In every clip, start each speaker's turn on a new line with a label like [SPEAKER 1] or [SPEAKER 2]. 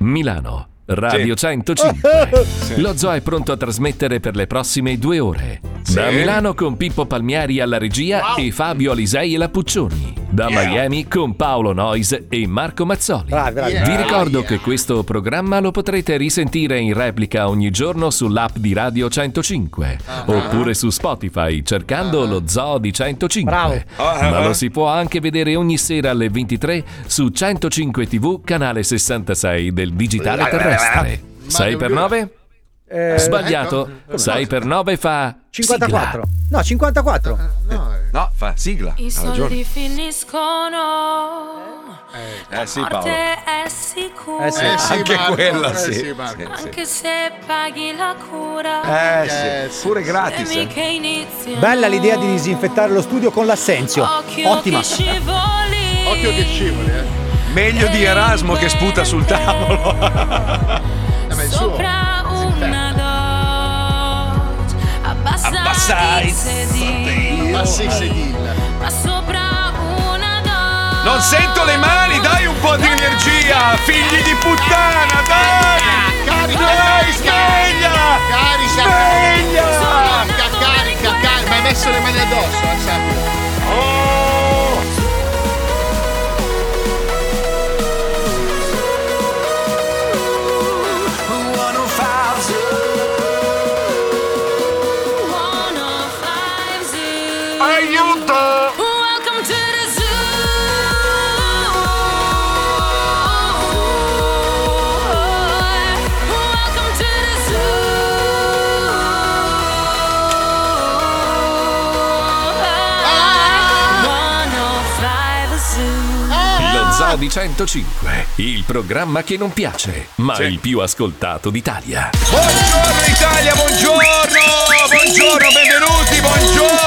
[SPEAKER 1] Milano, Radio 105. Lo zoo è pronto a trasmettere per le prossime due ore. Da
[SPEAKER 2] Sì.
[SPEAKER 1] Milano con Pippo Palmieri alla regia e Fabio Alisei e la Puccioni. Da Miami con Paolo Nois e Marco Mazzoli.
[SPEAKER 3] bravi.
[SPEAKER 1] Vi
[SPEAKER 3] Yeah.
[SPEAKER 2] Oh,
[SPEAKER 1] ricordo che questo programma lo potrete risentire in replica ogni giorno sull'app di Radio 105
[SPEAKER 2] Ah.
[SPEAKER 1] oppure su Spotify cercando lo zoo di 105.
[SPEAKER 2] Ah,
[SPEAKER 1] Ma
[SPEAKER 2] ah.
[SPEAKER 1] lo si può anche vedere ogni sera alle 23 su 105 TV canale 66 del digitale terrestre. 6 per 9?
[SPEAKER 3] Eh,
[SPEAKER 1] Sbagliato.
[SPEAKER 3] ecco.
[SPEAKER 1] 6 per 9 fa
[SPEAKER 3] 54. No, 54.
[SPEAKER 2] No, eh. fa sigla.
[SPEAKER 4] I
[SPEAKER 2] Ha
[SPEAKER 4] soldi
[SPEAKER 2] ragione.
[SPEAKER 4] finiscono,
[SPEAKER 2] Eh sì,
[SPEAKER 4] la
[SPEAKER 2] Paolo.
[SPEAKER 4] morte è sicura.
[SPEAKER 3] Eh sì. Eh sì.
[SPEAKER 2] Anche
[SPEAKER 5] Marco,
[SPEAKER 2] quella,
[SPEAKER 5] eh
[SPEAKER 2] sì.
[SPEAKER 5] sì, Marco.
[SPEAKER 2] Sì, sì.
[SPEAKER 4] Anche se paghi la cura,
[SPEAKER 2] Eh
[SPEAKER 5] Eh,
[SPEAKER 2] sì,
[SPEAKER 5] sì.
[SPEAKER 2] pure gratis.
[SPEAKER 4] temi che iniziano.
[SPEAKER 3] Bella l'idea di disinfettare lo studio con l'assenzio.
[SPEAKER 4] Occhio
[SPEAKER 3] Ottima.
[SPEAKER 4] che scivoli.
[SPEAKER 5] Occhio che scivoli, eh.
[SPEAKER 2] Meglio di Erasmo che sputa sul tavolo.
[SPEAKER 5] Eh, ma è il suo.
[SPEAKER 4] Sopra una Dodge, abbassa i sedili,
[SPEAKER 5] Ma sì, sedilla.
[SPEAKER 4] ma sopra una Dodge.
[SPEAKER 2] Non sento le mani, dai un po' di energia, figli di puttana, dai!
[SPEAKER 5] Carica,
[SPEAKER 2] Dai,
[SPEAKER 5] carica.
[SPEAKER 2] sveglia!
[SPEAKER 5] Carica.
[SPEAKER 2] Sveglia!
[SPEAKER 5] Carica, carica, carica. Ma hai messo le mani addosso, eh, sappilo.
[SPEAKER 2] Oh! oh Aiuto!
[SPEAKER 4] Welcome to the zoo. Welcome to the zoo. 105 Zoo.
[SPEAKER 1] Lo Zoo di 105, il programma che non piace, ma
[SPEAKER 2] Sì.
[SPEAKER 1] il più ascoltato d'Italia.
[SPEAKER 2] Buongiorno Italia, buongiorno! Buongiorno, benvenuti, buongiorno!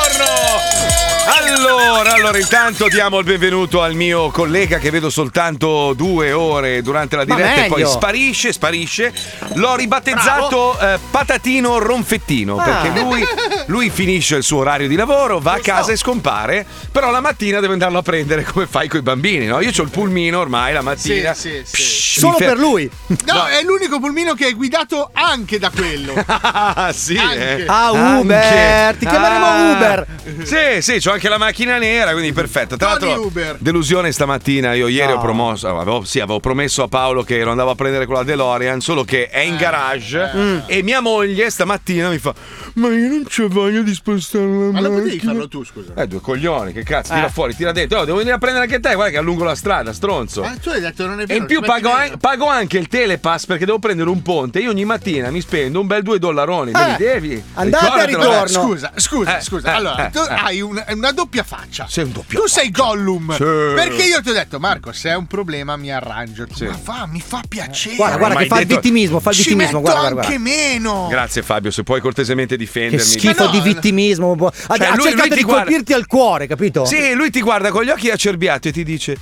[SPEAKER 2] Allora, allora, intanto diamo il benvenuto al mio collega che vedo soltanto due ore durante la
[SPEAKER 3] Ma
[SPEAKER 2] diretta e poi
[SPEAKER 3] meglio.
[SPEAKER 2] sparisce, sparisce. L'ho ribattezzato eh, Patatino Ronfettino
[SPEAKER 3] Ah.
[SPEAKER 2] perché lui, lui finisce il suo orario di lavoro, va a casa e scompare, però la mattina deve andarlo a prendere come fai con i bambini, no? Io ho il pulmino ormai la mattina.
[SPEAKER 5] Sì, sì, sì.
[SPEAKER 2] Psh, mi eh.
[SPEAKER 3] Solo
[SPEAKER 2] fer-
[SPEAKER 3] per lui.
[SPEAKER 5] No, è l'unico pulmino che è guidato anche da quello.
[SPEAKER 2] Ah, sì,
[SPEAKER 5] Anche.
[SPEAKER 2] eh.
[SPEAKER 3] Ah,
[SPEAKER 2] Anche. Ah.
[SPEAKER 3] Uber, ti chiameremo Uber.
[SPEAKER 2] Sì, sì, c'ho anche la macchina nera, quindi perfetto. Tra
[SPEAKER 5] Tony
[SPEAKER 2] l'altro,
[SPEAKER 5] Uber.
[SPEAKER 2] delusione stamattina. Io ieri
[SPEAKER 3] No.
[SPEAKER 2] ho promosso, ah, avevo, sì, avevo promesso a Paolo che lo andavo a prendere con la DeLorean, solo che è
[SPEAKER 5] Eh.
[SPEAKER 2] in garage.
[SPEAKER 3] Mm.
[SPEAKER 2] E mia moglie stamattina mi fa: Ma io non c'ho voglia di spostare la
[SPEAKER 5] Ma
[SPEAKER 2] macchina.
[SPEAKER 5] non potevi farlo tu, scusa.
[SPEAKER 2] Eh, due coglioni, che cazzo,
[SPEAKER 3] Eh.
[SPEAKER 2] tira fuori, tira dentro. Oh, devo venire a prendere anche te, guarda che allungo la strada, stronzo.
[SPEAKER 5] Ma Eh, tu hai detto non è
[SPEAKER 2] E
[SPEAKER 5] vero.
[SPEAKER 2] in più eh?
[SPEAKER 5] ci
[SPEAKER 2] pago,
[SPEAKER 5] metti
[SPEAKER 2] an-
[SPEAKER 5] dentro.
[SPEAKER 2] pago anche il telepass perché devo prendere un ponte. Io ogni mattina mi spendo un bel 2 dollaroni. Me li
[SPEAKER 3] Eh,
[SPEAKER 2] devi.
[SPEAKER 3] andate e
[SPEAKER 2] Ricordatelo, eh.
[SPEAKER 3] ritorno.
[SPEAKER 5] Scusa, scusa,
[SPEAKER 2] Eh,
[SPEAKER 5] scusa.
[SPEAKER 2] eh,
[SPEAKER 5] allora,
[SPEAKER 2] eh,
[SPEAKER 5] tu
[SPEAKER 2] eh.
[SPEAKER 5] hai un- una doppia faccia.
[SPEAKER 2] Sei un doppio.
[SPEAKER 5] tu sei Gollum.
[SPEAKER 2] Sì.
[SPEAKER 5] Perché io ti ho detto, Marco, se è un problema mi arrangio.
[SPEAKER 2] Sì.
[SPEAKER 5] Ma fa, mi fa piacere.
[SPEAKER 3] Guarda, guarda
[SPEAKER 2] ormai
[SPEAKER 3] che fa il
[SPEAKER 2] detto-
[SPEAKER 3] vittimismo, fa il
[SPEAKER 5] Ci metto
[SPEAKER 3] vittimismo, guarda, guarda,
[SPEAKER 5] anche
[SPEAKER 3] guarda.
[SPEAKER 5] meno.
[SPEAKER 2] Grazie Fabio, se puoi cortesemente
[SPEAKER 3] Che
[SPEAKER 2] difendermi.
[SPEAKER 3] schifo
[SPEAKER 5] Ma no,
[SPEAKER 3] di
[SPEAKER 5] eh.
[SPEAKER 3] vittimismo. Ha, ha
[SPEAKER 2] Cioè, lui- lui
[SPEAKER 3] cercato
[SPEAKER 2] ti
[SPEAKER 3] di
[SPEAKER 2] guarda-
[SPEAKER 3] colpirti al cuore, capito?
[SPEAKER 2] Sì, lui ti guarda con gli occhi acerbiati e ti dice: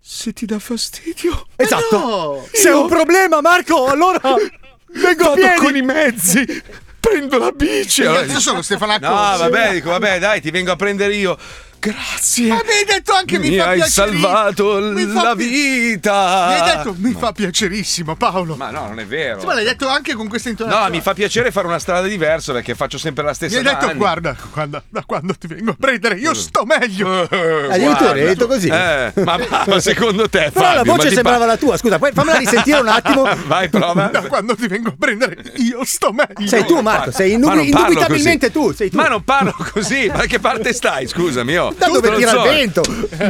[SPEAKER 2] Se ti dà fastidio, Ah.
[SPEAKER 3] Esatto.
[SPEAKER 5] No.
[SPEAKER 3] Se è un problema, Marco, allora vengo a
[SPEAKER 2] vado
[SPEAKER 3] piedi.
[SPEAKER 2] con i mezzi, prendo la bici. Allora
[SPEAKER 5] Io
[SPEAKER 2] dici,
[SPEAKER 5] sono Stefano
[SPEAKER 2] no, vabbè, dico, vabbè, dai, ti vengo a prendere io. Grazie.
[SPEAKER 5] Ma mi hai detto anche mi,
[SPEAKER 2] mi
[SPEAKER 5] fa
[SPEAKER 2] hai
[SPEAKER 5] piacere-
[SPEAKER 2] salvato
[SPEAKER 5] mi fa
[SPEAKER 2] la
[SPEAKER 5] pi-
[SPEAKER 2] vita.
[SPEAKER 5] Mi hai detto mi fa piacerissimo, Paolo. Ma,
[SPEAKER 2] Ma no, non è vero.
[SPEAKER 5] l'hai detto anche con questa intonazione.
[SPEAKER 2] No, mi fa piacere fare una strada diversa perché faccio sempre la
[SPEAKER 5] Mi
[SPEAKER 2] stessa
[SPEAKER 5] hai
[SPEAKER 2] da
[SPEAKER 5] detto,
[SPEAKER 2] anni.
[SPEAKER 5] guarda, quando- da quando ti vengo a prendere, io sto meglio.
[SPEAKER 3] Addirittura hai
[SPEAKER 2] Eh, Guarda.
[SPEAKER 3] detto così.
[SPEAKER 2] Eh, ma, ma secondo te,
[SPEAKER 3] Però la
[SPEAKER 2] Fabio, ma
[SPEAKER 3] voce
[SPEAKER 2] ti
[SPEAKER 3] sembrava la tua, scusa, poi fammela risentire un attimo.
[SPEAKER 2] pa- Vai, prova.
[SPEAKER 5] Da quando ti vengo a prendere, io sto meglio.
[SPEAKER 3] Sei tu, Marco,
[SPEAKER 2] Guarda,
[SPEAKER 3] sei
[SPEAKER 2] ma
[SPEAKER 3] indubbi-
[SPEAKER 2] non parlo
[SPEAKER 3] indubitabilmente
[SPEAKER 2] così.
[SPEAKER 3] tu, sei tu.
[SPEAKER 2] Ma non parlo così, ma da che parte stai? Scusami, oh. io.
[SPEAKER 3] da dove tira il
[SPEAKER 2] stronzone.
[SPEAKER 3] vento?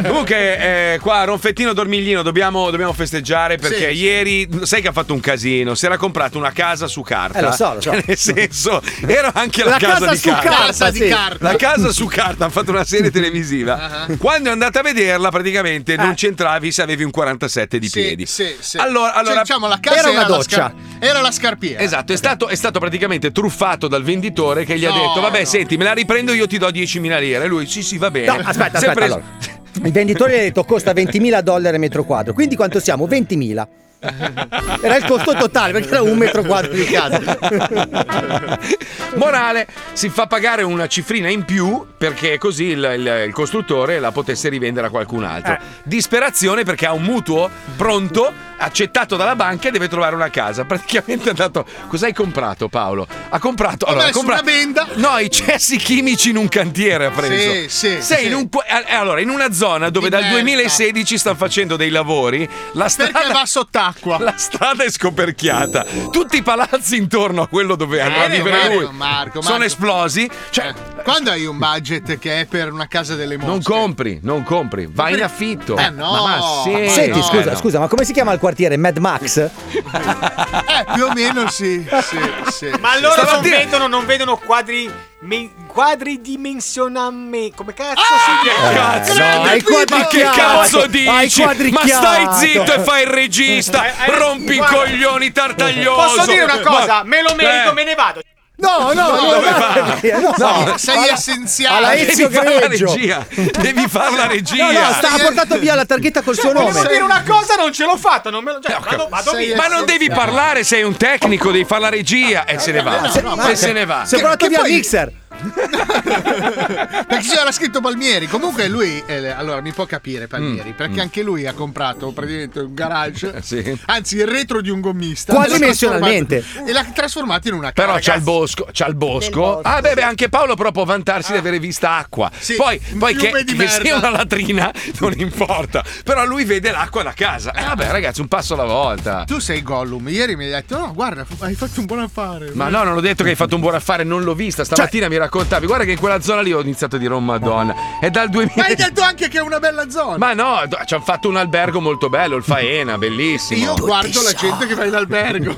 [SPEAKER 2] Comunque, eh, qua Ronfettino Dormiglino dobbiamo, dobbiamo festeggiare perché
[SPEAKER 5] Sì.
[SPEAKER 2] ieri sai che ha fatto un casino. Si era comprato una casa su carta.
[SPEAKER 3] Eh, lo so, lo so.
[SPEAKER 2] Cioè, nel senso, era anche la,
[SPEAKER 3] La casa
[SPEAKER 2] di
[SPEAKER 3] su
[SPEAKER 2] carta.
[SPEAKER 3] carta.
[SPEAKER 5] Casa di
[SPEAKER 3] Sì.
[SPEAKER 5] carta. Ah.
[SPEAKER 2] La casa su carta ha fatto una serie televisiva. Quando è andata a vederla, praticamente non c'entravi se avevi un 47 di
[SPEAKER 5] Eh. Sì,
[SPEAKER 2] piedi.
[SPEAKER 5] sì, sì.
[SPEAKER 2] Allora,
[SPEAKER 5] Cioè,
[SPEAKER 2] allora
[SPEAKER 5] diciamo, la casa
[SPEAKER 3] era
[SPEAKER 5] era,
[SPEAKER 3] una
[SPEAKER 5] la
[SPEAKER 3] doccia.
[SPEAKER 5] scar- era la scarpiera.
[SPEAKER 2] Esatto, è stato, è stato praticamente truffato dal venditore che gli ha
[SPEAKER 5] No,
[SPEAKER 2] detto: Vabbè,
[SPEAKER 5] no.
[SPEAKER 2] senti, me la riprendo, io ti do 10.000 lire. E lui, sì, sì, va bene.
[SPEAKER 3] No, aspetta,
[SPEAKER 2] Si è
[SPEAKER 3] aspetta,
[SPEAKER 2] preso-
[SPEAKER 3] allora. Il venditore gli ha detto costa 20.000 dollari al metro quadro, quindi quanto siamo? 20.000. Era il costo totale perché era un metro quadro di casa.
[SPEAKER 2] Morale, si fa pagare una cifrina in più perché così il, il- il
[SPEAKER 3] Eh.
[SPEAKER 2] costruttore la potesse rivendere a qualcun altro. Disperazione perché ha un mutuo pronto accettato dalla banca e deve trovare una casa. Praticamente è andato. Cos'hai comprato, Paolo? Ha comprato. Allora, ha
[SPEAKER 5] messo
[SPEAKER 2] comprato
[SPEAKER 5] una benda.
[SPEAKER 2] No, i cessi chimici in un cantiere ha preso.
[SPEAKER 5] Sì, sì,
[SPEAKER 2] Sei
[SPEAKER 5] sì.
[SPEAKER 2] in un. qua- eh, Allora, in una zona dove
[SPEAKER 5] Di
[SPEAKER 2] dal
[SPEAKER 5] merda.
[SPEAKER 2] 2016 stanno facendo dei lavori, la strada.
[SPEAKER 5] Perché va sott'acqua?
[SPEAKER 2] La strada è scoperchiata, tutti i palazzi intorno a quello dove andava a
[SPEAKER 5] Mario,
[SPEAKER 2] vivere
[SPEAKER 5] Mario,
[SPEAKER 2] lui
[SPEAKER 5] Eh, Marco,
[SPEAKER 2] sono
[SPEAKER 5] Marco.
[SPEAKER 2] esplosi. Cioè,
[SPEAKER 5] Eh, Quando hai un budget che è per una casa delle mosche?
[SPEAKER 2] non compri, non compri, vai in affitto.
[SPEAKER 5] Eh, no.
[SPEAKER 2] ma,
[SPEAKER 6] Oh,
[SPEAKER 2] ma sì,
[SPEAKER 3] Senti,
[SPEAKER 5] no,
[SPEAKER 3] scusa,
[SPEAKER 2] eh, no.
[SPEAKER 3] scusa, ma come si chiama il quartiere? Mad Max?
[SPEAKER 5] Eh, più o meno sì. sì, sì.
[SPEAKER 6] Ma loro non
[SPEAKER 2] Stamattina-
[SPEAKER 6] vedono, non vedono quadri. Me, quadri dimensionami. Come cazzo si
[SPEAKER 2] Che
[SPEAKER 6] chiama?
[SPEAKER 2] Cazzo,
[SPEAKER 5] no,
[SPEAKER 2] ma
[SPEAKER 5] hai
[SPEAKER 2] che
[SPEAKER 5] quadricchiato,
[SPEAKER 2] cazzo
[SPEAKER 3] hai
[SPEAKER 2] dici? Ma
[SPEAKER 3] quadricchiato.
[SPEAKER 2] stai zitto e fai il regista,
[SPEAKER 6] Eh, eh,
[SPEAKER 2] rompi i
[SPEAKER 6] guarda.
[SPEAKER 2] coglioni tartaglioso. Eh,
[SPEAKER 6] Posso dire una cosa?
[SPEAKER 2] Ma-
[SPEAKER 6] Me lo merito,
[SPEAKER 2] Eh.
[SPEAKER 6] me ne vado.
[SPEAKER 3] No, no, no,
[SPEAKER 2] dove va?
[SPEAKER 3] no, no,
[SPEAKER 5] eh, No, sei
[SPEAKER 3] alla-
[SPEAKER 5] essenziale.
[SPEAKER 3] alla
[SPEAKER 2] Devi
[SPEAKER 3] Ezio
[SPEAKER 2] fare la
[SPEAKER 3] Greggio.
[SPEAKER 2] regia, devi fare la
[SPEAKER 3] No,
[SPEAKER 2] regia.
[SPEAKER 3] no, sta, ha portato via la targhetta col suo
[SPEAKER 6] Volevo
[SPEAKER 3] nome.
[SPEAKER 6] dire una cosa, non ce l'ho fatta. Non me lo. Cioè,
[SPEAKER 2] No,
[SPEAKER 6] vado, vado
[SPEAKER 5] sei- Eh,
[SPEAKER 6] via.
[SPEAKER 2] Ma non devi parlare, sei un tecnico, devi fare la regia e se ne va.
[SPEAKER 3] Se-
[SPEAKER 2] E se ne va.
[SPEAKER 3] Si è
[SPEAKER 5] Che-
[SPEAKER 3] portato
[SPEAKER 5] che
[SPEAKER 3] via
[SPEAKER 5] poi-
[SPEAKER 3] Mixer.
[SPEAKER 5] Perché c'era scritto Palmieri. Comunque lui, eh, allora mi può capire
[SPEAKER 2] Mm,
[SPEAKER 5] Palmieri, perché anche lui ha comprato praticamente un garage,
[SPEAKER 2] Eh, Sì.
[SPEAKER 5] anzi il retro di un gommista.
[SPEAKER 3] Quadridimensionalmente.
[SPEAKER 5] E l'ha trasformato- E l'ha trasformato in una
[SPEAKER 2] Però
[SPEAKER 5] casa.
[SPEAKER 2] c'ha il bosco, c'ha il bosco. Ah, beh, beh, anche Paolo però può vantarsi di avere vista acqua.
[SPEAKER 5] Ah. Sì,
[SPEAKER 2] poi
[SPEAKER 5] un
[SPEAKER 2] poi che,
[SPEAKER 5] fiume di
[SPEAKER 2] che sia
[SPEAKER 5] merda.
[SPEAKER 2] una latrina non importa. Però lui vede l'acqua da casa. Eh, vabbè, ragazzi, un passo alla volta.
[SPEAKER 5] Tu sei Gollum. Ieri mi hai detto, no guarda, hai fatto un buon affare.
[SPEAKER 2] Ma no, non ho detto che hai fatto un buon affare, non l'ho vista.
[SPEAKER 5] Cioè
[SPEAKER 2] Stamattina mi raccontavi, guarda che in quella zona lì ho iniziato a dire, oh madonna, è dal 2000.
[SPEAKER 5] Ma hai detto anche che è una bella zona.
[SPEAKER 2] Ma no, d- ci hanno fatto un albergo molto bello, il Faena, bellissimo.
[SPEAKER 5] Io guardo la gente che va in albergo.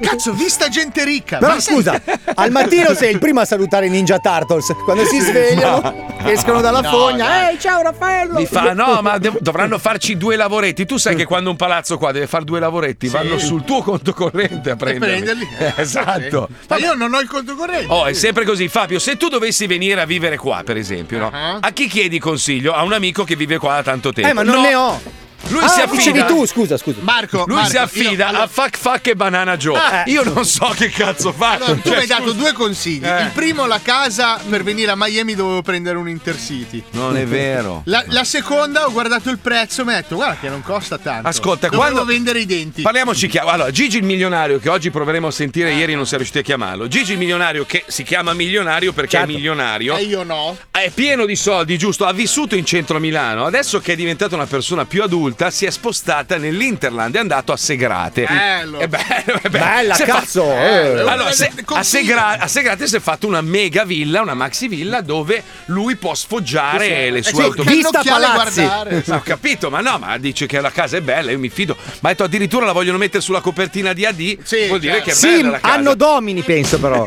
[SPEAKER 5] Cazzo, vista gente ricca.
[SPEAKER 3] Però
[SPEAKER 5] ma sai-
[SPEAKER 3] scusa, al mattino sei il primo a salutare i Ninja Turtles. Quando si svegliano, escono dalla
[SPEAKER 5] No,
[SPEAKER 3] fogna. eh,
[SPEAKER 5] dai.
[SPEAKER 3] Ehi, ciao Raffaello!
[SPEAKER 2] Mi fa, no, ma de- dovranno farci due lavoretti. Tu sai che quando un palazzo qua deve fare due lavoretti, vanno sul tuo conto corrente a
[SPEAKER 5] Per
[SPEAKER 2] prenderli.
[SPEAKER 5] prenderli.
[SPEAKER 2] Eh, esatto.
[SPEAKER 5] Sì. Ma io non ho il conto corrente.
[SPEAKER 2] Oh, è sempre così, Fabio. Se tu dovessi venire a vivere qua, per esempio, no?
[SPEAKER 5] Ah.
[SPEAKER 2] a chi chiedi consiglio? A un amico che vive qua da tanto tempo.
[SPEAKER 3] Uh-huh. Eh, ma non
[SPEAKER 2] No,
[SPEAKER 3] ne ho.
[SPEAKER 2] Lui
[SPEAKER 3] ah,
[SPEAKER 2] si affida.
[SPEAKER 3] dicevi tu, scusa, scusa.
[SPEAKER 5] Marco,
[SPEAKER 2] Lui
[SPEAKER 5] Marco,
[SPEAKER 2] si affida
[SPEAKER 5] io- allora-
[SPEAKER 2] a Fuck Fuck e Banana Joe.
[SPEAKER 5] Ah.
[SPEAKER 2] Io non so che cazzo fa.
[SPEAKER 5] Allora, tu
[SPEAKER 2] Cioè,
[SPEAKER 5] mi hai dato
[SPEAKER 2] scusa.
[SPEAKER 5] due consigli.
[SPEAKER 2] Eh.
[SPEAKER 5] Il primo, la casa, per venire a Miami dovevo prendere un Intercity.
[SPEAKER 2] Non è vero.
[SPEAKER 5] La, la seconda, ho guardato il prezzo e mi ho detto, guarda che non costa tanto.
[SPEAKER 2] Ascolta,
[SPEAKER 5] Dovevo
[SPEAKER 2] quando-
[SPEAKER 5] vendere i denti.
[SPEAKER 2] Parliamoci chiaro. Allora, Gigi il milionario, che oggi proveremo a
[SPEAKER 3] Eh.
[SPEAKER 2] sentire, ieri non si è riusciti a chiamarlo. Gigi il milionario, che si chiama milionario perché
[SPEAKER 3] Certo.
[SPEAKER 2] è milionario.
[SPEAKER 5] E io no.
[SPEAKER 2] È pieno di soldi, giusto? Ha vissuto in centro a Milano. Adesso che è diventata una persona più adulta, si è spostata nell'Interland. È andato a Segrate.
[SPEAKER 5] Bello.
[SPEAKER 2] È bello, è bello.
[SPEAKER 3] Bella,
[SPEAKER 2] Si è
[SPEAKER 3] cazzo!
[SPEAKER 2] fa-
[SPEAKER 3] eh.
[SPEAKER 2] Allora, se- a,
[SPEAKER 5] Consiglio.
[SPEAKER 2] Segra- a Segrate si è fatta una mega villa, una maxi villa dove lui può sfoggiare le sue
[SPEAKER 3] sì,
[SPEAKER 2] automobili.
[SPEAKER 5] Che
[SPEAKER 3] Vista
[SPEAKER 5] occhiale
[SPEAKER 3] palazzi.
[SPEAKER 5] guardare.
[SPEAKER 2] Ma ho capito, ma no, ma dice che la casa è bella, io mi fido. Ma ha detto addirittura la vogliono mettere sulla copertina di AD,
[SPEAKER 5] Sì,
[SPEAKER 2] vuol dire
[SPEAKER 5] certo.
[SPEAKER 2] che è bella
[SPEAKER 3] Sì,
[SPEAKER 2] la casa.
[SPEAKER 3] hanno domini, penso però.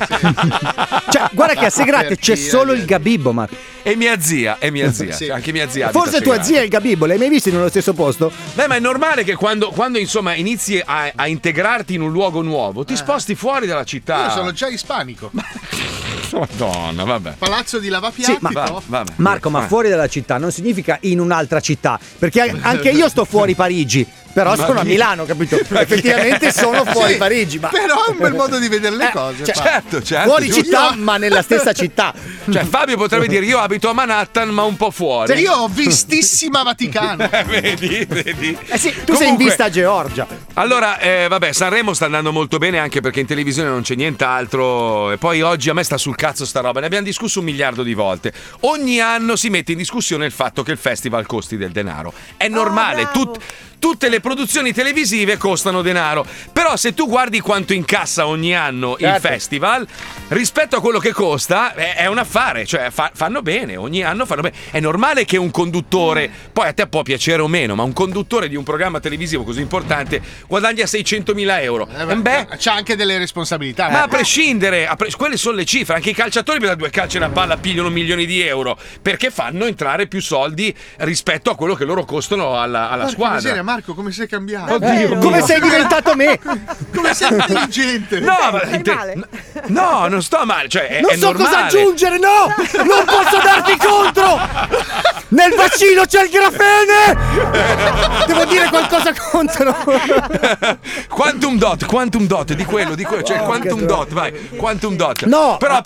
[SPEAKER 3] cioè, guarda che a Segrate c'è solo
[SPEAKER 2] eh,
[SPEAKER 3] il Gabibbo, ma
[SPEAKER 2] E mia zia, e mia zia,
[SPEAKER 5] Sì.
[SPEAKER 2] cioè, anche mia zia. abita
[SPEAKER 3] forse
[SPEAKER 2] a
[SPEAKER 3] tua
[SPEAKER 2] Segrate.
[SPEAKER 3] zia e il Gabibbo, l'hai mai visti nello stesso posto?
[SPEAKER 2] Beh, ma è normale che quando, quando, insomma inizi a, a integrarti in un luogo nuovo, ti sposti fuori dalla città.
[SPEAKER 5] Eh. Io sono già ispanico.
[SPEAKER 2] Madonna, vabbè. Eh.
[SPEAKER 5] Palazzo di lavapiatti.
[SPEAKER 3] Sì, ma-
[SPEAKER 5] no?
[SPEAKER 2] Va, vabbè.
[SPEAKER 3] Marco, ma
[SPEAKER 2] Va.
[SPEAKER 3] fuori dalla città non significa in un'altra città, perché an- anche io sto fuori Parigi, però sono a Milano, capito? Effettivamente sono fuori
[SPEAKER 5] Sì,
[SPEAKER 3] Parigi, ma
[SPEAKER 5] Però è un bel modo di vedere le
[SPEAKER 3] Eh,
[SPEAKER 5] cose.
[SPEAKER 3] cioè-
[SPEAKER 5] fa.
[SPEAKER 2] Certo, certo.
[SPEAKER 3] fuori
[SPEAKER 2] giusto.
[SPEAKER 3] città, ma nella stessa città.
[SPEAKER 2] Cioè, Fabio potrebbe dire: Io abito a Manhattan, ma un po' fuori.
[SPEAKER 5] Cioè, io ho vistissima Vaticano.
[SPEAKER 2] Eh, vedi, vedi.
[SPEAKER 3] Eh sì, tu sei in
[SPEAKER 2] Comunque,
[SPEAKER 3] vista a Georgia.
[SPEAKER 2] Allora, eh, vabbè, Sanremo sta andando molto bene anche perché in televisione non c'è nient'altro. E poi oggi a me sta sul cazzo sta roba. Ne abbiamo discusso un miliardo di volte. Ogni anno si mette in discussione il fatto che il festival costi del denaro. È normale, tut- tutte le produzioni televisive costano denaro. Però se tu guardi quanto incassa ogni anno il
[SPEAKER 3] Certo.
[SPEAKER 2] festival, rispetto a quello che costa, è, è un affare. Cioè, fa- fanno bene, ogni anno fanno bene. È normale che un conduttore, poi a te può piacere o meno, ma un conduttore di un programma televisivo così importante guadagna 600.000 euro.
[SPEAKER 5] Eh,
[SPEAKER 2] Eh beh,
[SPEAKER 5] C'ha anche delle responsabilità.
[SPEAKER 2] ma a
[SPEAKER 5] eh.
[SPEAKER 2] prescindere, a pre- quelle sono le cifre. Anche i calciatori per da due calci e una palla pigliano milioni di euro perché fanno entrare più soldi rispetto a quello che loro costano alla, alla
[SPEAKER 5] Porca
[SPEAKER 2] squadra.
[SPEAKER 5] miseria, Marco, come sei cambiato?
[SPEAKER 3] Eh, come sei diventato me?
[SPEAKER 5] Come sei intelligente.
[SPEAKER 2] No, ma- te- no, non sto male. Cioè, è,
[SPEAKER 3] Non
[SPEAKER 2] è
[SPEAKER 3] so cosa
[SPEAKER 2] normale.
[SPEAKER 3] aggiungere, no! Non posso darti contro! Nel vaccino c'è il grafene! Devo dire qualcosa contro!
[SPEAKER 2] quantum dot, quantum dot, di quello, di quello. Cioè, quantum dot, vai. Quantum dot.
[SPEAKER 3] Oh, No.
[SPEAKER 2] Però. a-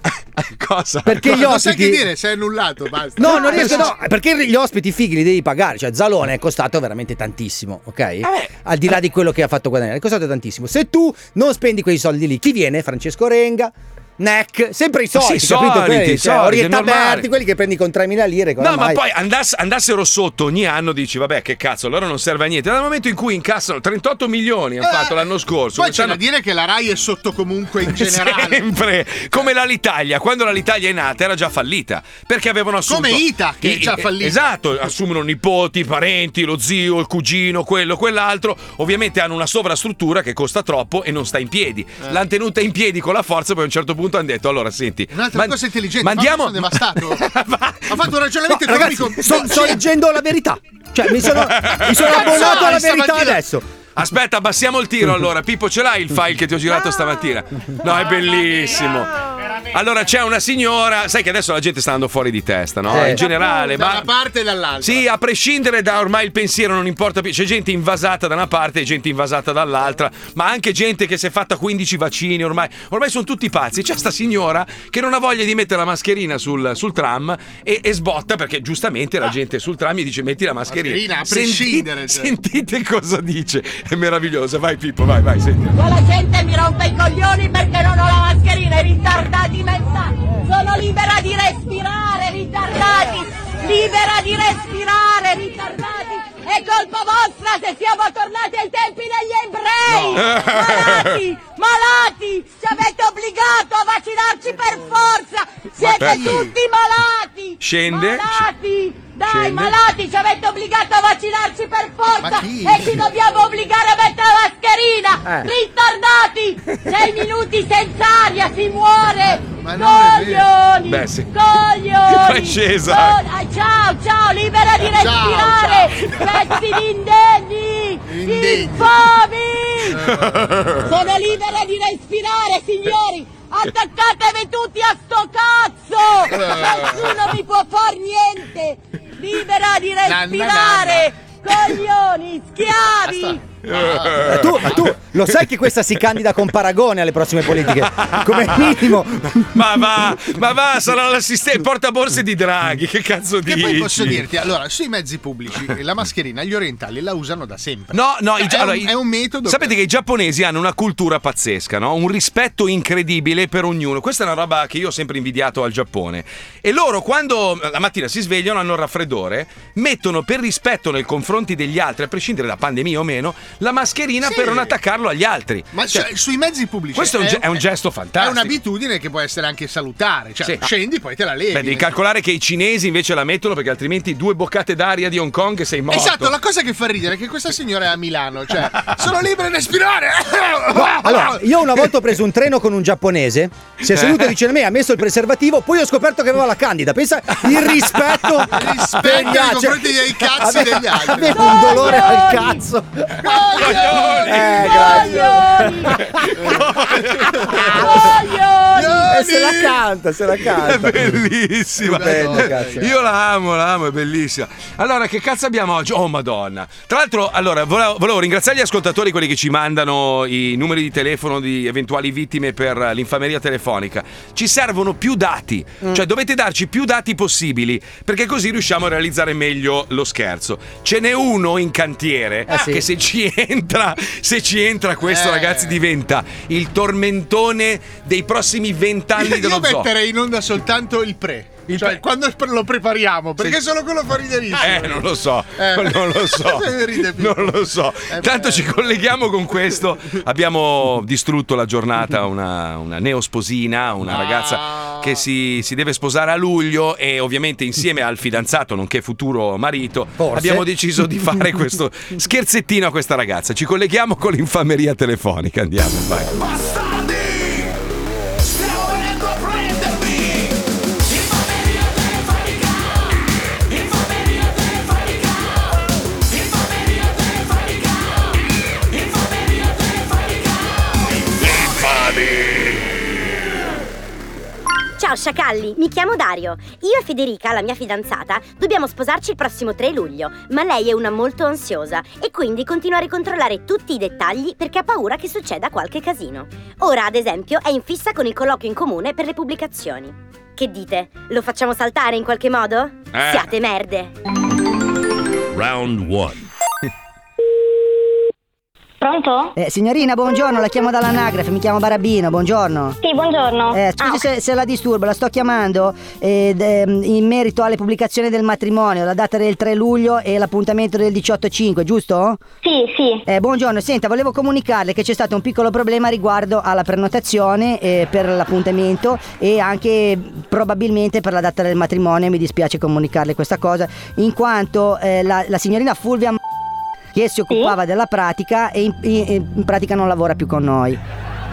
[SPEAKER 2] a- Cosa?
[SPEAKER 3] Perché gli
[SPEAKER 5] Non sai che
[SPEAKER 3] ospiti.
[SPEAKER 5] dire, sei annullato, basta.
[SPEAKER 3] No, non riesco, no, perché gli ospiti fighi li devi pagare. Cioè, Zalone è costato veramente tantissimo, ok? Al di là di quello che ha fatto guadagnare, è costato tantissimo. Se tu non spendi quei soldi lì, chi viene? Francesco Renga. Neck, sempre i soliti,
[SPEAKER 2] Sì,
[SPEAKER 3] capito?
[SPEAKER 2] soliti,
[SPEAKER 3] Quelli, cioè,
[SPEAKER 2] soliti,
[SPEAKER 3] Orietta
[SPEAKER 2] normali.
[SPEAKER 3] Berti, quelli che prendi con 3.000 lire.
[SPEAKER 2] No, ma
[SPEAKER 3] oramai-
[SPEAKER 2] poi andass- andassero sotto ogni anno, dici, vabbè, che cazzo, allora non serve a niente. Dal momento in cui incassano 38 milioni, hanno
[SPEAKER 5] Eh,
[SPEAKER 2] fatto l'anno scorso.
[SPEAKER 5] Poi c'è da
[SPEAKER 2] quest'anno-
[SPEAKER 5] dire che la Rai è sotto comunque in generale.
[SPEAKER 2] Sempre come l'Alitalia, quando l'Alitalia è nata era già fallita perché avevano assunto
[SPEAKER 5] Come Ita, che è già
[SPEAKER 2] eh,
[SPEAKER 5] fallita.
[SPEAKER 2] Esatto, assumono nipoti, parenti, lo zio, il cugino, quello, quell'altro. Ovviamente hanno una sovrastruttura che costa troppo e non sta in piedi.
[SPEAKER 5] Eh.
[SPEAKER 2] L'hanno tenuta in piedi con la forza, poi a un certo punto hanno detto: Allora, senti,
[SPEAKER 5] Un'altra
[SPEAKER 2] man-
[SPEAKER 5] cosa intelligente,
[SPEAKER 2] mandiamo-
[SPEAKER 5] Fabio, sono devastato. ha fatto un
[SPEAKER 3] No,
[SPEAKER 5] ragionamento
[SPEAKER 3] ragazzi,
[SPEAKER 5] economico.
[SPEAKER 3] sto, sto leggendo la verità. Cioè, mi sono, mi sono
[SPEAKER 5] Cazzo,
[SPEAKER 3] abbonato alla
[SPEAKER 5] stamattina-
[SPEAKER 3] verità adesso.
[SPEAKER 2] Aspetta, abbassiamo il tiro allora. Pippo, ce l'hai il file che ti ho girato stamattina? No, è bellissimo. Allora c'è una signora, sai che adesso la gente sta andando fuori di testa, no?
[SPEAKER 3] Sì.
[SPEAKER 2] In generale,
[SPEAKER 5] da una
[SPEAKER 2] ma
[SPEAKER 5] parte e dall'altra.
[SPEAKER 2] sì, a prescindere da ormai il pensiero non importa più, c'è gente invasata da una parte e gente invasata dall'altra, ma anche gente che si è fatta 15 vaccini ormai, ormai sono tutti pazzi. C'è sta signora che non ha voglia di mettere la mascherina sul, sul tram e, e sbotta perché giustamente la gente sul tram gli dice metti la mascherina.
[SPEAKER 5] Mascherina, a
[SPEAKER 2] Senti-
[SPEAKER 5] prescindere, cioè.
[SPEAKER 2] sentite cosa dice, è meravigliosa. Vai Pippo, vai, vai, senti.
[SPEAKER 7] La gente mi rompe i coglioni perché non ho la mascherina, i ritardati mentali. Sono libera di respirare, ritardati. Libera di respirare, ritardati. È colpa vostra se siamo tornati ai tempi degli ebrei. Malati, malati. Ci avete obbligato a vaccinarci per forza. Siete
[SPEAKER 5] certo.
[SPEAKER 2] Aspetta.
[SPEAKER 7] tutti malati.
[SPEAKER 2] Scende.
[SPEAKER 7] Malati. Dai,
[SPEAKER 2] Scende.
[SPEAKER 7] malati, ci avete obbligato a vaccinarci per
[SPEAKER 5] Ma
[SPEAKER 7] forza.
[SPEAKER 5] chi?
[SPEAKER 7] E ci dobbiamo obbligare a mettere la mascherina.
[SPEAKER 3] Eh.
[SPEAKER 7] Ritardati! Sei minuti senza aria, si muore!
[SPEAKER 5] Ma non è vero.
[SPEAKER 7] Coglioni!
[SPEAKER 2] Beh, sì.
[SPEAKER 7] Coglioni!
[SPEAKER 2] Poi è scesa.
[SPEAKER 7] Ah, ciao, ciao, libera di
[SPEAKER 5] Ciao,
[SPEAKER 7] respirare! Pezzi di indegni!
[SPEAKER 5] Indegni.
[SPEAKER 7] Di infomi!
[SPEAKER 5] Eh.
[SPEAKER 7] Sono libera di respirare, signori! Attaccatevi tutti a sto
[SPEAKER 5] Eh.
[SPEAKER 7] cazzo! Nessuno mi può far niente! Libera di
[SPEAKER 5] Nanna,
[SPEAKER 7] respirare! Coglioni, schiavi!
[SPEAKER 3] Eh, Tu, tu lo sai che questa si candida con paragone alle prossime politiche? Come minimo.
[SPEAKER 2] Ma va, ma va, sarà l'assistente portaborse di Draghi, che cazzo
[SPEAKER 5] Che
[SPEAKER 2] dici?
[SPEAKER 5] poi posso dirti, allora, sui mezzi pubblici eh, la mascherina gli orientali la usano da sempre.
[SPEAKER 2] No, no, i-
[SPEAKER 5] Cioè, è,
[SPEAKER 2] allora, i-
[SPEAKER 5] un, è un metodo.
[SPEAKER 2] Sapete che i giapponesi hanno una cultura pazzesca, no? un rispetto incredibile per ognuno. Questa è una roba che io ho sempre invidiato al Giappone. E loro, quando eh, la mattina si svegliano, hanno il raffreddore, mettono per rispetto nei confronti degli altri, a prescindere da pandemia o meno, la mascherina
[SPEAKER 5] Sì.
[SPEAKER 2] per non attaccarlo agli altri.
[SPEAKER 5] Ma
[SPEAKER 2] Cioè,
[SPEAKER 5] cioè, sui mezzi pubblici.
[SPEAKER 2] questo è un, ge- è un gesto
[SPEAKER 5] È
[SPEAKER 2] fantastico.
[SPEAKER 5] un'abitudine che può essere anche salutare. Cioè,
[SPEAKER 2] Sì.
[SPEAKER 5] scendi, poi te la levi.
[SPEAKER 2] Beh, devi calcolare che i cinesi invece la mettono perché altrimenti due boccate d'aria di Hong Kong e sei morto.
[SPEAKER 5] Esatto, la cosa che fa ridere è che questa signora è a Milano, cioè sono libera di respirare. Ah,
[SPEAKER 3] Allora, io una volta ho preso un treno con un giapponese, si è seduto vicino a me, ha messo il preservativo, poi ho scoperto che aveva la candida. Pensa il rispetto.
[SPEAKER 5] Rispetto
[SPEAKER 3] per gli
[SPEAKER 5] nei
[SPEAKER 3] altri.
[SPEAKER 5] confronti dei cazzi
[SPEAKER 3] Ave-
[SPEAKER 5] degli altri.
[SPEAKER 3] Avevo cioè, un dolore al
[SPEAKER 7] Coglioni!
[SPEAKER 3] cazzo.
[SPEAKER 7] Coglioni!
[SPEAKER 3] Eh,
[SPEAKER 7] Coglioni! Coglioni!
[SPEAKER 3] E se la canta, se la
[SPEAKER 2] È
[SPEAKER 3] canta.
[SPEAKER 2] bellissima.
[SPEAKER 3] Bella, cazzo.
[SPEAKER 2] Io la amo, la amo, è bellissima. Allora, che cazzo abbiamo oggi? Oh, madonna. Tra l'altro, allora, volevo, volevo ringraziare gli ascoltatori, quelli che ci mandano i numeri di telefono di eventuali vittime per eh, l'infameria telefonica. Ci servono più dati,
[SPEAKER 5] Mm.
[SPEAKER 2] cioè dovete darci più dati possibili, perché così riusciamo a realizzare meglio lo scherzo. Ce n'è uno in cantiere
[SPEAKER 3] Ah, sì.
[SPEAKER 2] che se ci entra, se ci entra questo,
[SPEAKER 5] Eh.
[SPEAKER 2] ragazzi, diventa il tormentone dei prossimi vent'anni dello
[SPEAKER 5] Io
[SPEAKER 2] zoo.
[SPEAKER 5] metterei in onda soltanto il pre.
[SPEAKER 2] Il
[SPEAKER 5] cioè,
[SPEAKER 2] pre.
[SPEAKER 5] quando lo prepariamo, perché
[SPEAKER 2] Sì.
[SPEAKER 5] solo quello fa riderissimo.
[SPEAKER 2] Eh, non lo so,
[SPEAKER 5] Ah. Eh.
[SPEAKER 2] non lo so,
[SPEAKER 5] Ride più.
[SPEAKER 2] non lo so.
[SPEAKER 5] Eh,
[SPEAKER 2] Tanto
[SPEAKER 5] beh.
[SPEAKER 2] ci colleghiamo con questo. Abbiamo distrutto la giornata a una, una neosposina, una
[SPEAKER 5] Ah.
[SPEAKER 2] ragazza che si, si deve sposare a luglio e ovviamente insieme al fidanzato, nonché futuro marito,
[SPEAKER 3] Forse.
[SPEAKER 2] abbiamo deciso di fare questo scherzettino a questa ragazza. Ci colleghiamo con l'infameria telefonica, andiamo, vai.
[SPEAKER 8] Ciao
[SPEAKER 7] Ciao,
[SPEAKER 8] sciacalli, mi chiamo Dario. Io e Federica, la mia fidanzata, dobbiamo sposarci il prossimo 3 luglio, ma lei è una molto ansiosa e quindi continua a ricontrollare tutti i dettagli perché ha paura che succeda qualche casino. Ora, ad esempio, è in fissa con il colloquio in comune per le pubblicazioni. Che dite? Lo facciamo saltare in qualche modo?
[SPEAKER 9] Eh.
[SPEAKER 8] Siate merde!
[SPEAKER 2] Round 1.
[SPEAKER 10] Pronto?
[SPEAKER 11] Eh, signorina, buongiorno, la chiamo dall'anagrafe, mi chiamo Barabino, buongiorno.
[SPEAKER 10] Sì, buongiorno.
[SPEAKER 11] Eh, scusi
[SPEAKER 10] Ah,
[SPEAKER 11] se, se la disturbo, la sto chiamando eh, d- ehm, in merito alle pubblicazioni del matrimonio, la data del 3 luglio e l'appuntamento del 18-5, giusto?
[SPEAKER 10] Sì, sì.
[SPEAKER 11] Eh, buongiorno, senta, volevo comunicarle che c'è stato un piccolo problema riguardo alla prenotazione eh, per l'appuntamento e anche probabilmente per la data del matrimonio, mi dispiace comunicarle questa cosa, in quanto eh, la, la signorina Fulvia M- che si occupava della pratica e in- in- in pratica non lavora più con noi.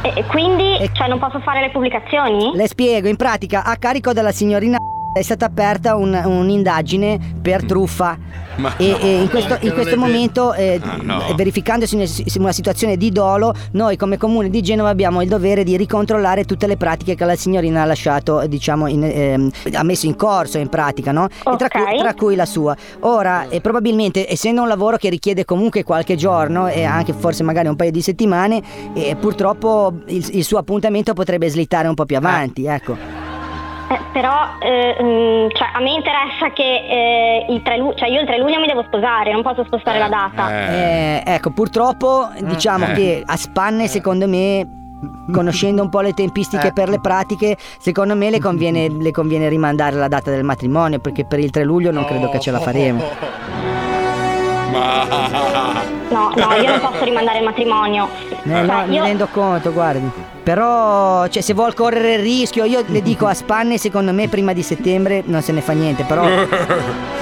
[SPEAKER 10] E, e quindi, cioè, non posso fare le pubblicazioni?
[SPEAKER 11] Le spiego, in pratica a carico della signorina è stata aperta un- un'indagine per truffa
[SPEAKER 9] Ma
[SPEAKER 11] e,
[SPEAKER 9] no.
[SPEAKER 11] e in questo, in questo momento eh,
[SPEAKER 9] Ah, no.
[SPEAKER 11] verificandosi una, si- una situazione di dolo noi come comune di Genova abbiamo il dovere di ricontrollare tutte le pratiche che la signorina ha lasciato eh, diciamo in- ehm, ha messo in corso in pratica no? E tra, cui,
[SPEAKER 10] Ok.
[SPEAKER 11] tra cui la sua ora eh, probabilmente essendo un lavoro che richiede comunque qualche giorno e anche forse magari un paio di settimane eh, purtroppo il, il suo appuntamento potrebbe slittare un po' più avanti ecco
[SPEAKER 10] Eh, però, eh, mm, cioè, a me interessa che eh, il 3 luglio, cioè, io il 3 luglio mi devo sposare, non posso spostare la data.
[SPEAKER 11] Eh, ecco, purtroppo diciamo
[SPEAKER 9] Eh.
[SPEAKER 11] che a spanne, secondo me, conoscendo un po' le tempistiche
[SPEAKER 12] Eh.
[SPEAKER 11] per le pratiche, secondo me le conviene, le conviene rimandare la data del matrimonio perché per il 3 luglio non credo che ce
[SPEAKER 9] Oh.
[SPEAKER 11] la faremo.
[SPEAKER 9] Eh. Ma...
[SPEAKER 10] No, no, io non posso rimandare il matrimonio.
[SPEAKER 11] Eh, no,
[SPEAKER 10] Cioè,
[SPEAKER 11] mi
[SPEAKER 10] io-
[SPEAKER 11] rendo conto, guardi. Però, cioè, se vuol correre il rischio, io le dico a spanne, secondo me prima di settembre non se ne fa niente, però...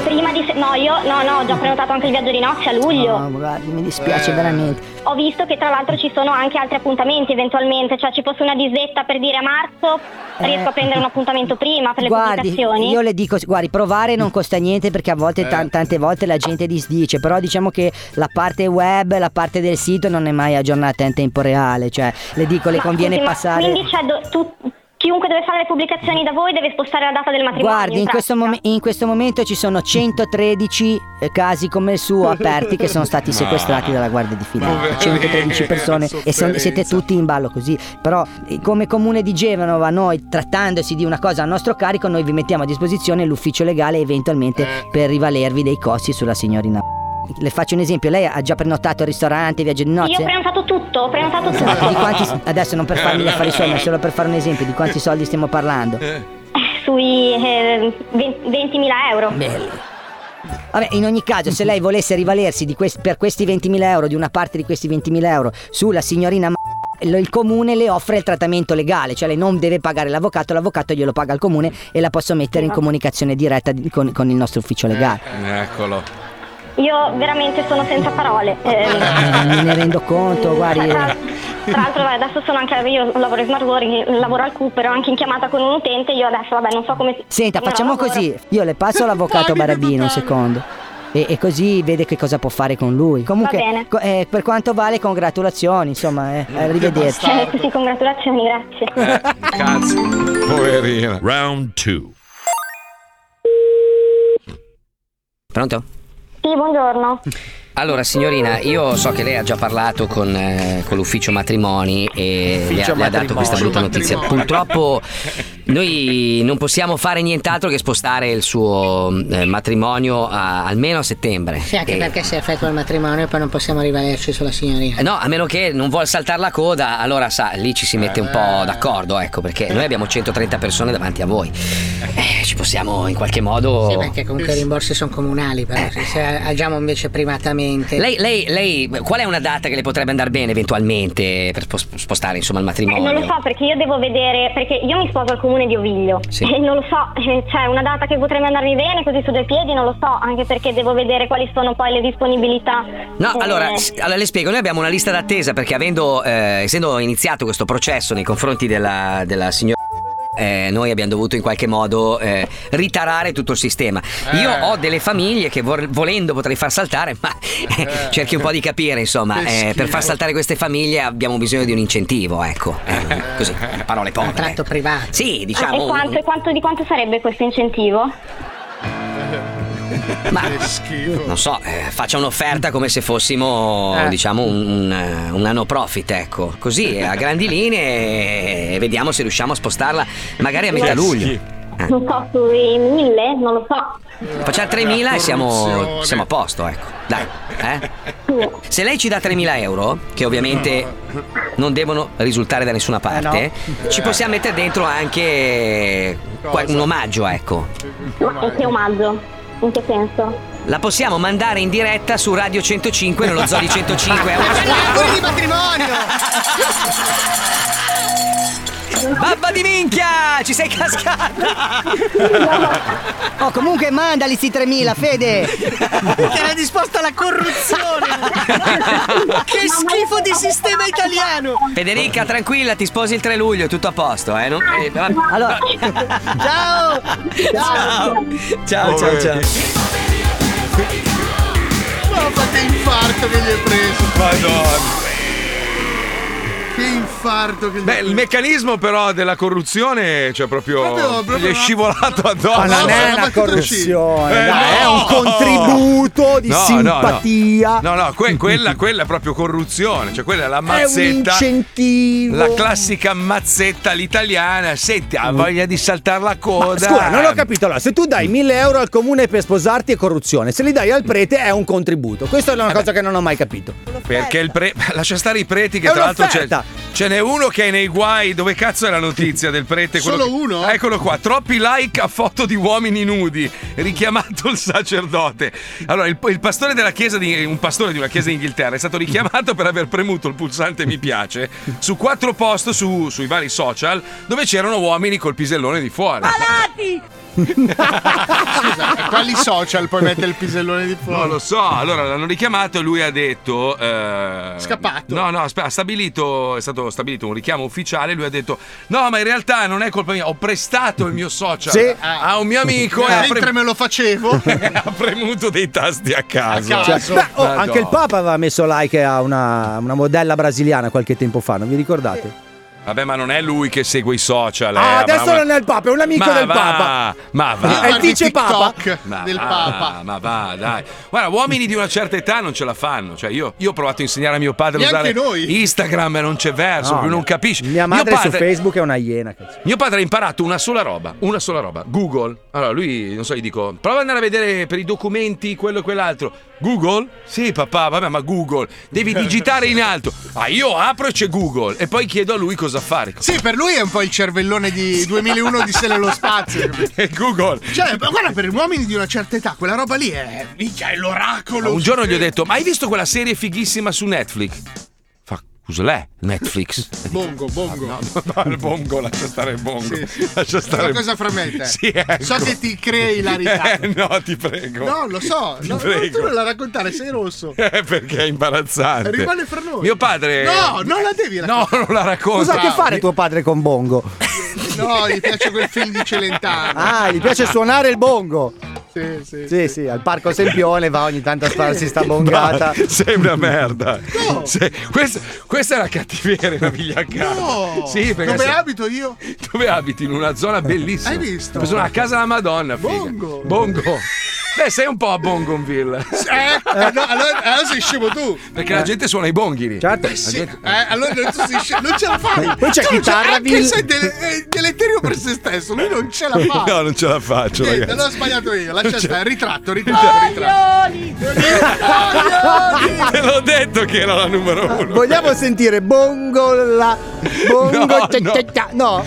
[SPEAKER 10] Prima di... se- No, io no, no, ho già prenotato anche il viaggio di nozze a luglio.
[SPEAKER 11] No, guardi, mi dispiace veramente.
[SPEAKER 10] Ho visto che tra l'altro ci sono anche altri appuntamenti eventualmente, cioè ci fosse una disdetta per dire a marzo,
[SPEAKER 11] Eh.
[SPEAKER 10] riesco a prendere un appuntamento prima per le
[SPEAKER 11] Guardi,
[SPEAKER 10] pubblicazioni.
[SPEAKER 11] io le dico, guardi, provare non costa niente perché a volte, tan- tante volte la gente disdice, però diciamo che la parte web, la parte del sito non è mai aggiornata in tempo reale, cioè le dico, le
[SPEAKER 10] Ma
[SPEAKER 11] conviene
[SPEAKER 10] scusi, ma
[SPEAKER 11] passare...
[SPEAKER 10] Quindi c'è do- tu- chiunque deve fare le pubblicazioni da voi deve spostare la data del matrimonio.
[SPEAKER 11] Guardi, in questo,
[SPEAKER 10] pratica.
[SPEAKER 11] mom- in questo momento ci sono 113 casi come il suo aperti che sono stati sequestrati dalla Guardia di Finanza.
[SPEAKER 9] Poverino.
[SPEAKER 11] 113 persone e son- siete tutti in ballo così. Però eh, come comune di Genova noi trattandosi di una cosa a nostro carico noi vi mettiamo a disposizione l'ufficio legale eventualmente per rivalervi dei costi sulla signorina. Le faccio un esempio, lei ha già prenotato il ristorante, viaggio di
[SPEAKER 10] Io ho
[SPEAKER 11] nozze?
[SPEAKER 10] prenotato tutto, ho prenotato tutto.
[SPEAKER 11] Esatto, Di quanti- adesso non per farmi gli affari suoi, ma solo per fare un esempio di quanti soldi stiamo parlando.
[SPEAKER 10] Eh, Sui eh, 20 20.000 euro.
[SPEAKER 11] Bello. Vabbè, in ogni caso, se lei volesse rivalersi di quest- per questi 20.000 euro, di una parte di questi 20.000 euro, sulla signorina M- lo- il comune le offre il trattamento legale, cioè lei non deve pagare l'avvocato, l'avvocato glielo paga il comune e la posso mettere in comunicazione diretta di- con, con il nostro ufficio legale.
[SPEAKER 9] Eccolo.
[SPEAKER 10] Io veramente sono senza parole. eh.
[SPEAKER 11] Eh, me ne rendo conto, guardi. eh,
[SPEAKER 10] Tra, tra l'altro vabbè, adesso sono anche io lavoro in smart working, lavoro al CUP, ero anche in chiamata con un utente, io adesso vabbè non so come
[SPEAKER 11] Senta,
[SPEAKER 10] come
[SPEAKER 11] facciamo
[SPEAKER 10] lavoro.
[SPEAKER 11] così. Io le passo l'avvocato Barabino un secondo. E, e così vede che cosa può fare con lui.
[SPEAKER 10] Va
[SPEAKER 11] Comunque,
[SPEAKER 10] bene.
[SPEAKER 11] co- eh, per quanto vale, congratulazioni. Insomma, eh, arrivederci.
[SPEAKER 10] Eh, sì, sì, congratulazioni, grazie.
[SPEAKER 9] Cazzo. Poverina.
[SPEAKER 2] Round 2.
[SPEAKER 13] Pronto?
[SPEAKER 10] Sì, buongiorno.
[SPEAKER 13] Allora signorina, io so che lei ha già parlato con, eh, con l'ufficio matrimoni e le ha, le ha dato questa brutta notizia.
[SPEAKER 12] Matrimoni.
[SPEAKER 13] Purtroppo noi non possiamo fare nient'altro che spostare il suo eh, matrimonio a- almeno a settembre.
[SPEAKER 14] Sì, anche
[SPEAKER 13] E-
[SPEAKER 14] perché se effettua il matrimonio poi non possiamo rivalerci sulla signorina.
[SPEAKER 13] Eh, No, a meno che non vuol saltare la coda, allora sa, lì ci si mette un
[SPEAKER 14] Eh.
[SPEAKER 13] po' d'accordo, ecco, perché noi abbiamo 130 persone davanti a voi. Eh, ci possiamo in qualche modo...
[SPEAKER 14] Sì, perché comunque i rimborsi sono comunali, però se- se agiamo invece privatamente.
[SPEAKER 13] Lei, lei- lei- qual è una data che le potrebbe andare bene eventualmente per spos- spostare insomma il
[SPEAKER 10] Eh,
[SPEAKER 13] matrimonio?
[SPEAKER 10] non lo so perché io devo vedere, perché io mi sposo al comune di Oviglio
[SPEAKER 13] Sì.
[SPEAKER 10] e non lo so, eh, c'è una data che potrebbe andarmi bene così su due piedi, non lo so, anche perché devo vedere quali sono poi le disponibilità.
[SPEAKER 13] No,
[SPEAKER 10] Eh,
[SPEAKER 13] allora, s- allora le spiego, noi abbiamo una lista d'attesa perché avendo, eh, essendo iniziato questo processo nei confronti della, della signora eh, noi abbiamo dovuto in qualche modo eh, ritarare tutto il sistema. Io
[SPEAKER 6] Eh.
[SPEAKER 13] ho delle famiglie che vor- volendo potrei far saltare, ma cerchi un po' di capire,
[SPEAKER 6] Che
[SPEAKER 13] insomma, eh, per
[SPEAKER 6] schifo.
[SPEAKER 13] far saltare queste famiglie abbiamo bisogno di un incentivo, ecco. Eh, così, parole povere.
[SPEAKER 14] Contratto privato.
[SPEAKER 13] Sì, diciamo.
[SPEAKER 10] Ah, e quanto, e quanto- di quanto sarebbe questo incentivo?
[SPEAKER 13] Ma
[SPEAKER 5] schifo.
[SPEAKER 13] non so, eh, faccia un'offerta come se fossimo,
[SPEAKER 10] Eh.
[SPEAKER 13] diciamo, un, un, una no profit, ecco. Così, eh, a grandi linee, eh, vediamo se riusciamo a spostarla magari a metà
[SPEAKER 10] Che
[SPEAKER 13] luglio. Eh.
[SPEAKER 10] Non so, sui mille? Non lo so.
[SPEAKER 13] Facciamo 3.000 e siamo, siamo a posto, ecco. Dai, eh? Se lei ci dà 3.000 euro, che ovviamente non devono risultare da nessuna parte,
[SPEAKER 10] Eh, no.
[SPEAKER 13] ci possiamo mettere dentro anche qua- un omaggio, ecco.
[SPEAKER 10] Ma e che omaggio? In che senso?
[SPEAKER 13] La possiamo mandare in diretta su Radio 105 nello Zodi 105 a una
[SPEAKER 4] Quelli
[SPEAKER 13] squadra.
[SPEAKER 4] di matrimonio!
[SPEAKER 13] Babba di minchia! Ci sei cascata!
[SPEAKER 15] Oh, comunque mandali sti 3000, Fede!
[SPEAKER 4] Era disposta alla corruzione! che schifo di sistema italiano!
[SPEAKER 13] Federica, tranquilla, ti sposi il 3 luglio, è tutto a posto, eh? non- eh, va-
[SPEAKER 4] Allora- Ciao!
[SPEAKER 13] Ciao! Ciao, ciao, ciao.
[SPEAKER 5] Ma fate infarto che gli è preso.
[SPEAKER 2] Madonna.
[SPEAKER 5] Che infarto che gli
[SPEAKER 2] Beh, il meccanismo però della corruzione, cioè proprio,
[SPEAKER 5] Proprio- proprio
[SPEAKER 2] gli è
[SPEAKER 5] una-
[SPEAKER 2] scivolato addosso.
[SPEAKER 3] Ma non è una corruzione, dai, è un contributo di
[SPEAKER 2] No, no, no.
[SPEAKER 3] simpatia.
[SPEAKER 2] No, no, que- quella, quella è proprio corruzione, cioè quella è la
[SPEAKER 3] È un
[SPEAKER 2] mazzetta.
[SPEAKER 3] incentivo.
[SPEAKER 2] La classica mazzetta all'italiana, senti, ha voglia di saltare la
[SPEAKER 3] Mm. Ma
[SPEAKER 2] coda. eh.
[SPEAKER 3] scusa, non ho capito. Allora, se tu dai 1000 euro al comune per sposarti è corruzione, se li dai al prete è un contributo. Questa è una cosa che non ho mai capito.
[SPEAKER 2] Perché il pre. Lascia stare i preti, che
[SPEAKER 3] È
[SPEAKER 2] tra l'altro c'è.
[SPEAKER 3] un'offerta.
[SPEAKER 2] Ce n'è uno che è nei guai. Dove cazzo è la notizia del prete? Quello
[SPEAKER 5] Solo
[SPEAKER 2] che-
[SPEAKER 5] uno?
[SPEAKER 2] Eccolo qua. Troppi like a foto di uomini nudi. Richiamato il sacerdote. Allora, il, il pastore della chiesa di. Un pastore di una chiesa d'Inghilterra è stato richiamato per aver premuto il pulsante mi piace su quattro post su- sui vari social dove c'erano uomini col pisellone di fuori.
[SPEAKER 7] Malati!
[SPEAKER 5] Scusa, a quali social poi mette il pisellone di fuori?
[SPEAKER 2] Non lo so, allora l'hanno richiamato e lui ha detto. eh,
[SPEAKER 5] Scappato.
[SPEAKER 2] No, no, aspe- ha stabilito, è stato stabilito un richiamo ufficiale. Lui ha detto: No, ma in realtà non è colpa mia, ho prestato il mio social
[SPEAKER 5] Sì.
[SPEAKER 2] a un mio amico e
[SPEAKER 5] Eh,
[SPEAKER 2] ha,
[SPEAKER 5] mentre
[SPEAKER 2] pre-
[SPEAKER 5] me lo facevo.
[SPEAKER 2] ha premuto dei tasti a caso.
[SPEAKER 3] Cioè, beh, oh,
[SPEAKER 2] Madonna.
[SPEAKER 3] anche il Papa aveva messo like a una, una modella brasiliana qualche tempo fa, non vi ricordate?
[SPEAKER 2] Vabbè, ma non è lui che segue i social. eh,
[SPEAKER 3] Ah, adesso
[SPEAKER 2] Abramo-
[SPEAKER 3] non è il Papa, è un amico
[SPEAKER 2] Ma
[SPEAKER 3] del
[SPEAKER 2] va,
[SPEAKER 3] Papa.
[SPEAKER 2] Ma va.
[SPEAKER 3] È il vice Papa.
[SPEAKER 2] Ma
[SPEAKER 5] del
[SPEAKER 2] va,
[SPEAKER 5] Papa.
[SPEAKER 2] Ma va, dai. Guarda, uomini di una certa età non ce la fanno. Cioè, io, io ho provato a insegnare a mio padre a
[SPEAKER 3] Neanche
[SPEAKER 2] usare
[SPEAKER 3] noi.
[SPEAKER 2] Instagram e non c'è verso,
[SPEAKER 3] No,
[SPEAKER 2] lui non
[SPEAKER 3] mia-
[SPEAKER 2] capisce.
[SPEAKER 3] Mia madre
[SPEAKER 2] mio,
[SPEAKER 3] su
[SPEAKER 2] padre,
[SPEAKER 3] Facebook è una iena. cazzo.
[SPEAKER 2] mio padre ha imparato una sola roba, una sola roba, Google. Allora, lui, non so, gli dico, prova ad andare a vedere per i documenti quello e quell'altro. Google? Sì, papà, vabbè, ma Google, devi digitare in alto. Ah, io apro e c'è Google e poi chiedo a lui cosa fare.
[SPEAKER 5] Sì, per lui è un po' il cervellone di 2001 di Sele lo spazio.
[SPEAKER 2] Google.
[SPEAKER 5] Cioè, ma guarda, per gli uomini di una certa età, quella roba lì è. Minchia, è l'oracolo.
[SPEAKER 2] Un giorno gli ho detto: Ma hai visto quella serie fighissima su Netflix? Fa, cos'è l'è? Netflix?
[SPEAKER 5] Bongo, bongo.
[SPEAKER 2] No, il bongo, lascia stare il bongo. Lascia
[SPEAKER 5] È
[SPEAKER 2] stare
[SPEAKER 5] una cosa fra me e te.
[SPEAKER 2] Sì, ecco.
[SPEAKER 5] So che ti crei la ritardo.
[SPEAKER 2] Eh, no, ti prego.
[SPEAKER 5] No, lo so.
[SPEAKER 2] Ti
[SPEAKER 5] No, no,
[SPEAKER 2] prego.
[SPEAKER 5] tu non la raccontare, sei rosso.
[SPEAKER 2] Eh, perché è imbarazzante.
[SPEAKER 5] Rimane fra noi.
[SPEAKER 2] Mio padre.
[SPEAKER 5] No, non la devi
[SPEAKER 2] No,
[SPEAKER 5] raccontare.
[SPEAKER 2] non la racconto.
[SPEAKER 3] Cosa ha a che fare tuo padre con Bongo?
[SPEAKER 5] No, gli piace quel film di Celentano.
[SPEAKER 3] Ah, gli piace suonare il bongo.
[SPEAKER 5] Sì, sì.
[SPEAKER 3] Sì, sì, al parco Sempione va ogni tanto a spararsi sta bongata.
[SPEAKER 2] Bah, Sei una merda. Sei- questa, questa è la cattiveria, una vigliaccata.
[SPEAKER 5] No.
[SPEAKER 2] Sì, perché
[SPEAKER 5] Dove
[SPEAKER 2] se-
[SPEAKER 5] abito io?
[SPEAKER 2] Dove abiti? In una zona bellissima.
[SPEAKER 5] Hai visto?
[SPEAKER 2] Sono a casa della Madonna, figa. Bongo. Beh, sei un po' a Bongonville.
[SPEAKER 5] Eh, eh, no, allora, allora sei scemo tu.
[SPEAKER 2] Perché la gente suona i bonghiri. Certo.
[SPEAKER 5] Eh, allora tu sei scemo, non ce la fai.
[SPEAKER 2] Poi c'è
[SPEAKER 5] Tu non ce-
[SPEAKER 2] chitarra,
[SPEAKER 5] Anche
[SPEAKER 2] Bill.
[SPEAKER 5] se è dele- è deleterio per se stesso, lui non ce la fa.
[SPEAKER 2] non ce la faccio,
[SPEAKER 5] Niente, allora ho sbagliato io. Lascia
[SPEAKER 2] Non ce-
[SPEAKER 5] stare, ritratto, ritratto, ritratto.
[SPEAKER 2] Te l'ho detto che era la numero uno.
[SPEAKER 3] Vogliamo sentire bongo la bongo
[SPEAKER 2] No,
[SPEAKER 3] cia-
[SPEAKER 2] no.
[SPEAKER 3] cia- cia- no.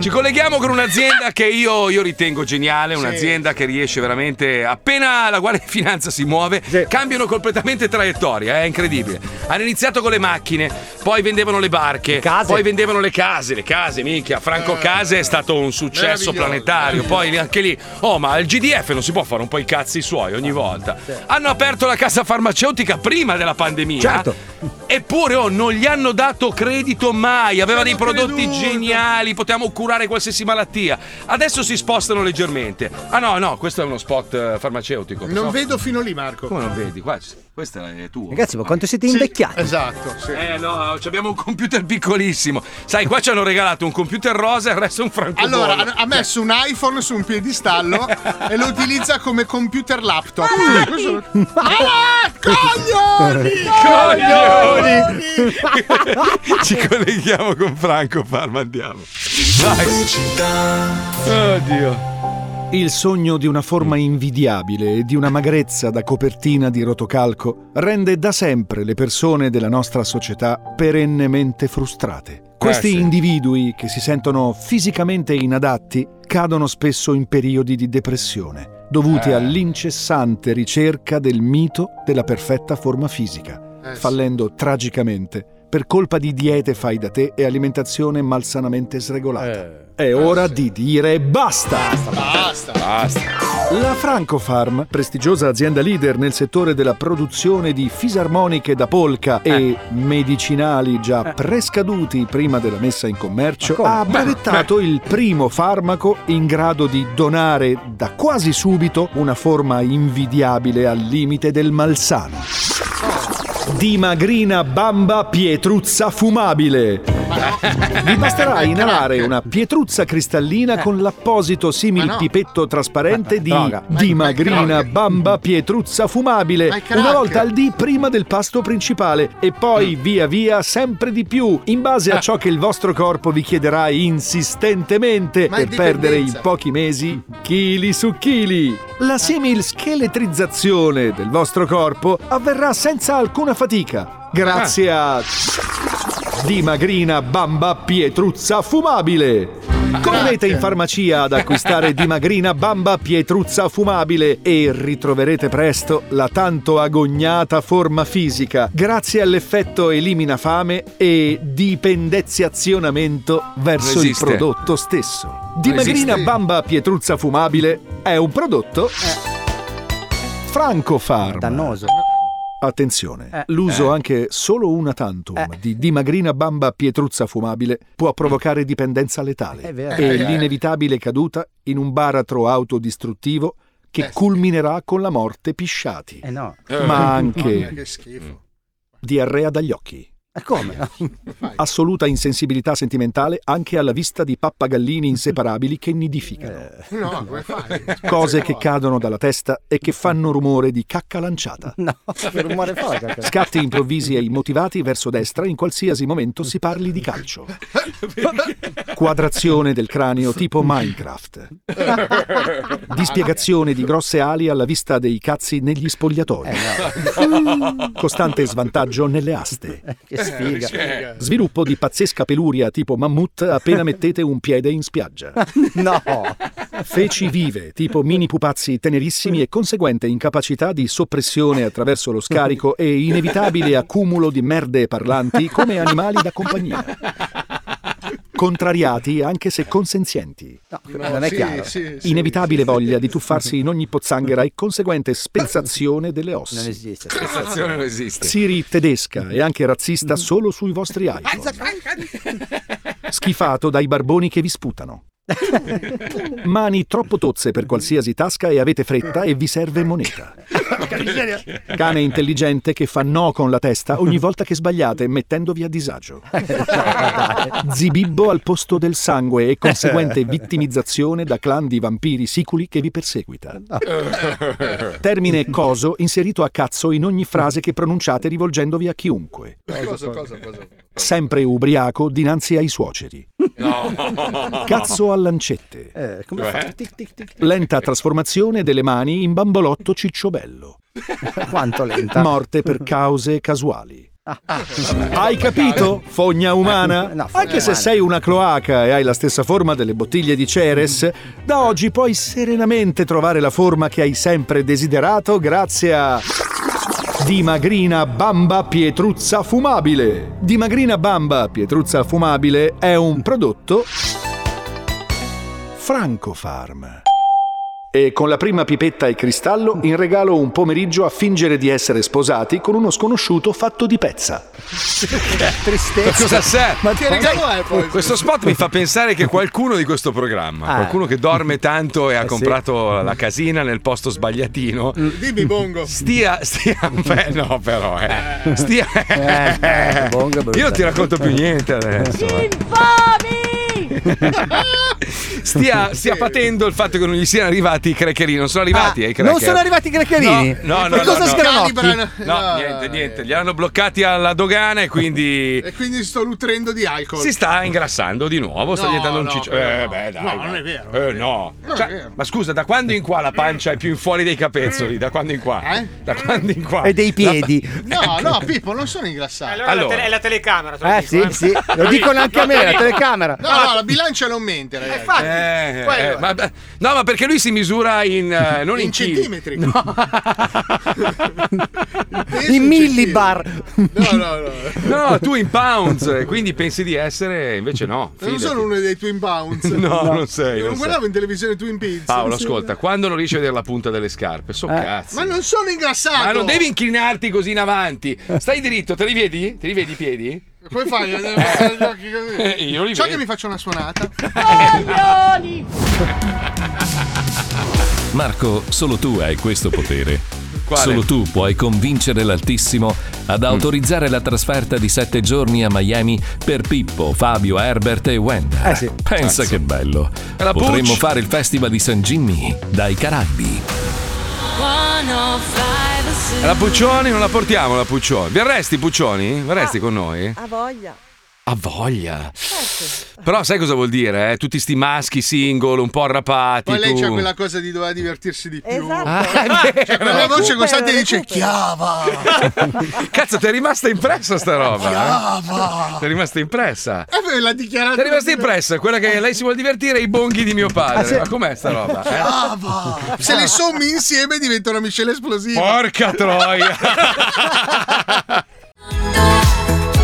[SPEAKER 2] Ci colleghiamo con un'azienda che io, io ritengo geniale, un'azienda che riesce veramente, appena la Guardia di Finanza si muove, cambiano completamente traiettoria, è incredibile. Hanno iniziato con le macchine, poi vendevano le barche, poi vendevano le case, le case, minchia, Franco Case è stato un successo
[SPEAKER 16] Eh, meraviglioso,
[SPEAKER 2] planetario, poi lì- anche lì, oh ma il GDF non si può fare un po' i cazzi suoi ogni volta. Hanno aperto la cassa farmaceutica prima della pandemia.
[SPEAKER 16] Certo.
[SPEAKER 2] Eppure oh, non gli hanno dato credito mai,
[SPEAKER 16] Eh,
[SPEAKER 2] aveva dei prodotti geniali, potevamo curare qualsiasi malattia. Adesso si spostano leggermente. Ah no, no, questo è uno spot eh, farmaceutico.
[SPEAKER 5] Non
[SPEAKER 2] No.
[SPEAKER 5] vedo fino lì, Marco.
[SPEAKER 2] Ecco. Come non vedi? Qua, c- questo è tuo.
[SPEAKER 3] Ragazzi, ma quanto siete invecchiati?
[SPEAKER 5] Esatto.
[SPEAKER 2] Eh no, ci abbiamo un computer piccolissimo. Sai, qua ci hanno regalato un computer rosa e il resto è un francobollo.
[SPEAKER 5] Allora, ha- ha messo un iPhone su un piedistallo e lo utilizza come computer laptop. Coglioni!
[SPEAKER 2] Coglioni! Ci colleghiamo con Franco Farma, andiamo. Vai. Oddio.
[SPEAKER 16] Il sogno di una forma invidiabile e di una magrezza da copertina di rotocalco rende da sempre le persone della nostra società perennemente frustrate. Questi
[SPEAKER 17] Eh, sì.
[SPEAKER 16] individui che si sentono fisicamente inadatti cadono spesso in periodi di depressione, dovuti
[SPEAKER 17] Eh.
[SPEAKER 16] all'incessante ricerca del mito della perfetta forma fisica,
[SPEAKER 17] Eh, sì.
[SPEAKER 16] fallendo tragicamente per colpa di diete fai da te e alimentazione malsanamente sregolata. È ora di dire basta!
[SPEAKER 5] Basta.
[SPEAKER 16] La Francofarm, prestigiosa azienda leader nel settore della produzione di fisarmoniche da polca e medicinali già prescaduti prima della messa in commercio, ha brevettato il primo farmaco in grado di donare da quasi subito una forma invidiabile al limite del malsano. Dimagrina bamba pietruzza fumabile. Vi basterà inalare una pietruzza
[SPEAKER 17] Eh.
[SPEAKER 16] cristallina con l'apposito similpipetto trasparente di
[SPEAKER 17] Droga.
[SPEAKER 16] dimagrina bamba pietruzza
[SPEAKER 17] Ma
[SPEAKER 16] fumabile
[SPEAKER 17] è crack. Mm.
[SPEAKER 16] una volta al dì prima del pasto principale e poi via via sempre di più in base
[SPEAKER 17] Eh.
[SPEAKER 16] a ciò che il vostro corpo vi chiederà insistentemente
[SPEAKER 17] Ma è
[SPEAKER 16] per perdere in
[SPEAKER 17] dipendenza.
[SPEAKER 16] pochi mesi chili su chili. La similscheletrizzazione del vostro corpo avverrà senza alcuna fatica grazie
[SPEAKER 17] Ah.
[SPEAKER 16] a Dimagrina Bamba Pietruzza Fumabile. Correte in farmacia ad acquistare Dimagrina Bamba Pietruzza Fumabile e ritroverete presto la tanto agognata forma fisica grazie all'effetto elimina fame e dipendenziazionamento verso il
[SPEAKER 17] Resiste.
[SPEAKER 16] prodotto stesso. Dimagrina
[SPEAKER 17] Resiste.
[SPEAKER 16] Bamba Pietruzza Fumabile è un prodotto Franco Farm. Dannoso. Attenzione,
[SPEAKER 17] Eh.
[SPEAKER 16] l'uso
[SPEAKER 17] Eh.
[SPEAKER 16] anche solo una tantum di dimagrina bamba pietruzza fumabile può provocare dipendenza letale
[SPEAKER 17] È vero.
[SPEAKER 16] e
[SPEAKER 17] Eh, eh.
[SPEAKER 16] l'inevitabile caduta in un baratro autodistruttivo che culminerà con la morte pisciati,
[SPEAKER 17] Eh,
[SPEAKER 5] Eh.
[SPEAKER 2] Eh.
[SPEAKER 16] ma
[SPEAKER 5] Madonna,
[SPEAKER 16] anche
[SPEAKER 5] Che schifo.
[SPEAKER 16] diarrea dagli occhi.
[SPEAKER 17] Eh,
[SPEAKER 16] Come? Assoluta insensibilità sentimentale anche alla vista di pappagallini inseparabili che nidificano
[SPEAKER 17] Eh.
[SPEAKER 5] No, come fai?
[SPEAKER 16] cose che cadono dalla testa e che fanno rumore di cacca lanciata. No,
[SPEAKER 3] che rumore fa la cacca?
[SPEAKER 16] Scatti improvvisi e immotivati verso destra in qualsiasi momento si parli di calcio. Quadrazione del cranio tipo Minecraft. Dispiegazione di grosse ali alla vista dei cazzi negli spogliatoi.
[SPEAKER 3] Eh,
[SPEAKER 16] Costante svantaggio nelle aste.
[SPEAKER 17] Eh, Che sfiga. Sfiga.
[SPEAKER 16] Sviluppo di pazzesca peluria tipo mammut appena mettete un piede in spiaggia. No. Feci vive tipo mini pupazzi tenerissimi e conseguente incapacità di soppressione attraverso lo scarico e inevitabile accumulo di merde parlanti come animali da compagnia. Contrariati anche se consenzienti.
[SPEAKER 3] non è chiaro.
[SPEAKER 16] Inevitabile voglia di tuffarsi in ogni pozzanghera e conseguente spezzazione delle ossa.
[SPEAKER 3] Non esiste.
[SPEAKER 2] Sensazione non esiste.
[SPEAKER 16] Siri tedesca e anche razzista
[SPEAKER 3] Mm.
[SPEAKER 16] solo sui vostri iPhone. Schifato dai barboni che vi sputano. Mani troppo tozze per qualsiasi tasca e avete fretta e vi serve moneta. Cane intelligente che fa no con la testa ogni volta che sbagliate mettendovi a disagio. Zibibbo al posto del sangue e conseguente vittimizzazione da clan di vampiri siculi che vi perseguita.
[SPEAKER 2] Eh.
[SPEAKER 16] Termine coso inserito a cazzo in ogni frase che pronunciate rivolgendovi a chiunque.
[SPEAKER 5] Cosa, cosa, cosa?
[SPEAKER 16] Sempre ubriaco dinanzi ai suoceri.
[SPEAKER 5] No.
[SPEAKER 16] Cazzo a lancette.
[SPEAKER 5] come
[SPEAKER 2] Cioè?
[SPEAKER 16] Eh?
[SPEAKER 5] fa?
[SPEAKER 16] Lenta trasformazione delle mani in bambolotto cicciobello. Quanto lenta? Morte per cause casuali. Hai capito? Fogna umana?
[SPEAKER 17] Eh, No, fogna
[SPEAKER 16] Anche se
[SPEAKER 17] umana.
[SPEAKER 16] sei una cloaca e hai la stessa forma delle bottiglie di Ceres, da oggi puoi serenamente trovare la forma che hai sempre desiderato grazie a Dimagrina Bamba Pietruzza Fumabile. Dimagrina Bamba Pietruzza Fumabile è un prodotto Francofarm. E con la prima pipetta e cristallo in regalo un pomeriggio a fingere di essere sposati con uno sconosciuto fatto di pezza.
[SPEAKER 2] Ma
[SPEAKER 3] Tristezza.
[SPEAKER 2] Eh, cosa serve?
[SPEAKER 3] Ma che regalo
[SPEAKER 5] eh,
[SPEAKER 2] Sai,
[SPEAKER 3] è poi?
[SPEAKER 2] Questo spot mi fa pensare che qualcuno di questo programma,
[SPEAKER 3] Ah.
[SPEAKER 2] qualcuno che dorme tanto e ha comprato la casina nel posto sbagliatino,
[SPEAKER 5] Dimmi, Bongo.
[SPEAKER 2] Stia, stia, beh, no, però, eh. Stia.
[SPEAKER 5] Eh, Bongo è brutta.
[SPEAKER 2] Io non ti racconto più niente adesso. eh. Stia, stia patendo il fatto che non gli siano arrivati i craccherino. Non sono arrivati ai cracker.
[SPEAKER 3] Ah, non sono arrivati i craccherini?
[SPEAKER 2] No, no, no.
[SPEAKER 3] E cosa
[SPEAKER 2] no, no.
[SPEAKER 3] sgranocchi?
[SPEAKER 2] No, niente, niente. Li hanno bloccati alla dogana e quindi.
[SPEAKER 5] E quindi sto nutrendo di alcol.
[SPEAKER 2] Si sta ingrassando di nuovo, sta
[SPEAKER 5] No,
[SPEAKER 2] diventando un
[SPEAKER 5] no,
[SPEAKER 2] ciccio.
[SPEAKER 5] però
[SPEAKER 2] Eh,
[SPEAKER 5] no.
[SPEAKER 2] beh, dai.
[SPEAKER 5] No,
[SPEAKER 2] dai.
[SPEAKER 5] non è vero,
[SPEAKER 2] Eh, no.
[SPEAKER 5] Non
[SPEAKER 2] Cioè,
[SPEAKER 5] è vero.
[SPEAKER 2] ma scusa, da quando in qua la pancia è più in fuori dei capezzoli? Da quando in qua? Da quando in qua?
[SPEAKER 3] E dei
[SPEAKER 2] La-
[SPEAKER 3] piedi.
[SPEAKER 5] Eh? No, no, Pippo, non sono ingrassato.
[SPEAKER 6] Eh, Allora, la tele- è la telecamera. te lo
[SPEAKER 3] Eh,
[SPEAKER 6] dico,
[SPEAKER 3] sì,
[SPEAKER 6] eh.
[SPEAKER 3] sì, lo dicono anche a me, la telecamera.
[SPEAKER 5] No, no, la bilancia non mente, ragazzi.
[SPEAKER 2] Eh, eh, ma- beh, no, ma perché lui si misura in. eh, non in,
[SPEAKER 5] in
[SPEAKER 2] chili.
[SPEAKER 5] centimetri.
[SPEAKER 3] I millibar.
[SPEAKER 2] No, no, tu in pounds, eh, quindi pensi di essere, invece no.
[SPEAKER 5] Non
[SPEAKER 2] fidati.
[SPEAKER 5] sono uno dei Twin Bounce.
[SPEAKER 2] No, non sei,
[SPEAKER 5] Non,
[SPEAKER 2] non
[SPEAKER 5] guardavo
[SPEAKER 2] sei.
[SPEAKER 5] in televisione Twin Peaks.
[SPEAKER 2] Paolo, ascolta, quando non riesci a vedere la punta delle scarpe, so cazzo.
[SPEAKER 5] Ma non sono ingrassato.
[SPEAKER 2] Ma non devi inclinarti così in avanti. Stai dritto, te li vedi? Te li vedi i piedi?
[SPEAKER 5] Come fai a vedere gli occhi
[SPEAKER 2] Eh,
[SPEAKER 5] così?
[SPEAKER 2] io li
[SPEAKER 5] Ciò
[SPEAKER 2] vedo.
[SPEAKER 5] che mi faccio una suonata.
[SPEAKER 1] Marco, solo tu hai questo potere.
[SPEAKER 2] Quale? Mm.
[SPEAKER 1] Solo tu puoi convincere l'Altissimo ad autorizzare la trasferta di sette giorni a Miami per Pippo, Fabio, Herbert e Wenda.
[SPEAKER 2] Eh
[SPEAKER 1] Pensa che bello.
[SPEAKER 2] E la
[SPEAKER 1] Potremmo
[SPEAKER 2] Pucci?
[SPEAKER 1] fare il festival di San Jimmy dai Caraibi.
[SPEAKER 2] La Puccioni non la portiamo, la Puccioni. Verresti, Puccioni? Verresti con noi?
[SPEAKER 17] Ha voglia.
[SPEAKER 2] Ha voglia. Però sai cosa vuol dire? eh? Tutti sti maschi single, un po' arrapati.
[SPEAKER 5] Poi lei
[SPEAKER 2] tu.
[SPEAKER 5] c'ha quella cosa di dover divertirsi di più.
[SPEAKER 2] Ah, è vero.
[SPEAKER 5] C'è quella voce costante che dice chiava.
[SPEAKER 2] Cazzo, ti è rimasta impressa sta roba?
[SPEAKER 5] Chiava.
[SPEAKER 2] eh? Ti è rimasta impressa.
[SPEAKER 5] E poi l'ha
[SPEAKER 2] Ti
[SPEAKER 5] dichiarata.
[SPEAKER 2] è rimasta impressa quella che lei si vuole divertire i bonghi di mio
[SPEAKER 5] Ah,
[SPEAKER 2] padre. Ma com'è sta roba? eh?
[SPEAKER 5] Chiava. Se le sommi insieme diventa una miscela esplosiva.
[SPEAKER 2] Porca troia!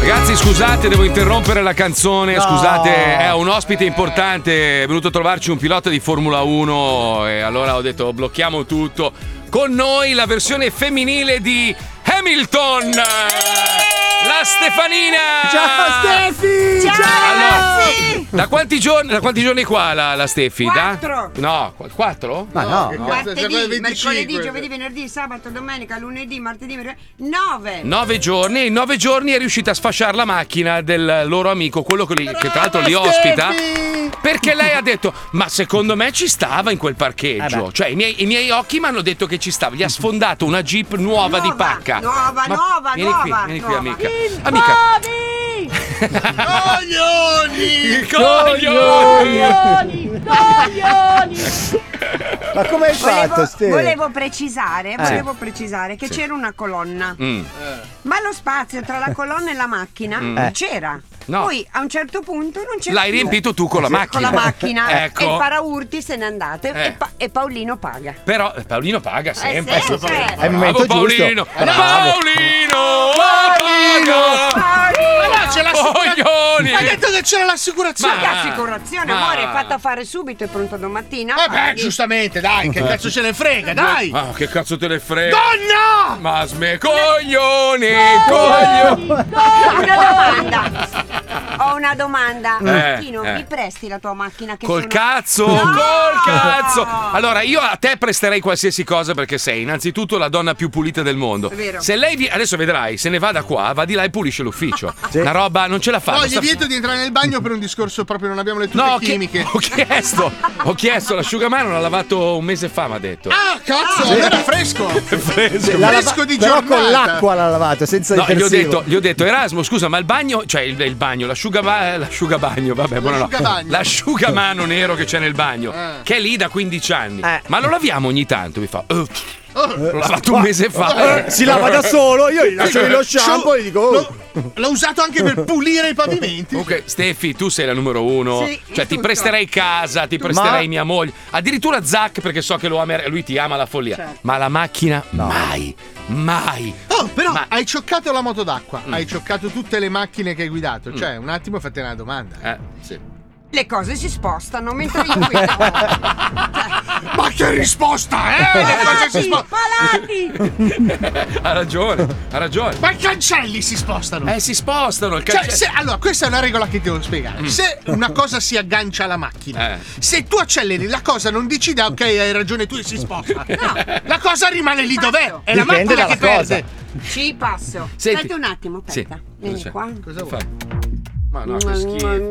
[SPEAKER 2] Ragazzi, scusate, devo interrompere la canzone. Scusate, è un ospite importante. È venuto a trovarci un pilota di Formula 1 e allora ho detto blocchiamo tutto. Con noi la versione femminile di Hamilton, la Stefanina.
[SPEAKER 4] Stefi! Ciao, ragazzi!
[SPEAKER 2] Da quanti giorni, da quanti giorni è qua la, la Steffi? Da-
[SPEAKER 18] Quattro.
[SPEAKER 2] No, qu- quattro?
[SPEAKER 3] Ma
[SPEAKER 5] no.
[SPEAKER 2] no.
[SPEAKER 18] Martedì, mercoledì, giovedì, venerdì, sabato, domenica, lunedì, martedì, mercoledì, nove.
[SPEAKER 2] Nove giorni e in nove giorni è riuscita a sfasciare la macchina del loro amico, quello che, li- che tra l'altro li ospita. Perché lei ha detto: Ma secondo me ci stava in
[SPEAKER 18] Eh
[SPEAKER 2] quel parcheggio. cioè, i miei, i miei occhi mi hanno detto che ci stava. Gli ha sfondato una jeep nuova, di pacca.
[SPEAKER 18] Nuova, nuova,
[SPEAKER 2] vieni
[SPEAKER 18] nuova,
[SPEAKER 2] Qui, vieni qui,
[SPEAKER 18] nuova.
[SPEAKER 2] amica.
[SPEAKER 18] Il
[SPEAKER 2] Amica.
[SPEAKER 5] Coglioni!
[SPEAKER 18] Coglioni!
[SPEAKER 3] Ma come hai fatto,
[SPEAKER 18] volevo,
[SPEAKER 3] Ste?
[SPEAKER 18] volevo precisare,
[SPEAKER 3] Eh.
[SPEAKER 18] volevo
[SPEAKER 3] Sì.
[SPEAKER 18] precisare che
[SPEAKER 3] Sì.
[SPEAKER 18] c'era una colonna.
[SPEAKER 3] Mm.
[SPEAKER 18] Ma lo spazio tra la colonna e la macchina
[SPEAKER 2] Mm.
[SPEAKER 18] non
[SPEAKER 2] Eh.
[SPEAKER 18] c'era.
[SPEAKER 2] No.
[SPEAKER 18] Poi a un certo punto non c'era.
[SPEAKER 2] L'hai
[SPEAKER 18] più.
[SPEAKER 2] riempito tu con la
[SPEAKER 18] Sì,
[SPEAKER 2] macchina.
[SPEAKER 18] Con la macchina.
[SPEAKER 2] Ecco.
[SPEAKER 18] E il paraurti se n'è andato. e-
[SPEAKER 2] Eh.
[SPEAKER 18] E, Pa- e Paolino paga.
[SPEAKER 2] Però eh, Paolino paga sempre.
[SPEAKER 18] sempre. Eh, È il
[SPEAKER 2] Bravo,
[SPEAKER 3] momento giusto.
[SPEAKER 2] Paolino.
[SPEAKER 3] Bravo.
[SPEAKER 2] Paolino!
[SPEAKER 5] Ma no, c'è
[SPEAKER 2] Coglioni!
[SPEAKER 5] l'assicurazione! Ha detto che c'era l'assicurazione!
[SPEAKER 18] Ma che assicurazione,
[SPEAKER 5] Ma-
[SPEAKER 18] amore, è fatta fare subito e pronto domattina.
[SPEAKER 5] Eh beh,
[SPEAKER 18] paghi.
[SPEAKER 5] giustamente, dai, che cazzo ce ne frega, dai!
[SPEAKER 2] Ah, che cazzo te ne frega?
[SPEAKER 5] Donna!
[SPEAKER 2] Ma sme coglioni, coglioni!
[SPEAKER 18] Una domanda. Ho una domanda.
[SPEAKER 2] Eh,
[SPEAKER 18] Martino,
[SPEAKER 2] eh.
[SPEAKER 18] mi presti la tua macchina che
[SPEAKER 2] Col
[SPEAKER 18] sono-
[SPEAKER 2] cazzo,
[SPEAKER 18] No!
[SPEAKER 2] col cazzo. Allora, io a te presterei qualsiasi cosa perché sei innanzitutto la donna più pulita del mondo.
[SPEAKER 18] È vero.
[SPEAKER 2] Se lei vi- adesso vedrai, se ne va da qua, va di là e pulisce l'ufficio. Una roba non ce la fa.
[SPEAKER 5] No,
[SPEAKER 2] non
[SPEAKER 5] gli
[SPEAKER 2] sta-
[SPEAKER 5] vieto di entrare nel bagno per un discorso proprio, non abbiamo le tue
[SPEAKER 2] No, che-
[SPEAKER 5] chimiche.
[SPEAKER 2] ho chiesto, ho chiesto l'asciugamano, l'ha lavato un mese fa, mi ha detto.
[SPEAKER 5] Ah, cazzo, allora è fresco!
[SPEAKER 2] fresco.
[SPEAKER 3] La lava-
[SPEAKER 5] Fresco di
[SPEAKER 3] Però
[SPEAKER 5] giornata.
[SPEAKER 3] con l'acqua l'ha lavato, senza
[SPEAKER 2] No,
[SPEAKER 3] il
[SPEAKER 2] gli ho,
[SPEAKER 3] detersivo.
[SPEAKER 2] detto, gli ho detto, Erasmo, scusa, ma il bagno, cioè il, il bagno, l'asciugabagno, l'asciugabagno, vabbè, buono, no.
[SPEAKER 5] L'asciugabagno.
[SPEAKER 2] l'asciugamano nero che c'è nel bagno,
[SPEAKER 5] Eh.
[SPEAKER 2] che è lì da 15 anni,
[SPEAKER 18] Eh.
[SPEAKER 2] ma lo laviamo ogni tanto, mi fa, "Eh,
[SPEAKER 5] Oh,
[SPEAKER 2] l'ho lavato
[SPEAKER 3] qua-
[SPEAKER 2] un mese fa.
[SPEAKER 3] Eh, si lava da solo, io gli lascio lo shampoo e gli dico, oh.
[SPEAKER 5] L'ho usato anche per pulire i pavimenti.
[SPEAKER 2] Comunque, Eh, Steffi, tu sei la numero uno.
[SPEAKER 5] Sì, in
[SPEAKER 2] cioè, ti
[SPEAKER 5] tutto.
[SPEAKER 2] presterei casa, ti presterei mia moglie. Addirittura Zac, perché so che lo amer- lui ti ama la follia.
[SPEAKER 5] Certo.
[SPEAKER 2] Ma la macchina, mai, mai.
[SPEAKER 5] Oh, però hai cioccato la
[SPEAKER 2] Mm.
[SPEAKER 5] moto d'acqua, hai cioccato tutte le macchine che hai guidato. Cioè, un attimo fate una domanda.
[SPEAKER 2] Eh,
[SPEAKER 5] sì.
[SPEAKER 18] le cose si spostano mentre io guidavo.
[SPEAKER 5] Ma che risposta, eh? Le cose si spo-
[SPEAKER 2] ha ragione, ha ragione.
[SPEAKER 5] Ma i cancelli si spostano.
[SPEAKER 2] Eh, si spostano. Il
[SPEAKER 5] Cioè,
[SPEAKER 2] cancello.
[SPEAKER 5] se- allora, questa è una regola che ti devo spiegare.
[SPEAKER 2] Mm. Eh.
[SPEAKER 5] Se una cosa si aggancia alla macchina, se tu acceleri la cosa, non decidi, ah, ok, hai ragione tu e si sposta. No, la cosa rimane lì dov'è? È la macchina
[SPEAKER 3] Dipende
[SPEAKER 5] che
[SPEAKER 3] dalla cosa.
[SPEAKER 5] perde.
[SPEAKER 18] Ci passo.
[SPEAKER 5] Senti.
[SPEAKER 18] Aspetta un attimo, aspetta.
[SPEAKER 5] Sì, cosa
[SPEAKER 18] Vieni
[SPEAKER 5] c'è?
[SPEAKER 18] qua.
[SPEAKER 5] Cosa
[SPEAKER 2] vuoi?
[SPEAKER 5] Ma
[SPEAKER 18] no, che schifo.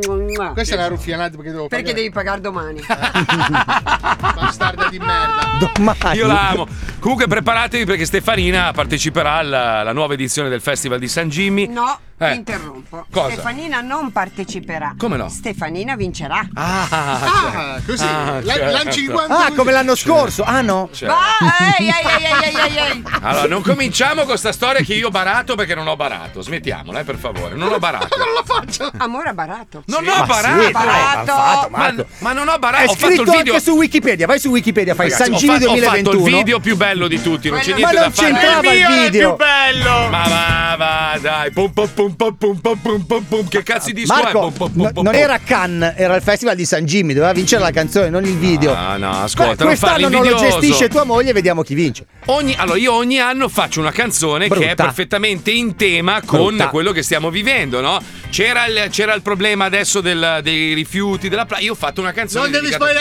[SPEAKER 5] Questa è la ruffianata perché devo
[SPEAKER 18] Perché devi pagare domani.
[SPEAKER 5] Bastarda di merda.
[SPEAKER 2] Io l'amo. Comunque preparatevi perché Stefanina parteciperà alla, alla nuova edizione del Festival di San Jimmy.
[SPEAKER 18] No,
[SPEAKER 2] Eh.
[SPEAKER 18] ti interrompo.
[SPEAKER 2] Cosa?
[SPEAKER 18] Stefanina non parteciperà.
[SPEAKER 2] Come no?
[SPEAKER 18] Stefanina vincerà.
[SPEAKER 2] Ah,
[SPEAKER 5] Ah, così. La- lanci il guanto
[SPEAKER 3] Ah,
[SPEAKER 5] così.
[SPEAKER 3] come l'anno scorso. Ah, no.
[SPEAKER 2] Certo. Allora, non cominciamo con sta storia che io ho barato perché non ho barato. Smettiamola, eh, per favore. Non ho barato.
[SPEAKER 18] Non lo faccio. Amore ha barato.
[SPEAKER 2] Non ho barato.
[SPEAKER 3] sì, dai, l'ha fatto,
[SPEAKER 2] ma,
[SPEAKER 3] Marco.
[SPEAKER 2] ma non ho barato.
[SPEAKER 3] È
[SPEAKER 18] Eh,
[SPEAKER 2] ho fatto
[SPEAKER 3] scritto
[SPEAKER 2] il video.
[SPEAKER 3] anche su Wikipedia. Vai su Wikipedia, fai
[SPEAKER 2] Ragazzi,
[SPEAKER 3] San
[SPEAKER 2] ho
[SPEAKER 3] Gino
[SPEAKER 2] fatto- Ho
[SPEAKER 3] 2021.
[SPEAKER 2] fatto il video più bello di tutti, non c'è
[SPEAKER 3] Ma
[SPEAKER 2] niente
[SPEAKER 3] non
[SPEAKER 2] da fare.
[SPEAKER 3] c'entrava il Il mio è il video. più
[SPEAKER 2] bello. Ma va, va, dai. Pum, pum, pum, pum, pum, pum, pum, pum, pum. Che cazzo di scuola?
[SPEAKER 3] Marco, no- non era Cannes, era il festival di San Jimmy, doveva vincere la canzone, non il video.
[SPEAKER 2] Ah, no, ascolta, non farli
[SPEAKER 3] quest'anno non lo
[SPEAKER 2] invidioso.
[SPEAKER 3] gestisce tua moglie, vediamo chi vince.
[SPEAKER 2] Ogni- allora, io ogni anno faccio una canzone che è
[SPEAKER 3] Brutta.
[SPEAKER 2] perfettamente in tema con
[SPEAKER 3] Brutta.
[SPEAKER 2] quello che stiamo vivendo, no? C'era il, c'era il problema adesso del- dei rifiuti, della pla- Io ho fatto una canzone.
[SPEAKER 5] Non devi
[SPEAKER 2] dedicata- Ah!
[SPEAKER 3] Eh.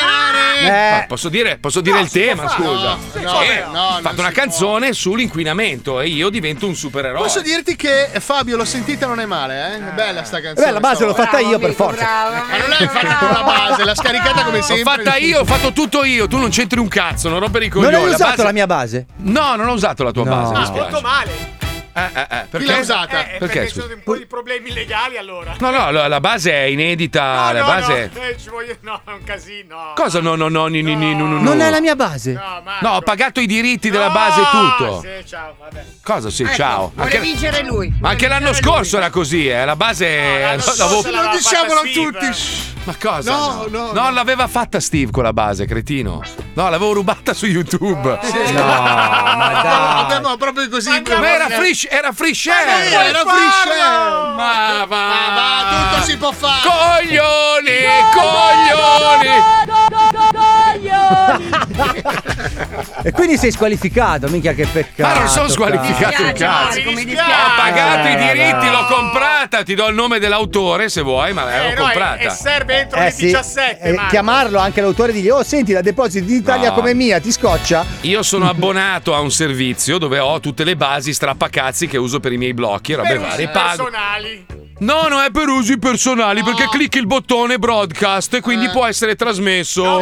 [SPEAKER 5] spoilerare!
[SPEAKER 2] Ma posso dire, posso dire il tema, scusa.
[SPEAKER 5] No, no,
[SPEAKER 2] Eh,
[SPEAKER 5] no,
[SPEAKER 2] ho
[SPEAKER 5] non
[SPEAKER 2] fatto una
[SPEAKER 5] si può.
[SPEAKER 2] canzone sull'inquinamento e io divento un supereroe.
[SPEAKER 5] Posso dirti che eh, Fabio l'ho sentita non è male, eh? È bella sta canzone.
[SPEAKER 2] Bella, base, l'ho fatta io, per forza.
[SPEAKER 5] Ma non l'hai fatta tu la base, l'ha scaricata come sempre.
[SPEAKER 2] L'ho fatta io, ho fatto tutto io, tu non c'entri un cazzo, non rompere i
[SPEAKER 3] Non
[SPEAKER 2] coglioni.
[SPEAKER 3] hai usato
[SPEAKER 2] base-
[SPEAKER 3] la mia base?
[SPEAKER 2] No, non ho usato la tua
[SPEAKER 3] No.
[SPEAKER 2] base, mi
[SPEAKER 3] Ah,
[SPEAKER 2] spiace.
[SPEAKER 7] ecco.
[SPEAKER 6] Molto male.
[SPEAKER 2] Eh, eh, eh, perché?
[SPEAKER 6] Eh, eh,
[SPEAKER 2] Perché,
[SPEAKER 6] perché ci
[SPEAKER 2] scusa?
[SPEAKER 6] sono un po' di problemi legali allora.
[SPEAKER 2] No, no, la, la base è inedita, la
[SPEAKER 6] no,
[SPEAKER 2] base è-
[SPEAKER 6] No, eh, ci voglio... no, è un casino.
[SPEAKER 2] Cosa? No, no, no, ni, ni, ni, no, no, no.
[SPEAKER 3] Non è la mia base?
[SPEAKER 2] No, ho pagato i diritti della base e tutto.
[SPEAKER 18] Eh,
[SPEAKER 6] Sì, ciao, vabbè.
[SPEAKER 2] Cosa? Sì,
[SPEAKER 18] Ecco,
[SPEAKER 2] ciao.
[SPEAKER 18] Vuole
[SPEAKER 2] Anche,
[SPEAKER 18] vincere lui.
[SPEAKER 2] ma anche l'anno scorso era così, eh. La base.
[SPEAKER 5] Lo
[SPEAKER 2] no, l'avevo-
[SPEAKER 5] so, non diciamolo a tutti.
[SPEAKER 2] Ma cosa?
[SPEAKER 5] No, no.
[SPEAKER 2] No, l'aveva fatta Steve con la base, cretino. No, l'avevo rubata su YouTube. No, ma
[SPEAKER 5] Abbiamo proprio così.
[SPEAKER 2] Ma era free, era free share.
[SPEAKER 5] Ma era free share.
[SPEAKER 2] Ma va.
[SPEAKER 5] Ma va, tutto si può fare.
[SPEAKER 2] Coglioni, coglioni.
[SPEAKER 3] E quindi sei squalificato, minchia che peccato.
[SPEAKER 2] Ma non sono squalificato un cazzo.
[SPEAKER 18] Marco, mi
[SPEAKER 2] Ho pagato i diritti,
[SPEAKER 3] no.
[SPEAKER 2] l'ho comprata. Ti do il nome dell'autore se vuoi, ma l'ho comprata.
[SPEAKER 6] serve entro
[SPEAKER 3] Eh
[SPEAKER 6] le
[SPEAKER 3] sì,
[SPEAKER 6] 17,
[SPEAKER 3] eh,
[SPEAKER 6] Marco.
[SPEAKER 3] chiamarlo anche l'autore di Oh, senti, la depositi in Italia
[SPEAKER 2] No.
[SPEAKER 3] come mia, ti scoccia?
[SPEAKER 2] Io sono abbonato a un servizio dove ho tutte le basi strappacazzi che uso per i miei blocchi e robe varie. Pago.
[SPEAKER 6] personali.
[SPEAKER 2] No, no, è per usi personali perché clicchi il bottone broadcast e quindi può essere trasmesso.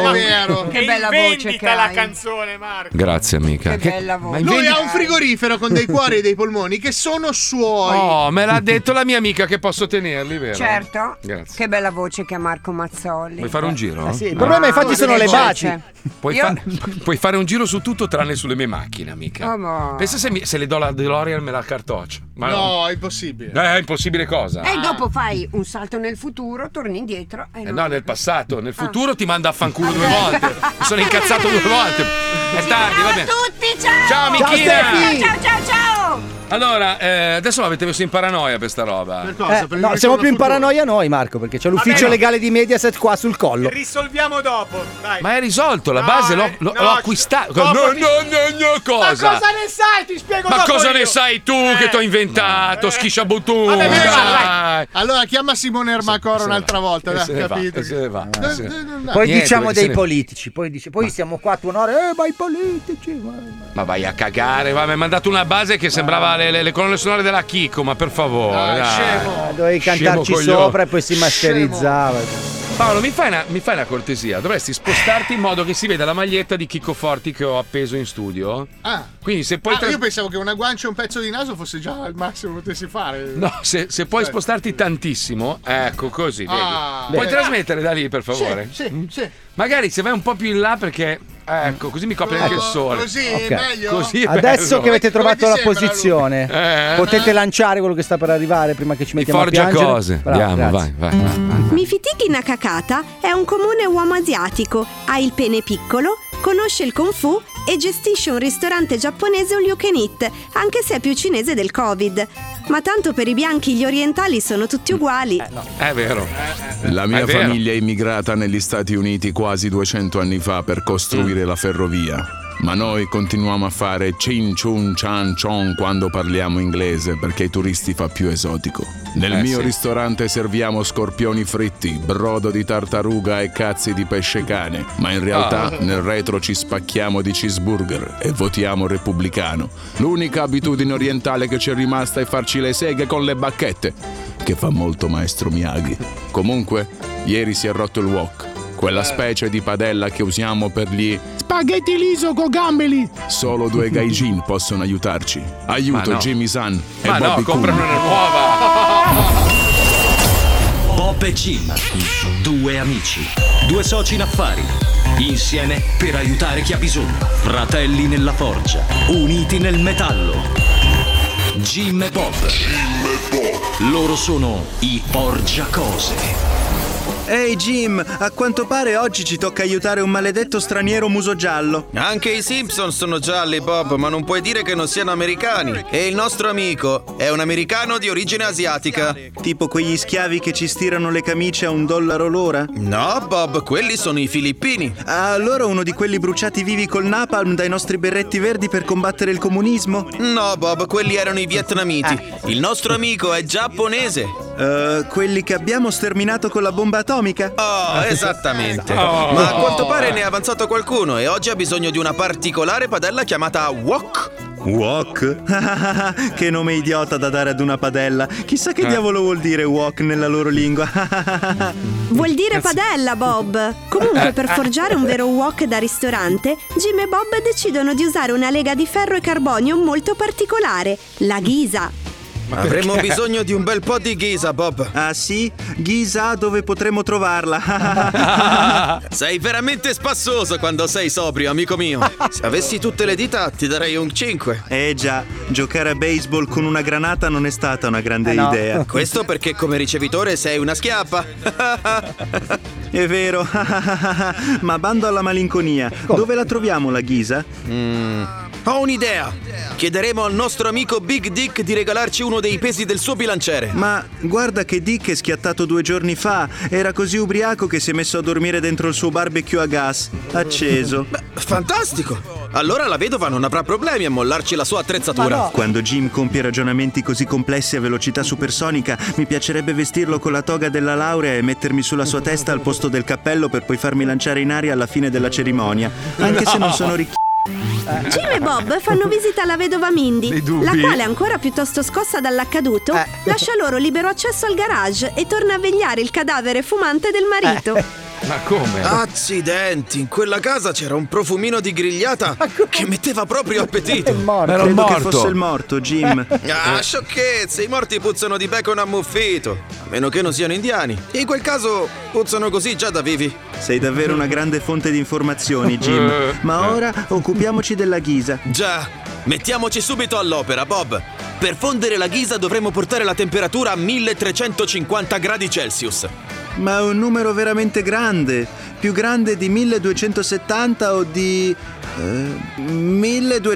[SPEAKER 6] Che bella voce che la canzone, Marco.
[SPEAKER 2] Grazie, amica. Che- Ma in
[SPEAKER 5] Lui
[SPEAKER 2] vendita-
[SPEAKER 5] ha un frigorifero con dei cuori e dei polmoni che sono suoi.
[SPEAKER 2] Oh, me l'ha detto la mia amica che posso tenerli, vero?
[SPEAKER 18] Certo.
[SPEAKER 2] Grazie.
[SPEAKER 18] Che bella voce che ha Marco Mazzolli.
[SPEAKER 2] Vuoi fare un giro?
[SPEAKER 18] Eh sì, il
[SPEAKER 2] Ah.
[SPEAKER 18] problema, infatti, sono le baci.
[SPEAKER 2] Puoi,
[SPEAKER 18] Io-
[SPEAKER 2] fa- puoi fare un giro su tutto tranne sulle mie macchine, amica.
[SPEAKER 18] Oh, ma-
[SPEAKER 2] Pensa se, mi- se le do la DeLorean me la cartoccio. Ma
[SPEAKER 5] No, è impossibile.
[SPEAKER 2] Eh, è impossibile cosa.
[SPEAKER 18] E dopo fai un salto nel futuro, torni indietro e
[SPEAKER 2] Eh
[SPEAKER 18] non-
[SPEAKER 2] no, nel passato, nel futuro ti manda a fanculo due volte. Mi sono incazzato due volte. È tardi, va bene.
[SPEAKER 18] Tutti ciao!
[SPEAKER 2] Ciao, amichina!
[SPEAKER 18] Ciao, ciao, ciao!
[SPEAKER 2] Allora, eh, adesso l'avete messo in paranoia per sta roba.
[SPEAKER 3] Eh, no, siamo più in paranoia noi, Marco, perché c'è l'ufficio
[SPEAKER 2] no.
[SPEAKER 3] legale di Mediaset qua sul collo.
[SPEAKER 6] Risolviamo dopo, dai.
[SPEAKER 2] Ma è risolto, la base l'ho, l'ho- l'ho acquistata.
[SPEAKER 6] dopo
[SPEAKER 2] No, no,
[SPEAKER 6] ti-
[SPEAKER 2] no, no, cosa?
[SPEAKER 6] Ma cosa ne sai? Ti spiego
[SPEAKER 2] Ma
[SPEAKER 6] dopo
[SPEAKER 2] cosa
[SPEAKER 6] io.
[SPEAKER 2] ne sai tu che ti ho inventato? Schiscia
[SPEAKER 5] Vabbè,
[SPEAKER 2] bottone.
[SPEAKER 5] vai,
[SPEAKER 2] Dai.
[SPEAKER 5] Allora chiama Simone Ermacoro un'altra volta,
[SPEAKER 2] E
[SPEAKER 5] dai,
[SPEAKER 2] Eh, se ne va,
[SPEAKER 5] capito?
[SPEAKER 2] e se ne va,
[SPEAKER 5] No,
[SPEAKER 2] e se ne-
[SPEAKER 5] no,
[SPEAKER 3] Ah, Poi
[SPEAKER 2] Niente,
[SPEAKER 3] diciamo
[SPEAKER 2] perché
[SPEAKER 3] dei
[SPEAKER 2] se ne-
[SPEAKER 3] politici, poi, dice- poi siamo qua a tuonare, eh, ma i politici. ma-
[SPEAKER 2] Ma vai a cagare, va, mi hai mandato una base che sembrava le, le- le colonne sonore della Chico, ma per favore. dai.
[SPEAKER 3] Ah, dovevi
[SPEAKER 2] Scemo
[SPEAKER 3] cantarci
[SPEAKER 2] coglione.
[SPEAKER 3] sopra e poi si masterizzava.
[SPEAKER 2] Paolo, mi fai, una, mi fai una cortesia, dovresti spostarti in modo che si veda la maglietta di Chicco Forti che ho appeso in studio.
[SPEAKER 5] Ah.
[SPEAKER 2] Quindi se puoi...
[SPEAKER 5] Ah,
[SPEAKER 2] tra-
[SPEAKER 5] io pensavo che una guancia e un pezzo di naso fosse già il massimo che potessi fare.
[SPEAKER 2] No, se, se puoi spostarti tantissimo, ecco così, vedi.
[SPEAKER 5] Ah.
[SPEAKER 2] Puoi
[SPEAKER 5] Beh.
[SPEAKER 2] trasmettere da lì, per
[SPEAKER 5] Sì,
[SPEAKER 2] favore?
[SPEAKER 5] Sì, sì.
[SPEAKER 2] Magari se vai un po' più in là perché... Ecco, così mi copre anche il sole.
[SPEAKER 5] Così
[SPEAKER 3] Ok.
[SPEAKER 5] è meglio.
[SPEAKER 2] Così è
[SPEAKER 3] Adesso
[SPEAKER 2] bello.
[SPEAKER 3] che avete
[SPEAKER 5] Come ti
[SPEAKER 3] trovato la
[SPEAKER 5] sembra, Lu?
[SPEAKER 3] posizione,
[SPEAKER 2] Eh?
[SPEAKER 3] potete lanciare quello che sta per arrivare prima che ci
[SPEAKER 2] Ti
[SPEAKER 3] mettiamo a
[SPEAKER 2] forgia
[SPEAKER 3] piangere.
[SPEAKER 2] cose.
[SPEAKER 3] Bravo,
[SPEAKER 2] Andiamo,
[SPEAKER 3] grazie.
[SPEAKER 2] vai, vai, vai.
[SPEAKER 17] Mifitiki Nakakata è un comune uomo asiatico, ha il pene piccolo, conosce il kung fu e gestisce un ristorante giapponese all you can eat, anche se è più cinese del Covid. Ma tanto per i bianchi gli orientali sono tutti uguali.
[SPEAKER 2] È vero.
[SPEAKER 19] La mia
[SPEAKER 2] È vero.
[SPEAKER 19] famiglia è immigrata negli Stati Uniti quasi 200 anni fa per costruire la ferrovia. Ma noi continuiamo a fare cin chun chan chon quando parliamo inglese perché ai turisti fa più esotico. Nel
[SPEAKER 20] Eh,
[SPEAKER 19] mio
[SPEAKER 20] sì.
[SPEAKER 19] ristorante serviamo scorpioni fritti, brodo di tartaruga e cazzi di pesce cane, ma in realtà
[SPEAKER 20] Ah.
[SPEAKER 19] nel retro ci spacchiamo di cheeseburger e votiamo repubblicano. L'unica abitudine orientale che ci è rimasta è farci le seghe con le bacchette, che fa molto maestro Miyagi. Comunque, ieri si è rotto il wok,
[SPEAKER 20] Eh.
[SPEAKER 19] quella specie di padella che usiamo per gli
[SPEAKER 20] Spaghetti liso con gamberi.
[SPEAKER 19] solo due gaijin possono aiutarci. Aiuto
[SPEAKER 20] Ma no.
[SPEAKER 19] Jimmy San e
[SPEAKER 20] Ma no,
[SPEAKER 19] Bobby Coon.
[SPEAKER 20] comprano una nuova.
[SPEAKER 21] Pop e Jim, due amici, due soci in affari, insieme per aiutare chi ha bisogno, fratelli nella forgia, uniti nel metallo. Jim e Bob. Loro sono i Forgiacose.
[SPEAKER 22] Ehi Jim, a quanto pare oggi ci tocca aiutare un maledetto straniero muso giallo.
[SPEAKER 23] Anche i Simpson sono gialli, Bob, ma non puoi dire che non siano americani. E il nostro amico è un americano di origine asiatica.
[SPEAKER 22] Tipo quegli schiavi che ci stirano le camicie a un dollaro l'ora?
[SPEAKER 23] No, Bob, quelli sono i filippini.
[SPEAKER 22] Ah, Allora uno di quelli bruciati vivi col napalm dai nostri berretti verdi per combattere il comunismo?
[SPEAKER 23] No, Bob, quelli erano i vietnamiti. Il nostro amico è giapponese.
[SPEAKER 22] Eh, quelli che abbiamo sterminato con la bomba atomica?
[SPEAKER 23] Oh, esattamente.
[SPEAKER 22] Oh.
[SPEAKER 23] Ma a quanto pare ne è avanzato qualcuno e oggi ha bisogno di una particolare padella chiamata wok.
[SPEAKER 22] Wok? Ah, che nome idiota da dare ad una padella. Chissà che
[SPEAKER 23] Eh.
[SPEAKER 22] diavolo vuol dire wok nella loro lingua.
[SPEAKER 17] Vuol dire padella, Bob! Comunque, per forgiare un vero wok da ristorante, Jim e Bob decidono di usare una lega di ferro e carbonio molto particolare, la ghisa.
[SPEAKER 23] Avremmo
[SPEAKER 22] perché?
[SPEAKER 23] bisogno di un bel po' di ghisa, Bob.
[SPEAKER 22] Ah sì? Ghisa dove potremmo trovarla?
[SPEAKER 23] Sei veramente spassoso quando sei sobrio, amico mio. Se avessi tutte le dita, ti darei un 5.
[SPEAKER 22] eh già, giocare a baseball con una granata non è stata una grande idea.
[SPEAKER 23] Questo perché come ricevitore sei una schiappa.
[SPEAKER 22] È vero, ma bando alla malinconia. Dove la troviamo la ghisa?
[SPEAKER 23] Mm. Ho un'idea. Chiederemo al nostro amico Big Dick di regalarci uno dei pesi del suo bilanciere.
[SPEAKER 22] Ma guarda che Dick è schiattato due giorni fa. Era così ubriaco che si è messo a dormire dentro il suo barbecue a gas, acceso.
[SPEAKER 23] Fantastico! Allora la vedova non avrà problemi a mollarci la sua attrezzatura.
[SPEAKER 22] Quando Jim compie ragionamenti così complessi a velocità supersonica, mi piacerebbe vestirlo con la toga della laurea e mettermi sulla sua testa al posto del cappello per poi farmi lanciare in aria alla fine della cerimonia. Anche se non sono ricchi.
[SPEAKER 17] Jim e Bob fanno visita alla vedova Mindy,
[SPEAKER 22] Dei dubbi?
[SPEAKER 17] la quale, ancora piuttosto scossa dall'accaduto,
[SPEAKER 2] Eh.
[SPEAKER 17] lascia loro libero accesso al garage e torna a vegliare il cadavere fumante del marito.
[SPEAKER 2] Eh.
[SPEAKER 23] Ma come? Accidenti, in quella casa c'era un profumino di grigliata che metteva proprio appetito.
[SPEAKER 2] Ma era un
[SPEAKER 22] Credo che
[SPEAKER 2] morto.
[SPEAKER 22] fosse il morto, Eh. Jim.
[SPEAKER 23] Ah, sciocchezze, i morti puzzano di bacon ammuffito. A meno che non siano indiani. In quel caso puzzano così già da vivi.
[SPEAKER 22] Sei davvero una grande fonte di informazioni, Jim.
[SPEAKER 23] Eh.
[SPEAKER 22] Ma ora occupiamoci della ghisa.
[SPEAKER 23] Già, mettiamoci subito all'opera, Bob. Per fondere la ghisa dovremo portare la temperatura a 1350 gradi Celsius.
[SPEAKER 22] Ma è un numero veramente grande, più grande di 1270 o di... eh,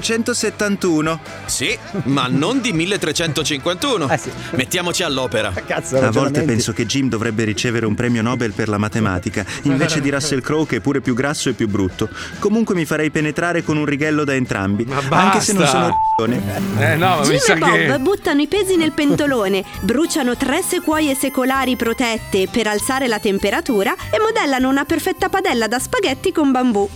[SPEAKER 22] 1271.
[SPEAKER 23] Sì, ma non di 1351. Mettiamoci all'opera. Cazzo,
[SPEAKER 22] A volte penso che Jim dovrebbe ricevere un premio Nobel per la matematica, invece di Russell Crowe che è pure più grasso e più brutto. Comunque mi farei penetrare con un righello da entrambi, anche se non
[SPEAKER 2] basta!
[SPEAKER 22] sono r***one.
[SPEAKER 2] Eh no, ma mi
[SPEAKER 17] Jim
[SPEAKER 2] sa
[SPEAKER 17] e Bob
[SPEAKER 2] che.
[SPEAKER 17] buttano i pesi nel pentolone, bruciano tre sequoie secolari protette per alzare la temperatura e modellano una perfetta padella da spaghetti con bambù.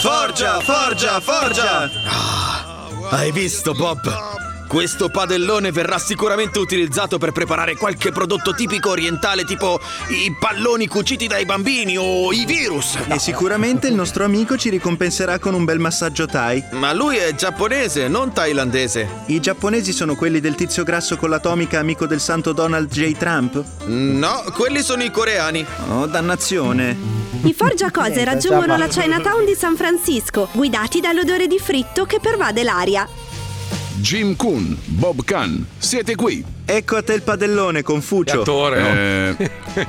[SPEAKER 23] Forgia, forgia, forgia! Ah, Hai visto, Bob? Questo padellone verrà sicuramente utilizzato per preparare qualche prodotto tipico orientale, tipo i palloni cuciti dai bambini o i virus.
[SPEAKER 22] E sicuramente il nostro amico ci ricompenserà con un bel massaggio Thai.
[SPEAKER 23] Ma lui è giapponese, non thailandese.
[SPEAKER 22] I giapponesi sono quelli del tizio grasso con l'atomica amico del santo Donald J. Trump?
[SPEAKER 23] No, quelli sono i coreani.
[SPEAKER 22] Oh, dannazione.
[SPEAKER 17] I forgiacose raggiungono la Chinatown di San Francisco, guidati dall'odore di fritto che pervade l'aria.
[SPEAKER 19] Jim Kun, Bob Khan, siete qui.
[SPEAKER 22] Ecco a te il padellone, Confucio.
[SPEAKER 19] Eh,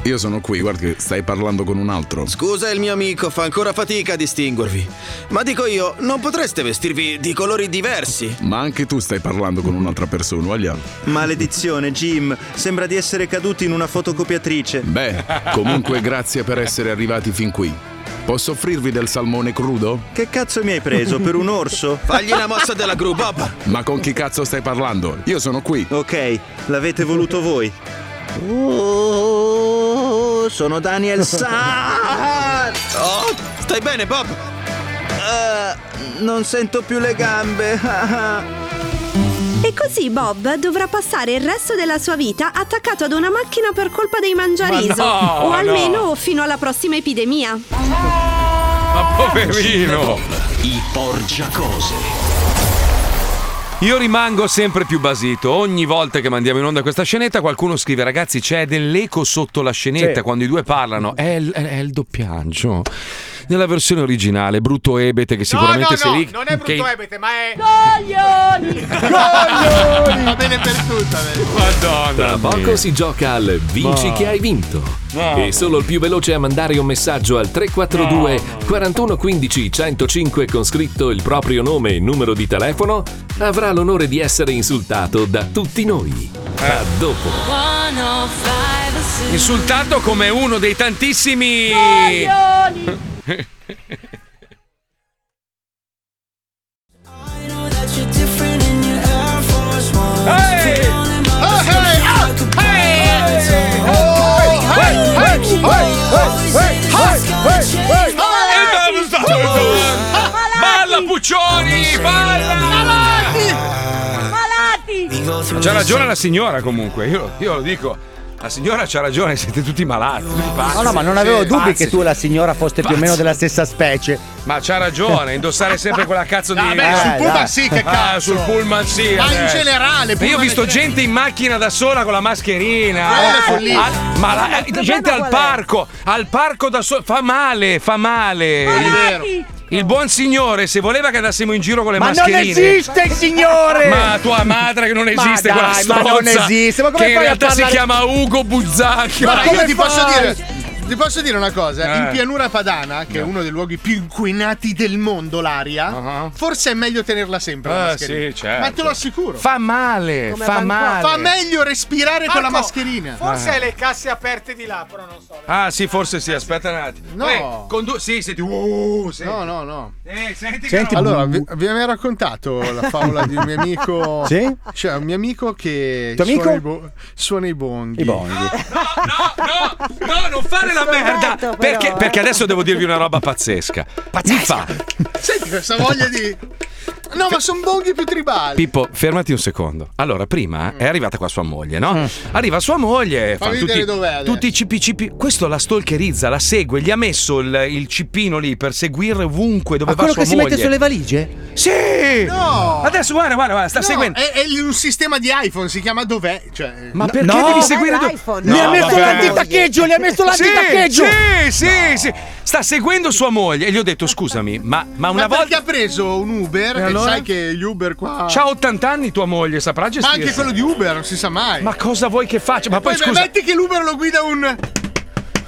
[SPEAKER 19] io sono qui, guarda che stai parlando con un altro.
[SPEAKER 23] Scusa il mio amico, fa ancora fatica a distinguervi. Ma dico io, non potreste vestirvi di colori diversi?
[SPEAKER 19] Ma anche tu stai parlando con un'altra persona, Agliano.
[SPEAKER 22] Maledizione, Jim. Sembra di essere caduti in una fotocopiatrice.
[SPEAKER 19] Beh, Comunque grazie per essere arrivati fin qui. Posso offrirvi del salmone crudo?
[SPEAKER 22] Che cazzo mi hai preso? Per un orso?
[SPEAKER 23] Fagli la mossa della gru, Bob!
[SPEAKER 19] Ma con chi cazzo stai parlando? Io sono qui.
[SPEAKER 22] Ok, l'avete voluto voi. Oh, sono Daniel San.
[SPEAKER 23] Oh, stai bene, Bob?
[SPEAKER 22] Eh, non sento più le gambe.
[SPEAKER 17] E così Bob dovrà passare il resto della sua vita attaccato ad una macchina per colpa dei mangiariso.
[SPEAKER 2] Ma no,
[SPEAKER 17] o almeno
[SPEAKER 2] no.
[SPEAKER 17] fino alla prossima epidemia.
[SPEAKER 2] Ma poverino!
[SPEAKER 21] I porgiacose.
[SPEAKER 2] Io rimango sempre più basito. Ogni volta che mandiamo in onda questa scenetta, qualcuno scrive: Ragazzi, c'è dell'eco sotto la scenetta
[SPEAKER 21] Sì.
[SPEAKER 2] quando i due parlano. È il, è- è il doppiaggio. Nella versione originale, brutto ebete, che sicuramente
[SPEAKER 6] no,
[SPEAKER 2] se
[SPEAKER 6] no,
[SPEAKER 2] lì.
[SPEAKER 6] non è brutto
[SPEAKER 2] che-
[SPEAKER 6] ebete, ma è.
[SPEAKER 7] Coglioni!
[SPEAKER 6] Coglioni! Va bene per tutto, va bene.
[SPEAKER 1] Tra
[SPEAKER 2] Madonna.
[SPEAKER 1] poco si gioca al Vinci
[SPEAKER 2] No.
[SPEAKER 1] che hai vinto.
[SPEAKER 2] No.
[SPEAKER 1] E solo il più veloce a mandare un messaggio al 342 4115 105 con scritto il proprio nome e numero di telefono avrà l'onore di essere insultato da tutti noi.
[SPEAKER 2] Eh.
[SPEAKER 1] A dopo.
[SPEAKER 2] Insultato come uno dei tantissimi. Balla Puccioni!
[SPEAKER 7] Malati!
[SPEAKER 2] C'ha ragione la signora comunque, io, lo- io lo dico. La signora c'ha ragione, siete tutti malati. pazzi.
[SPEAKER 3] No, no, ma non avevo
[SPEAKER 2] Sì,
[SPEAKER 3] dubbi
[SPEAKER 2] pazzi.
[SPEAKER 3] che tu e la signora foste più o meno della stessa specie.
[SPEAKER 2] Ma c'ha ragione, indossare sempre quella cazzo di.
[SPEAKER 3] Ah, beh, sul pullman
[SPEAKER 2] dai.
[SPEAKER 3] sì, che
[SPEAKER 2] Ah,
[SPEAKER 3] cazzo.
[SPEAKER 2] sul pullman sì.
[SPEAKER 5] Ma in
[SPEAKER 2] adesso.
[SPEAKER 5] generale,
[SPEAKER 2] Ma Io ho
[SPEAKER 5] pullman
[SPEAKER 2] visto gente in macchina da sola con la mascherina.
[SPEAKER 5] Quella è
[SPEAKER 2] Ah,
[SPEAKER 5] follia.
[SPEAKER 2] al- ma la- eh,
[SPEAKER 5] Il problema
[SPEAKER 2] gente al
[SPEAKER 5] qual è?
[SPEAKER 2] parco, al parco da sola. Fa male, fa male. Il, il buon signore, se voleva che andassimo in giro con le
[SPEAKER 3] Ma non
[SPEAKER 2] mascherine.
[SPEAKER 3] esiste il signore!
[SPEAKER 2] Ma tua madre che non
[SPEAKER 3] Ma
[SPEAKER 2] esiste
[SPEAKER 3] dai,
[SPEAKER 2] quella
[SPEAKER 3] ma
[SPEAKER 2] strozza
[SPEAKER 3] non esiste, ma come
[SPEAKER 2] Che in
[SPEAKER 3] fai a
[SPEAKER 2] realtà si
[SPEAKER 3] parlare-
[SPEAKER 2] chiama Ugo Buzzacchio
[SPEAKER 5] Guarda, io ti
[SPEAKER 2] fai? Ah,
[SPEAKER 5] posso dire. Ti posso dire una cosa,
[SPEAKER 2] Eh.
[SPEAKER 5] in pianura padana, che è uno dei luoghi più inquinati del mondo, l'aria, forse è meglio tenerla sempre. la
[SPEAKER 2] Ah,
[SPEAKER 5] mascherina.
[SPEAKER 2] Uh-huh. sì, certo.
[SPEAKER 5] Ma te lo assicuro.
[SPEAKER 2] Fa male,
[SPEAKER 5] Come
[SPEAKER 2] fa
[SPEAKER 5] a Bangkok.
[SPEAKER 2] male.
[SPEAKER 5] Fa meglio respirare con la
[SPEAKER 6] Marco,
[SPEAKER 5] mascherina.
[SPEAKER 6] Forse
[SPEAKER 2] Ah.
[SPEAKER 6] hai le casse aperte di là, però non so.
[SPEAKER 2] Ah, sì, forse sì, aspetta un attimo.
[SPEAKER 6] No.
[SPEAKER 2] Eh, condu- sì, senti. Uh, senti.
[SPEAKER 5] No, no, no.
[SPEAKER 2] Eh, senti,
[SPEAKER 5] Senti,
[SPEAKER 2] che roba.
[SPEAKER 5] allora, vi, vi avevo raccontato la favola di un mio amico.
[SPEAKER 2] Sì?
[SPEAKER 5] Cioè, un mio amico che
[SPEAKER 2] Tuo amico?
[SPEAKER 5] Suona, i bo- suona i bonghi. Ah, I bonghi.
[SPEAKER 2] No, non fare la merda! Perché, perché adesso devo dirvi una roba pazzesca. Mi fa.
[SPEAKER 5] Senti questa voglia di. No, ma sono bonghi più tribali.
[SPEAKER 2] Pippo, fermati un secondo. Allora, prima è arrivata qua sua moglie, no? Arriva sua moglie, fa
[SPEAKER 5] Mm. Fammi
[SPEAKER 2] tutti,
[SPEAKER 5] vedere dov'è adesso.
[SPEAKER 2] tutti i cp cp. Questo la stalkerizza, la segue, gli ha messo il, il cipino lì per seguire ovunque dove
[SPEAKER 3] Ma
[SPEAKER 2] va
[SPEAKER 3] quello
[SPEAKER 2] sua
[SPEAKER 3] che si
[SPEAKER 2] moglie.
[SPEAKER 3] mette sulle valigie?
[SPEAKER 2] Sì!
[SPEAKER 5] No!
[SPEAKER 2] Adesso guarda, guarda, guarda, sta
[SPEAKER 5] No,
[SPEAKER 2] seguendo.
[SPEAKER 5] È, è un sistema di iPhone, si chiama Dov'è? Cioè,
[SPEAKER 2] Ma perché devi seguire tu-
[SPEAKER 3] Ne ha messo l'antitaccheggio, ne ha messo l'antitaccheggio!
[SPEAKER 2] Sì, sì, sì. Sta seguendo sua moglie e gli ho detto "Scusami, ma, ma una
[SPEAKER 5] Ma
[SPEAKER 2] volta
[SPEAKER 5] perché ha preso un Uber
[SPEAKER 2] E
[SPEAKER 5] e,
[SPEAKER 2] allora?
[SPEAKER 5] sai che gli Uber qua. Eh,
[SPEAKER 2] c'ha 80 anni tua moglie, saprà
[SPEAKER 5] Ma
[SPEAKER 2] gestire.
[SPEAKER 5] anche quello di Uber, non si sa mai.
[SPEAKER 2] Ma cosa vuoi che faccia? Ma poi
[SPEAKER 5] Poi,
[SPEAKER 2] scusa
[SPEAKER 5] metti che l'Uber lo guida un.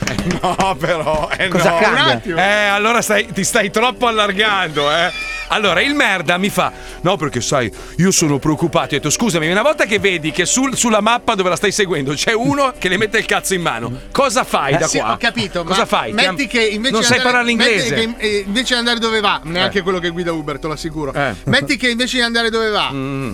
[SPEAKER 2] No, però. Eh,
[SPEAKER 5] Cosa
[SPEAKER 2] no.
[SPEAKER 5] cambia?
[SPEAKER 2] Un attimo. Eh, allora stai- ti stai troppo allargando, eh. Allora, il merda mi fa: No, perché sai, io sono preoccupato. Io ho detto: Scusami, una volta che vedi che sul- sulla mappa dove la stai seguendo c'è uno che le mette il cazzo in mano, cosa fai
[SPEAKER 5] Eh,
[SPEAKER 2] da
[SPEAKER 5] sì,
[SPEAKER 2] qua?
[SPEAKER 5] ho capito, ma
[SPEAKER 2] Cosa fai? Ti am-
[SPEAKER 5] Metti che invece
[SPEAKER 2] non
[SPEAKER 5] di
[SPEAKER 2] sai
[SPEAKER 5] andare-
[SPEAKER 2] parlare l'inglese.
[SPEAKER 5] metti che, eh, invece di andare dove va, neanche
[SPEAKER 2] Eh.
[SPEAKER 5] quello che guida Uber, te lo assicuro.
[SPEAKER 2] Eh.
[SPEAKER 5] Metti che invece di andare dove va,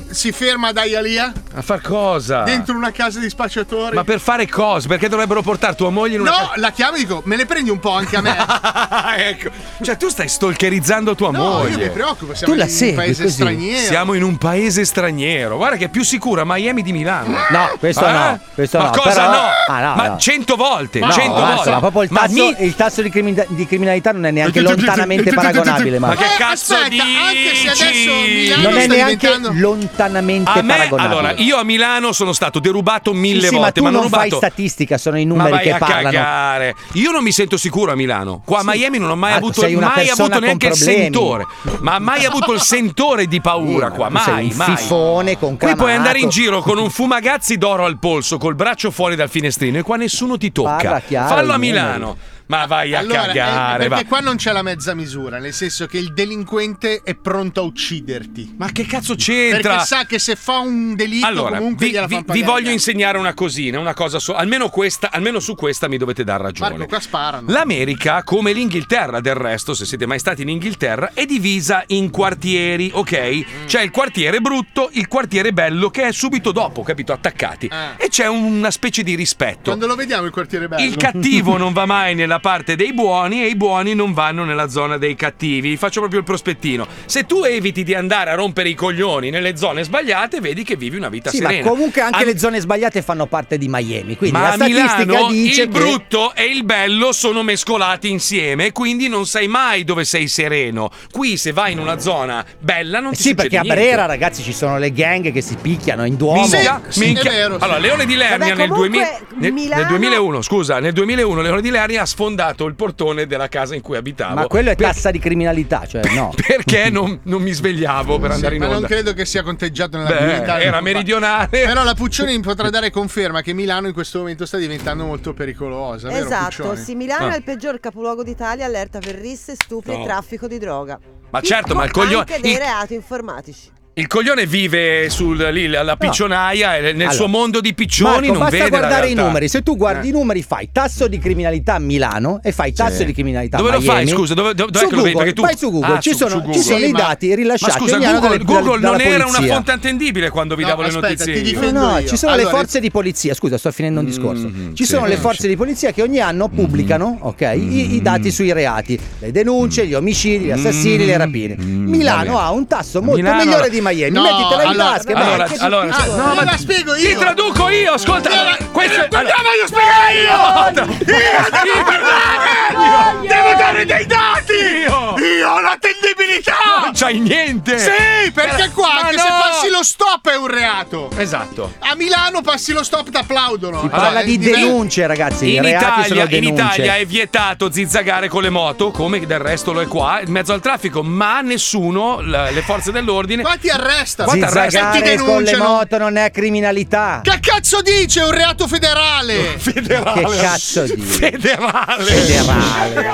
[SPEAKER 5] si ferma ad Aialia
[SPEAKER 2] Mm. A far cosa?
[SPEAKER 5] dentro una casa di spacciatori.
[SPEAKER 2] Ah. Ma per fare cosa? Perché dovrebbero portare tua moglie in una.
[SPEAKER 5] No, la chiamo e dico, me ne prendi un po' anche a me.
[SPEAKER 2] Ah, ecco. Cioè, tu stai stalkerizzando tua
[SPEAKER 5] No,
[SPEAKER 2] moglie.
[SPEAKER 5] io mi preoccupo, siamo Tu la in un segui paese così? straniero.
[SPEAKER 2] Siamo in un paese straniero. Guarda che è più sicura Miami di Milano.
[SPEAKER 3] No, questo
[SPEAKER 2] Eh?
[SPEAKER 3] no, questo
[SPEAKER 2] ma
[SPEAKER 3] no,
[SPEAKER 2] cosa
[SPEAKER 3] però-
[SPEAKER 2] no?
[SPEAKER 3] Ah, no,
[SPEAKER 2] Ma
[SPEAKER 3] no.
[SPEAKER 2] cento volte,
[SPEAKER 3] No,
[SPEAKER 2] cento
[SPEAKER 3] basta,
[SPEAKER 2] volte.
[SPEAKER 3] ma proprio il
[SPEAKER 2] Ma
[SPEAKER 3] tasso,
[SPEAKER 2] mi-
[SPEAKER 3] il tasso di, crimin- di criminalità non è neanche lontanamente paragonabile.
[SPEAKER 2] Ma
[SPEAKER 3] Marco.
[SPEAKER 2] che cazzo
[SPEAKER 5] Eh, aspetta, anche se adesso
[SPEAKER 2] Eh,
[SPEAKER 5] Milano
[SPEAKER 3] Non è
[SPEAKER 5] sta
[SPEAKER 3] neanche
[SPEAKER 5] diventando-
[SPEAKER 3] lontanamente
[SPEAKER 2] A me,
[SPEAKER 3] paragonabile.
[SPEAKER 2] allora, io a Milano sono stato derubato
[SPEAKER 3] Sì,
[SPEAKER 2] mille
[SPEAKER 3] sì,
[SPEAKER 2] volte,
[SPEAKER 3] ma tu
[SPEAKER 2] hanno
[SPEAKER 3] non fai
[SPEAKER 2] rubato-
[SPEAKER 3] statistica, sono i
[SPEAKER 2] ma
[SPEAKER 3] numeri
[SPEAKER 2] vai
[SPEAKER 3] che
[SPEAKER 2] a
[SPEAKER 3] parlano.
[SPEAKER 2] cagare. Io non mi sento sicuro a Milano. Qua a Miami non ho mai
[SPEAKER 3] Ah,
[SPEAKER 2] avuto,
[SPEAKER 3] sei una
[SPEAKER 2] mai
[SPEAKER 3] persona
[SPEAKER 2] avuto
[SPEAKER 3] con
[SPEAKER 2] neanche il
[SPEAKER 3] problemi.
[SPEAKER 2] sentore. Ma ha mai avuto il sentore di paura qua?
[SPEAKER 3] Tu sei
[SPEAKER 2] Mai,
[SPEAKER 3] un
[SPEAKER 2] mai.
[SPEAKER 3] fifone con
[SPEAKER 2] Qui
[SPEAKER 3] Cramato.
[SPEAKER 2] puoi andare in giro con un fumagazzi d'oro al polso, col braccio fuori dal finestrino e qua nessuno ti tocca.
[SPEAKER 3] Parla chiaro,
[SPEAKER 2] Fallo a
[SPEAKER 3] i numeri.
[SPEAKER 2] Milano. Ma vai a
[SPEAKER 5] Allora, eh,
[SPEAKER 2] cagare, va.
[SPEAKER 5] perché qua non c'è la mezza misura, nel senso che il delinquente è pronto a ucciderti.
[SPEAKER 2] Ma che cazzo c'entra?
[SPEAKER 5] Perché sa che se fa un delitto
[SPEAKER 2] Allora,
[SPEAKER 5] comunque
[SPEAKER 2] vi,
[SPEAKER 5] gliela
[SPEAKER 2] vi-
[SPEAKER 5] fa
[SPEAKER 2] vi
[SPEAKER 5] pagare.
[SPEAKER 2] voglio insegnare una cosina, una cosa so- almeno, questa, almeno su questa mi dovete dar ragione.
[SPEAKER 5] Marco, qua sparano.
[SPEAKER 2] L'America, come l'Inghilterra del resto, se siete mai stati in Inghilterra, è divisa in quartieri,
[SPEAKER 5] Mm.
[SPEAKER 2] ok? C'è il quartiere brutto, il quartiere bello che è subito dopo, capito? Attaccati. E c'è una specie di rispetto.
[SPEAKER 5] Eh. Quando lo vediamo il quartiere bello.
[SPEAKER 2] Il cattivo non va mai nella parte dei buoni e i buoni non vanno nella zona dei cattivi. Faccio proprio il prospettino. Se tu eviti di andare a rompere i coglioni nelle zone sbagliate, vedi che vivi una vita
[SPEAKER 3] Sì, ma
[SPEAKER 2] serena.
[SPEAKER 3] comunque anche
[SPEAKER 2] A-
[SPEAKER 3] le zone sbagliate fanno parte di Miami. Quindi
[SPEAKER 2] ma
[SPEAKER 3] la
[SPEAKER 2] a
[SPEAKER 3] statistica
[SPEAKER 2] Milano
[SPEAKER 3] dice
[SPEAKER 2] il
[SPEAKER 3] che-
[SPEAKER 2] brutto e il bello sono mescolati insieme, quindi non sai mai dove sei sereno. Qui se vai in una zona bella non ti
[SPEAKER 3] Eh Sì,
[SPEAKER 2] succede
[SPEAKER 3] perché a
[SPEAKER 2] niente.
[SPEAKER 3] Brera, ragazzi, ci sono le gang che si picchiano in Duomo.
[SPEAKER 2] Minchia, minchia. allora, Leone di Lernia
[SPEAKER 3] Vabbè,
[SPEAKER 2] nel,
[SPEAKER 3] comunque,
[SPEAKER 2] 2000 nel- nel
[SPEAKER 3] Milano-
[SPEAKER 2] 2001, scusa, nel 2001 Leone di Lernia ha sfondato il portone della casa in cui abitavo.
[SPEAKER 3] Ma quello è
[SPEAKER 2] per-
[SPEAKER 3] tassa di criminalità, cioè no.
[SPEAKER 2] perché non, non mi svegliavo per
[SPEAKER 5] Sì,
[SPEAKER 2] andare in
[SPEAKER 5] ma
[SPEAKER 2] onda.
[SPEAKER 5] non credo che sia conteggiato nella
[SPEAKER 2] Beh,
[SPEAKER 5] comunità.
[SPEAKER 2] era meridionale.
[SPEAKER 5] Però la Puccioni potrà dare conferma che Milano in questo momento sta diventando molto pericolosa. vero,
[SPEAKER 24] Esatto,
[SPEAKER 5] Puccioni?
[SPEAKER 24] sì, Milano
[SPEAKER 2] Ah.
[SPEAKER 24] è il peggior capoluogo d'Italia, allerta per risse, stupri
[SPEAKER 2] No.
[SPEAKER 24] e traffico di droga.
[SPEAKER 2] Ma certo, ma il
[SPEAKER 24] Picco
[SPEAKER 2] coglione-
[SPEAKER 24] Anche dei
[SPEAKER 2] il-
[SPEAKER 24] reati informatici.
[SPEAKER 2] Il coglione vive sul, lì, alla piccionaia e nel
[SPEAKER 3] Allora,
[SPEAKER 2] suo mondo di piccioni
[SPEAKER 3] Marco,
[SPEAKER 2] non
[SPEAKER 3] basta
[SPEAKER 2] vede la
[SPEAKER 3] guardare i
[SPEAKER 2] realtà.
[SPEAKER 3] numeri. Se tu guardi
[SPEAKER 2] Eh.
[SPEAKER 3] i numeri, fai tasso di criminalità a Milano e fai tasso di criminalità a
[SPEAKER 2] Dove lo
[SPEAKER 3] Miami.
[SPEAKER 2] fai? Scusa, dove, dove dov'è
[SPEAKER 3] Su
[SPEAKER 2] che lo vedi? Perché
[SPEAKER 3] Google,
[SPEAKER 2] tu...
[SPEAKER 3] Vai su Google,
[SPEAKER 2] Ah,
[SPEAKER 3] ci,
[SPEAKER 2] su-
[SPEAKER 3] sono,
[SPEAKER 2] su
[SPEAKER 3] ci
[SPEAKER 2] Google.
[SPEAKER 3] sono
[SPEAKER 2] Sì,
[SPEAKER 3] i
[SPEAKER 2] ma-
[SPEAKER 3] dati rilasciati.
[SPEAKER 2] Ma scusa,
[SPEAKER 3] ogni anno
[SPEAKER 2] Google,
[SPEAKER 3] dalle- dal-
[SPEAKER 2] Google
[SPEAKER 3] dalla
[SPEAKER 2] non era una
[SPEAKER 3] polizia.
[SPEAKER 2] fonte attendibile quando vi
[SPEAKER 3] No,
[SPEAKER 2] davo
[SPEAKER 3] aspetta,
[SPEAKER 2] le notizie.
[SPEAKER 3] ti difendo No, no, io. ci sono le forze di polizia. Scusa, sto finendo un discorso. Ci sono
[SPEAKER 2] Mm, sì. Mm.
[SPEAKER 3] le forze di polizia che ogni anno pubblicano ok, i, i dati sui reati, le denunce, gli omicidi, gli assassini,
[SPEAKER 2] Mm.
[SPEAKER 3] le rapine. Milano
[SPEAKER 2] vabbè.
[SPEAKER 3] ha un tasso molto
[SPEAKER 2] Milano-
[SPEAKER 3] migliore di Miami.
[SPEAKER 2] No,
[SPEAKER 3] Mettitela in
[SPEAKER 2] allora-
[SPEAKER 3] tasca.
[SPEAKER 2] allora-
[SPEAKER 3] beh, che
[SPEAKER 2] allora-
[SPEAKER 3] difficile.
[SPEAKER 2] Ah, no, ma-
[SPEAKER 5] spiego
[SPEAKER 2] Ti traduco io, ascolta. Questo Andiamo voglio spiegare io! Io, perdonate! Devo dare dei dati! Io ho l'attendibilità! Non c'hai niente!
[SPEAKER 5] Sì, perché qua
[SPEAKER 2] Ma
[SPEAKER 5] anche
[SPEAKER 2] no!
[SPEAKER 5] se passi lo stop è un reato.
[SPEAKER 2] Esatto.
[SPEAKER 5] A Milano passi lo stop t'applaudono.
[SPEAKER 3] Si parla
[SPEAKER 5] Cioè,
[SPEAKER 3] di
[SPEAKER 5] diventa-
[SPEAKER 3] denunce, ragazzi. I
[SPEAKER 2] in,
[SPEAKER 3] reati sono
[SPEAKER 2] Italia, in
[SPEAKER 3] denunce.
[SPEAKER 2] Italia è vietato zizzagare con le moto, come del resto lo è qua, in mezzo al traffico, ma nessuno, la- le forze dell'ordine.
[SPEAKER 5] Qua ti arrestano.
[SPEAKER 2] Qua ti arrestano.
[SPEAKER 3] Zizzagare con le
[SPEAKER 5] denunciano.
[SPEAKER 3] moto non è criminalità.
[SPEAKER 5] Che cazzo dice? È un reato federale.
[SPEAKER 3] Che cazzo di
[SPEAKER 2] federale?
[SPEAKER 3] Federale.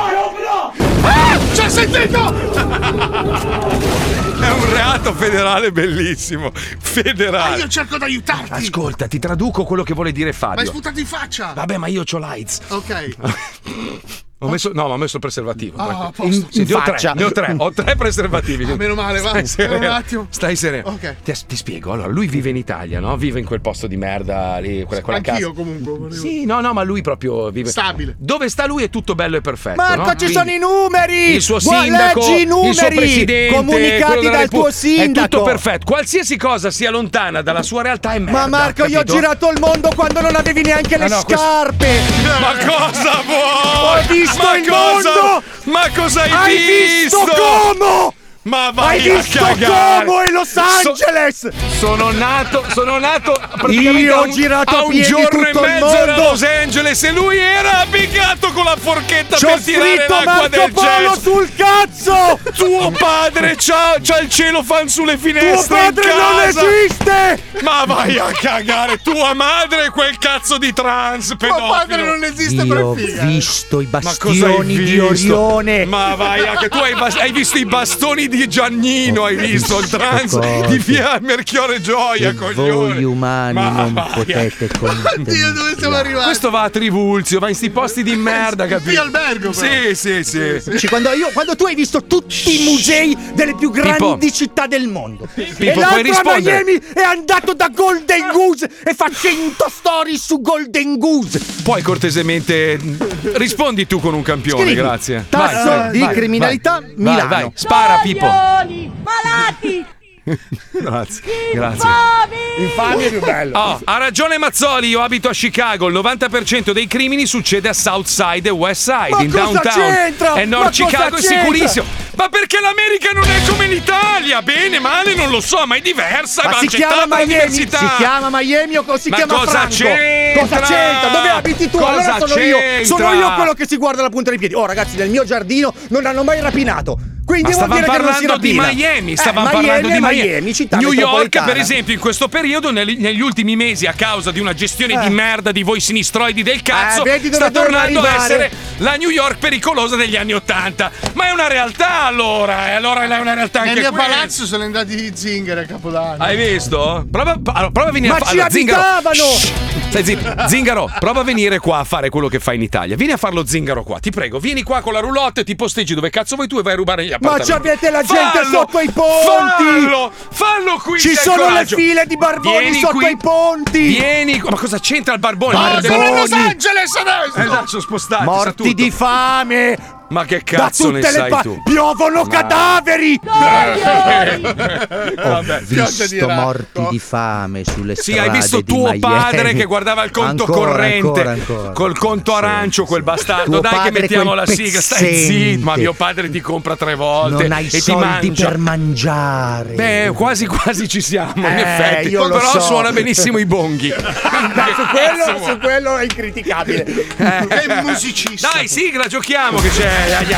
[SPEAKER 5] Ah, ci ha sentito?
[SPEAKER 2] È un reato federale bellissimo.
[SPEAKER 5] Ah,
[SPEAKER 2] Federale.
[SPEAKER 5] io cerco di aiutarti.
[SPEAKER 2] Ah, Ascolta, ti traduco quello che vuole dire
[SPEAKER 5] Ma hai
[SPEAKER 2] Fabio.
[SPEAKER 5] sputato in faccia.
[SPEAKER 2] Vabbè, ma io ho l'AIDS.
[SPEAKER 5] Ok.
[SPEAKER 2] Ho messo, no, ma ho messo il preservativo.
[SPEAKER 5] Ah,
[SPEAKER 2] tranquillo.
[SPEAKER 5] a posto.
[SPEAKER 2] Sì,
[SPEAKER 5] In
[SPEAKER 2] ne ho tre,
[SPEAKER 5] faccia.
[SPEAKER 2] ne ho tre, ho tre preservativi.
[SPEAKER 5] Ah, meno male, va.
[SPEAKER 2] Stai sereno.
[SPEAKER 5] Per un attimo.
[SPEAKER 2] Stai sereno.
[SPEAKER 5] Ok.
[SPEAKER 2] Ti, ti spiego. Allora, lui vive in Italia, no? Vive in quel posto di merda lì, quella, quella
[SPEAKER 5] Anch'io
[SPEAKER 2] casa.
[SPEAKER 5] comunque. volevo-
[SPEAKER 2] Sì, no, no, ma lui proprio vive.
[SPEAKER 5] Stabile.
[SPEAKER 2] Dove sta lui è tutto bello e perfetto.
[SPEAKER 3] Marco,
[SPEAKER 2] no?
[SPEAKER 3] ci
[SPEAKER 2] Quindi-
[SPEAKER 3] sono i numeri!
[SPEAKER 2] Il suo
[SPEAKER 3] Guarda,
[SPEAKER 2] sindaco,
[SPEAKER 3] leggi i numeri
[SPEAKER 2] il suo presidente,
[SPEAKER 3] comunicati
[SPEAKER 2] quello Eh, della
[SPEAKER 3] dal tuo
[SPEAKER 2] Repubblica. È tutto
[SPEAKER 3] sindaco.
[SPEAKER 2] perfetto. Qualsiasi cosa sia lontana dalla sua realtà è merda.
[SPEAKER 3] Ma Marco, io ho
[SPEAKER 2] capito?
[SPEAKER 3] girato il mondo quando non avevi neanche le
[SPEAKER 2] Ah, no, questo-
[SPEAKER 3] scarpe.
[SPEAKER 2] Ma cosa vuoi?
[SPEAKER 3] Ho visto
[SPEAKER 2] Ma
[SPEAKER 3] il
[SPEAKER 2] cosa-
[SPEAKER 3] mondo!
[SPEAKER 2] Ma cosa hai,
[SPEAKER 3] Hai
[SPEAKER 2] visto?
[SPEAKER 3] visto Como?
[SPEAKER 2] Ma vai
[SPEAKER 3] Hai
[SPEAKER 2] a
[SPEAKER 3] visto
[SPEAKER 2] cagare.
[SPEAKER 3] Como e Los
[SPEAKER 2] So-
[SPEAKER 3] Angeles?
[SPEAKER 2] sono nato, sono nato praticamente
[SPEAKER 3] Io
[SPEAKER 2] a
[SPEAKER 3] ho
[SPEAKER 2] un,
[SPEAKER 3] girato
[SPEAKER 2] a
[SPEAKER 3] a
[SPEAKER 2] un
[SPEAKER 3] piedi
[SPEAKER 2] giorno
[SPEAKER 3] tutto
[SPEAKER 2] e
[SPEAKER 3] il
[SPEAKER 2] mezzo da
[SPEAKER 3] mondo.
[SPEAKER 2] Los Angeles e lui era abbicato con la forchetta
[SPEAKER 3] C'ho
[SPEAKER 2] per tirare
[SPEAKER 3] scritto
[SPEAKER 2] l'acqua
[SPEAKER 3] Marco
[SPEAKER 2] del
[SPEAKER 3] Polo
[SPEAKER 2] cesso.
[SPEAKER 3] sul cazzo!
[SPEAKER 2] Tuo padre c'ha, c'ha il cielo fan sulle finestre
[SPEAKER 3] Tuo padre
[SPEAKER 2] in
[SPEAKER 3] non
[SPEAKER 2] casa.
[SPEAKER 3] esiste!
[SPEAKER 2] Ma vai a cagare, tua madre è quel cazzo di trans pedofilo.
[SPEAKER 5] padre non esiste per
[SPEAKER 3] Io ho
[SPEAKER 5] figa.
[SPEAKER 3] visto i
[SPEAKER 2] Ma cosa hai
[SPEAKER 3] bastioni di
[SPEAKER 2] visto?
[SPEAKER 3] Orione.
[SPEAKER 2] Ma vai anche tu hai, bas- hai visto i bastoni di Giannino, hai visto il trans
[SPEAKER 3] cose.
[SPEAKER 2] di via Merchiore Gioia,
[SPEAKER 3] Che voi
[SPEAKER 2] coglione.
[SPEAKER 3] umani
[SPEAKER 2] Ma
[SPEAKER 3] non
[SPEAKER 2] vai a-
[SPEAKER 3] potete contemplare.
[SPEAKER 5] Dove siamo arrivati? Eh,
[SPEAKER 2] Questo va a Trivulzio, va in sti posti di merda, capito?
[SPEAKER 5] Via albergo, però.
[SPEAKER 2] Sì, sì, sì.
[SPEAKER 3] Dici, quando, io- quando tu hai visto tutti i musei delle più grandi città del mondo e
[SPEAKER 2] puoi
[SPEAKER 3] l'altro a
[SPEAKER 2] rispondere?
[SPEAKER 3] Miami è andato da Golden Goose e fa 100 storie su Golden Goose
[SPEAKER 2] Poi cortesemente rispondi tu con un campione,
[SPEAKER 3] Scrivi,
[SPEAKER 2] grazie.
[SPEAKER 3] tasso
[SPEAKER 2] Vai, vai,
[SPEAKER 3] di
[SPEAKER 2] vai,
[SPEAKER 3] criminalità
[SPEAKER 2] vai.
[SPEAKER 3] Milano.
[SPEAKER 2] Vai, vai, spara Pippo.
[SPEAKER 7] Coglioni, malati,
[SPEAKER 2] Grazie, grazie.
[SPEAKER 7] infami.
[SPEAKER 3] Infami è più bello.
[SPEAKER 2] Oh, ha ragione Mazzoli, io abito a Chicago, il 90% dei crimini succede a South Side e West Side,
[SPEAKER 3] Ma
[SPEAKER 2] in
[SPEAKER 3] cosa
[SPEAKER 2] downtown.
[SPEAKER 3] c'entra?
[SPEAKER 2] E Nord
[SPEAKER 3] Ma cosa
[SPEAKER 2] Chicago è
[SPEAKER 3] c'entra?
[SPEAKER 2] sicurissimo. Ma perché l'America non è come l'Italia? Bene, male, non lo so, ma è diversa,
[SPEAKER 3] ma
[SPEAKER 2] va
[SPEAKER 3] si chiama
[SPEAKER 2] accettata la
[SPEAKER 3] Miami si
[SPEAKER 2] diversità.
[SPEAKER 3] chiama Miami o co- si
[SPEAKER 2] Ma
[SPEAKER 3] chiama
[SPEAKER 2] cosa
[SPEAKER 3] Franco
[SPEAKER 2] c'entra?
[SPEAKER 3] cosa c'entra dove abiti tu
[SPEAKER 2] Cosa
[SPEAKER 3] allora sono io
[SPEAKER 2] c'entra?
[SPEAKER 3] sono io quello che si guarda la punta dei piedi oh ragazzi nel mio giardino non hanno mai rapinato Quindi
[SPEAKER 2] Ma
[SPEAKER 3] vuol
[SPEAKER 2] stavamo
[SPEAKER 3] dire che non si
[SPEAKER 2] parlando di
[SPEAKER 3] rapina.
[SPEAKER 2] Miami,
[SPEAKER 3] Eh,
[SPEAKER 2] stavamo
[SPEAKER 3] Miami
[SPEAKER 2] parlando
[SPEAKER 3] è
[SPEAKER 2] di Miami.
[SPEAKER 3] Miami, città
[SPEAKER 2] New York,
[SPEAKER 3] metropolitana.
[SPEAKER 2] per esempio, in questo periodo, negli, negli ultimi mesi, a causa di una gestione di merda di voi sinistroidi del cazzo,
[SPEAKER 3] Eh, vedi dove
[SPEAKER 2] sta
[SPEAKER 3] dovevo
[SPEAKER 2] tornando a
[SPEAKER 3] arrivare.
[SPEAKER 2] essere la New York pericolosa degli anni Ottanta. Ma è una realtà allora, e allora è una realtà anche
[SPEAKER 5] Nel mio
[SPEAKER 2] quella.
[SPEAKER 5] palazzo sono andati di zingare a Capodanno.
[SPEAKER 2] Hai visto? Prova, allora, prova a venire
[SPEAKER 5] Ma
[SPEAKER 2] a fa-
[SPEAKER 5] ci
[SPEAKER 2] allora, Zingaro.
[SPEAKER 5] abitavano!
[SPEAKER 2] Shh! Stai zitto. Zingaro, prova a venire qua a fare quello che fa in Italia. Vieni a farlo zingaro qua, ti prego. Vieni qua con la roulotte, ti posteggi dove cazzo vuoi tu e vai a rubare gli
[SPEAKER 3] Ma
[SPEAKER 2] appartamenti.
[SPEAKER 3] ci avete la gente
[SPEAKER 2] Fallo!
[SPEAKER 3] sotto i ponti!
[SPEAKER 2] Fallo! Fallo qui!
[SPEAKER 3] Ci
[SPEAKER 2] c'è il
[SPEAKER 3] sono
[SPEAKER 2] coraggio.
[SPEAKER 3] le file di barboni
[SPEAKER 2] Vieni
[SPEAKER 3] sotto
[SPEAKER 2] qui.
[SPEAKER 3] i ponti!
[SPEAKER 2] Vieni, qua- ma cosa c'entra il barbone?
[SPEAKER 3] Ma
[SPEAKER 2] Guarda-
[SPEAKER 3] sono a Los
[SPEAKER 5] Angeles adesso!
[SPEAKER 2] Eh, esatto, sono spostati, sa tutto.
[SPEAKER 3] Morti di fame!
[SPEAKER 2] Ma che cazzo
[SPEAKER 3] da
[SPEAKER 2] ne
[SPEAKER 3] tutte le
[SPEAKER 2] sai
[SPEAKER 3] pa-
[SPEAKER 2] tu?
[SPEAKER 3] Piovono
[SPEAKER 2] Ma-
[SPEAKER 3] cadaveri!
[SPEAKER 7] Eh,
[SPEAKER 8] Ho
[SPEAKER 2] Vabbè.
[SPEAKER 8] visto morti di fame sulle
[SPEAKER 2] Sì,
[SPEAKER 8] strade
[SPEAKER 2] hai visto
[SPEAKER 8] di
[SPEAKER 2] tuo
[SPEAKER 8] Miami.
[SPEAKER 2] padre che guardava il conto
[SPEAKER 8] Ancora,
[SPEAKER 2] corrente
[SPEAKER 8] ancora, ancora.
[SPEAKER 2] col conto arancio, quel bastardo.
[SPEAKER 8] Tuo
[SPEAKER 2] Dai, che
[SPEAKER 8] padre,
[SPEAKER 2] mettiamo
[SPEAKER 8] quel
[SPEAKER 2] la sigla. Stai
[SPEAKER 8] pezzente.
[SPEAKER 2] zitto, ma mio padre ti compra tre volte
[SPEAKER 8] Non hai
[SPEAKER 2] e ti
[SPEAKER 8] soldi
[SPEAKER 2] mangia.
[SPEAKER 8] per mangiare.
[SPEAKER 2] Beh, quasi quasi ci siamo, in
[SPEAKER 8] Eh,
[SPEAKER 2] effetti.
[SPEAKER 8] io
[SPEAKER 2] Poi
[SPEAKER 8] lo
[SPEAKER 2] però
[SPEAKER 8] so. Eh,
[SPEAKER 2] suona benissimo i bonghi.
[SPEAKER 3] su, quello, su quello è incriticabile.
[SPEAKER 2] Che musicista. Eh. Dai, sigla, giochiamo che c'è. ai, ai.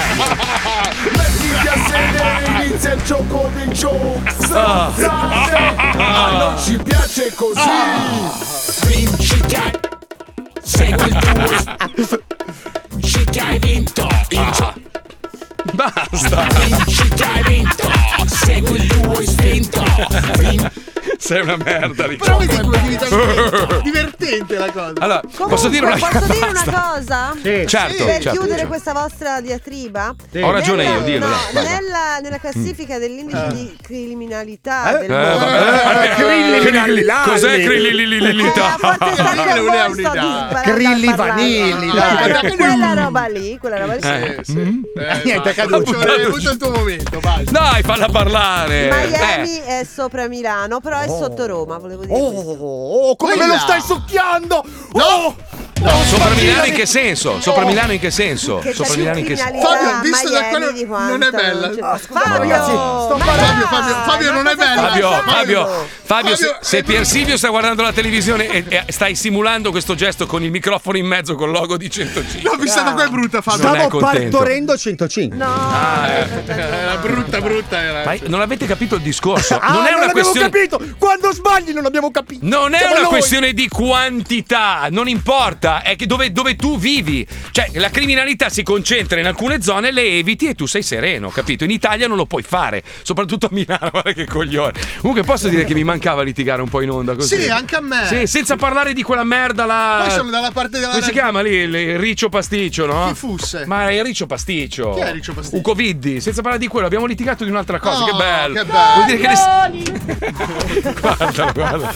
[SPEAKER 20] Mettiti a sedere, inizia il gioco del gioco. Senza
[SPEAKER 2] Ah.
[SPEAKER 20] non ci piace così. Vinci che segui il
[SPEAKER 2] Ah.
[SPEAKER 20] tuo. Vinci che hai vinto.
[SPEAKER 2] Basta.
[SPEAKER 20] Vinci che hai vinto. Segui il tuo istinto.
[SPEAKER 2] Sei una merda,
[SPEAKER 5] Però
[SPEAKER 2] Riccardo.
[SPEAKER 5] vedi come diventa divertente, divertente la cosa.
[SPEAKER 2] Allora,
[SPEAKER 5] Comunque,
[SPEAKER 2] posso dire una
[SPEAKER 5] posso
[SPEAKER 2] cosa?
[SPEAKER 5] dire
[SPEAKER 2] Basta.
[SPEAKER 5] una
[SPEAKER 24] Una cosa
[SPEAKER 2] Sì. Certo,
[SPEAKER 24] per
[SPEAKER 2] certo,
[SPEAKER 24] chiudere
[SPEAKER 2] certo.
[SPEAKER 24] questa vostra diatriba,
[SPEAKER 2] Sì. Ho ragione io, dillo,
[SPEAKER 24] no,
[SPEAKER 2] dai, vai.
[SPEAKER 24] nella, nella classifica dell'indice
[SPEAKER 2] Eh.
[SPEAKER 24] di criminalità del
[SPEAKER 2] Eh, vabbè.
[SPEAKER 24] mondo,
[SPEAKER 2] Crilli- Cos'è
[SPEAKER 24] Eh, a volte sta
[SPEAKER 2] crillililililità?
[SPEAKER 24] con voi, sto disparando
[SPEAKER 3] Crilli
[SPEAKER 24] a parlare.
[SPEAKER 3] vanilli,
[SPEAKER 24] Eh,
[SPEAKER 3] dai.
[SPEAKER 24] guarda, quella roba lì, quella roba lì.
[SPEAKER 2] Eh.
[SPEAKER 24] Eh,
[SPEAKER 3] niente, è
[SPEAKER 5] basta,
[SPEAKER 3] caduto.
[SPEAKER 5] cioè, Hai avuto il tuo momento, vai.
[SPEAKER 2] Dai, falla parlare.
[SPEAKER 24] Miami
[SPEAKER 2] Eh.
[SPEAKER 24] è sopra Milano, però è sotto Roma, volevo dire.
[SPEAKER 3] Oh, come me lo stai succhiando? No!
[SPEAKER 2] Sopra Milano in che senso? Sopra Milano in che senso?
[SPEAKER 24] Eh, Che
[SPEAKER 2] Sopra
[SPEAKER 24] c'è
[SPEAKER 2] Milano in che senso?
[SPEAKER 24] criminalità
[SPEAKER 5] Fabio, visto da
[SPEAKER 24] Miami
[SPEAKER 5] quello-
[SPEAKER 24] di
[SPEAKER 5] non è
[SPEAKER 24] quanto
[SPEAKER 5] bella.
[SPEAKER 24] c'è-
[SPEAKER 5] Fabio,
[SPEAKER 24] ragazzi,
[SPEAKER 5] sto Fabio, Fabio, Fabio non è bella.
[SPEAKER 2] Fabio,
[SPEAKER 5] Fabio.
[SPEAKER 2] Fabio, Fabio, se, se Pier Silvio sta guardando la televisione e, e stai simulando questo gesto con il microfono in mezzo col logo di 105.
[SPEAKER 5] L'ho vista da qua è brutta, Fabio.
[SPEAKER 2] Non è
[SPEAKER 3] Stavo
[SPEAKER 2] contento.
[SPEAKER 3] partorendo 105. No.
[SPEAKER 2] Ah, eh.
[SPEAKER 5] Era brutta, brutta era.
[SPEAKER 2] Ma non avete capito il discorso?
[SPEAKER 3] Ah,
[SPEAKER 2] Non è una
[SPEAKER 3] abbiamo
[SPEAKER 2] questione
[SPEAKER 3] capito! Quando sbagli non abbiamo capito!
[SPEAKER 2] Non è
[SPEAKER 3] Siamo
[SPEAKER 2] una
[SPEAKER 3] noi.
[SPEAKER 2] questione di quantità, non importa, è che dove, dove tu vivi. Cioè, la criminalità si concentra in alcune zone, le eviti e tu sei sereno, capito? In Italia non lo puoi fare, soprattutto a Milano, guarda che coglione. Comunque posso dire che mi mancava litigare un po' in onda così.
[SPEAKER 5] Sì, anche a me.
[SPEAKER 2] Sì, senza parlare di quella merda là.
[SPEAKER 5] Poi sono dalla Eh. parte della
[SPEAKER 2] Come si chiama lì? Il riccio pasticcio, no?
[SPEAKER 5] Chi fusse?
[SPEAKER 2] Ma è il riccio pasticcio.
[SPEAKER 5] Chi è il riccio pasticcio?
[SPEAKER 2] Ucoviddi, senza parlare di quello, abbiamo litigato di un'altra cosa. che bello.
[SPEAKER 5] Che bello.
[SPEAKER 2] Vuol dire che le- Guarda, guarda.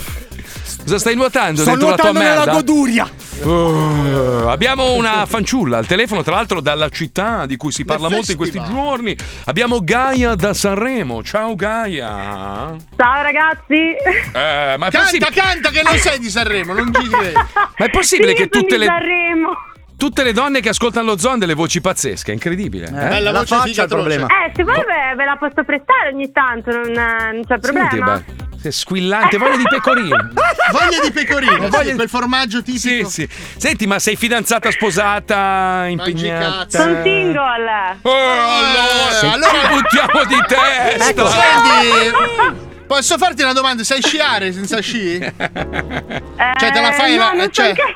[SPEAKER 2] Cosa stai nuotando
[SPEAKER 3] Sto
[SPEAKER 2] dentro la tua
[SPEAKER 3] nuotando nella
[SPEAKER 2] merda?
[SPEAKER 3] goduria!
[SPEAKER 2] Uh, abbiamo una fanciulla al telefono, tra l'altro dalla città di cui si parla molto in questi giorni. Abbiamo Gaia da Sanremo. Ciao Gaia.
[SPEAKER 25] Ciao ragazzi!
[SPEAKER 2] Eh, ma, è
[SPEAKER 5] Canta,
[SPEAKER 2] possibile-
[SPEAKER 5] canta che non sei di Sanremo, non ci credo.
[SPEAKER 2] ma è possibile che tutte le,
[SPEAKER 25] Sanremo.
[SPEAKER 2] tutte le donne che ascoltano lo zoo hanno delle voci pazzesche, è incredibile. eh?
[SPEAKER 5] bella voce
[SPEAKER 25] faccia
[SPEAKER 5] figa
[SPEAKER 25] il problema.
[SPEAKER 2] cioè.
[SPEAKER 25] Eh, se vuoi ve, ve la posso prestare ogni tanto, non, eh, non c'è
[SPEAKER 2] Senti,
[SPEAKER 25] problema.
[SPEAKER 2] ma- sei squillante, voglia di pecorino.
[SPEAKER 5] Voglia di pecorino, voglia di quel formaggio
[SPEAKER 2] Sì,
[SPEAKER 5] tipico.
[SPEAKER 2] sì. Senti, ma sei fidanzata, sposata, impegnata?
[SPEAKER 25] Sono single!
[SPEAKER 2] Oh,
[SPEAKER 5] Eh,
[SPEAKER 2] allora, allora buttiamo di testa.
[SPEAKER 5] Ecco, senti, posso farti una domanda? Sai sciare senza sci? Cioè, te la fai
[SPEAKER 25] Eh, no,
[SPEAKER 5] la-
[SPEAKER 25] non
[SPEAKER 5] cioè,
[SPEAKER 25] sono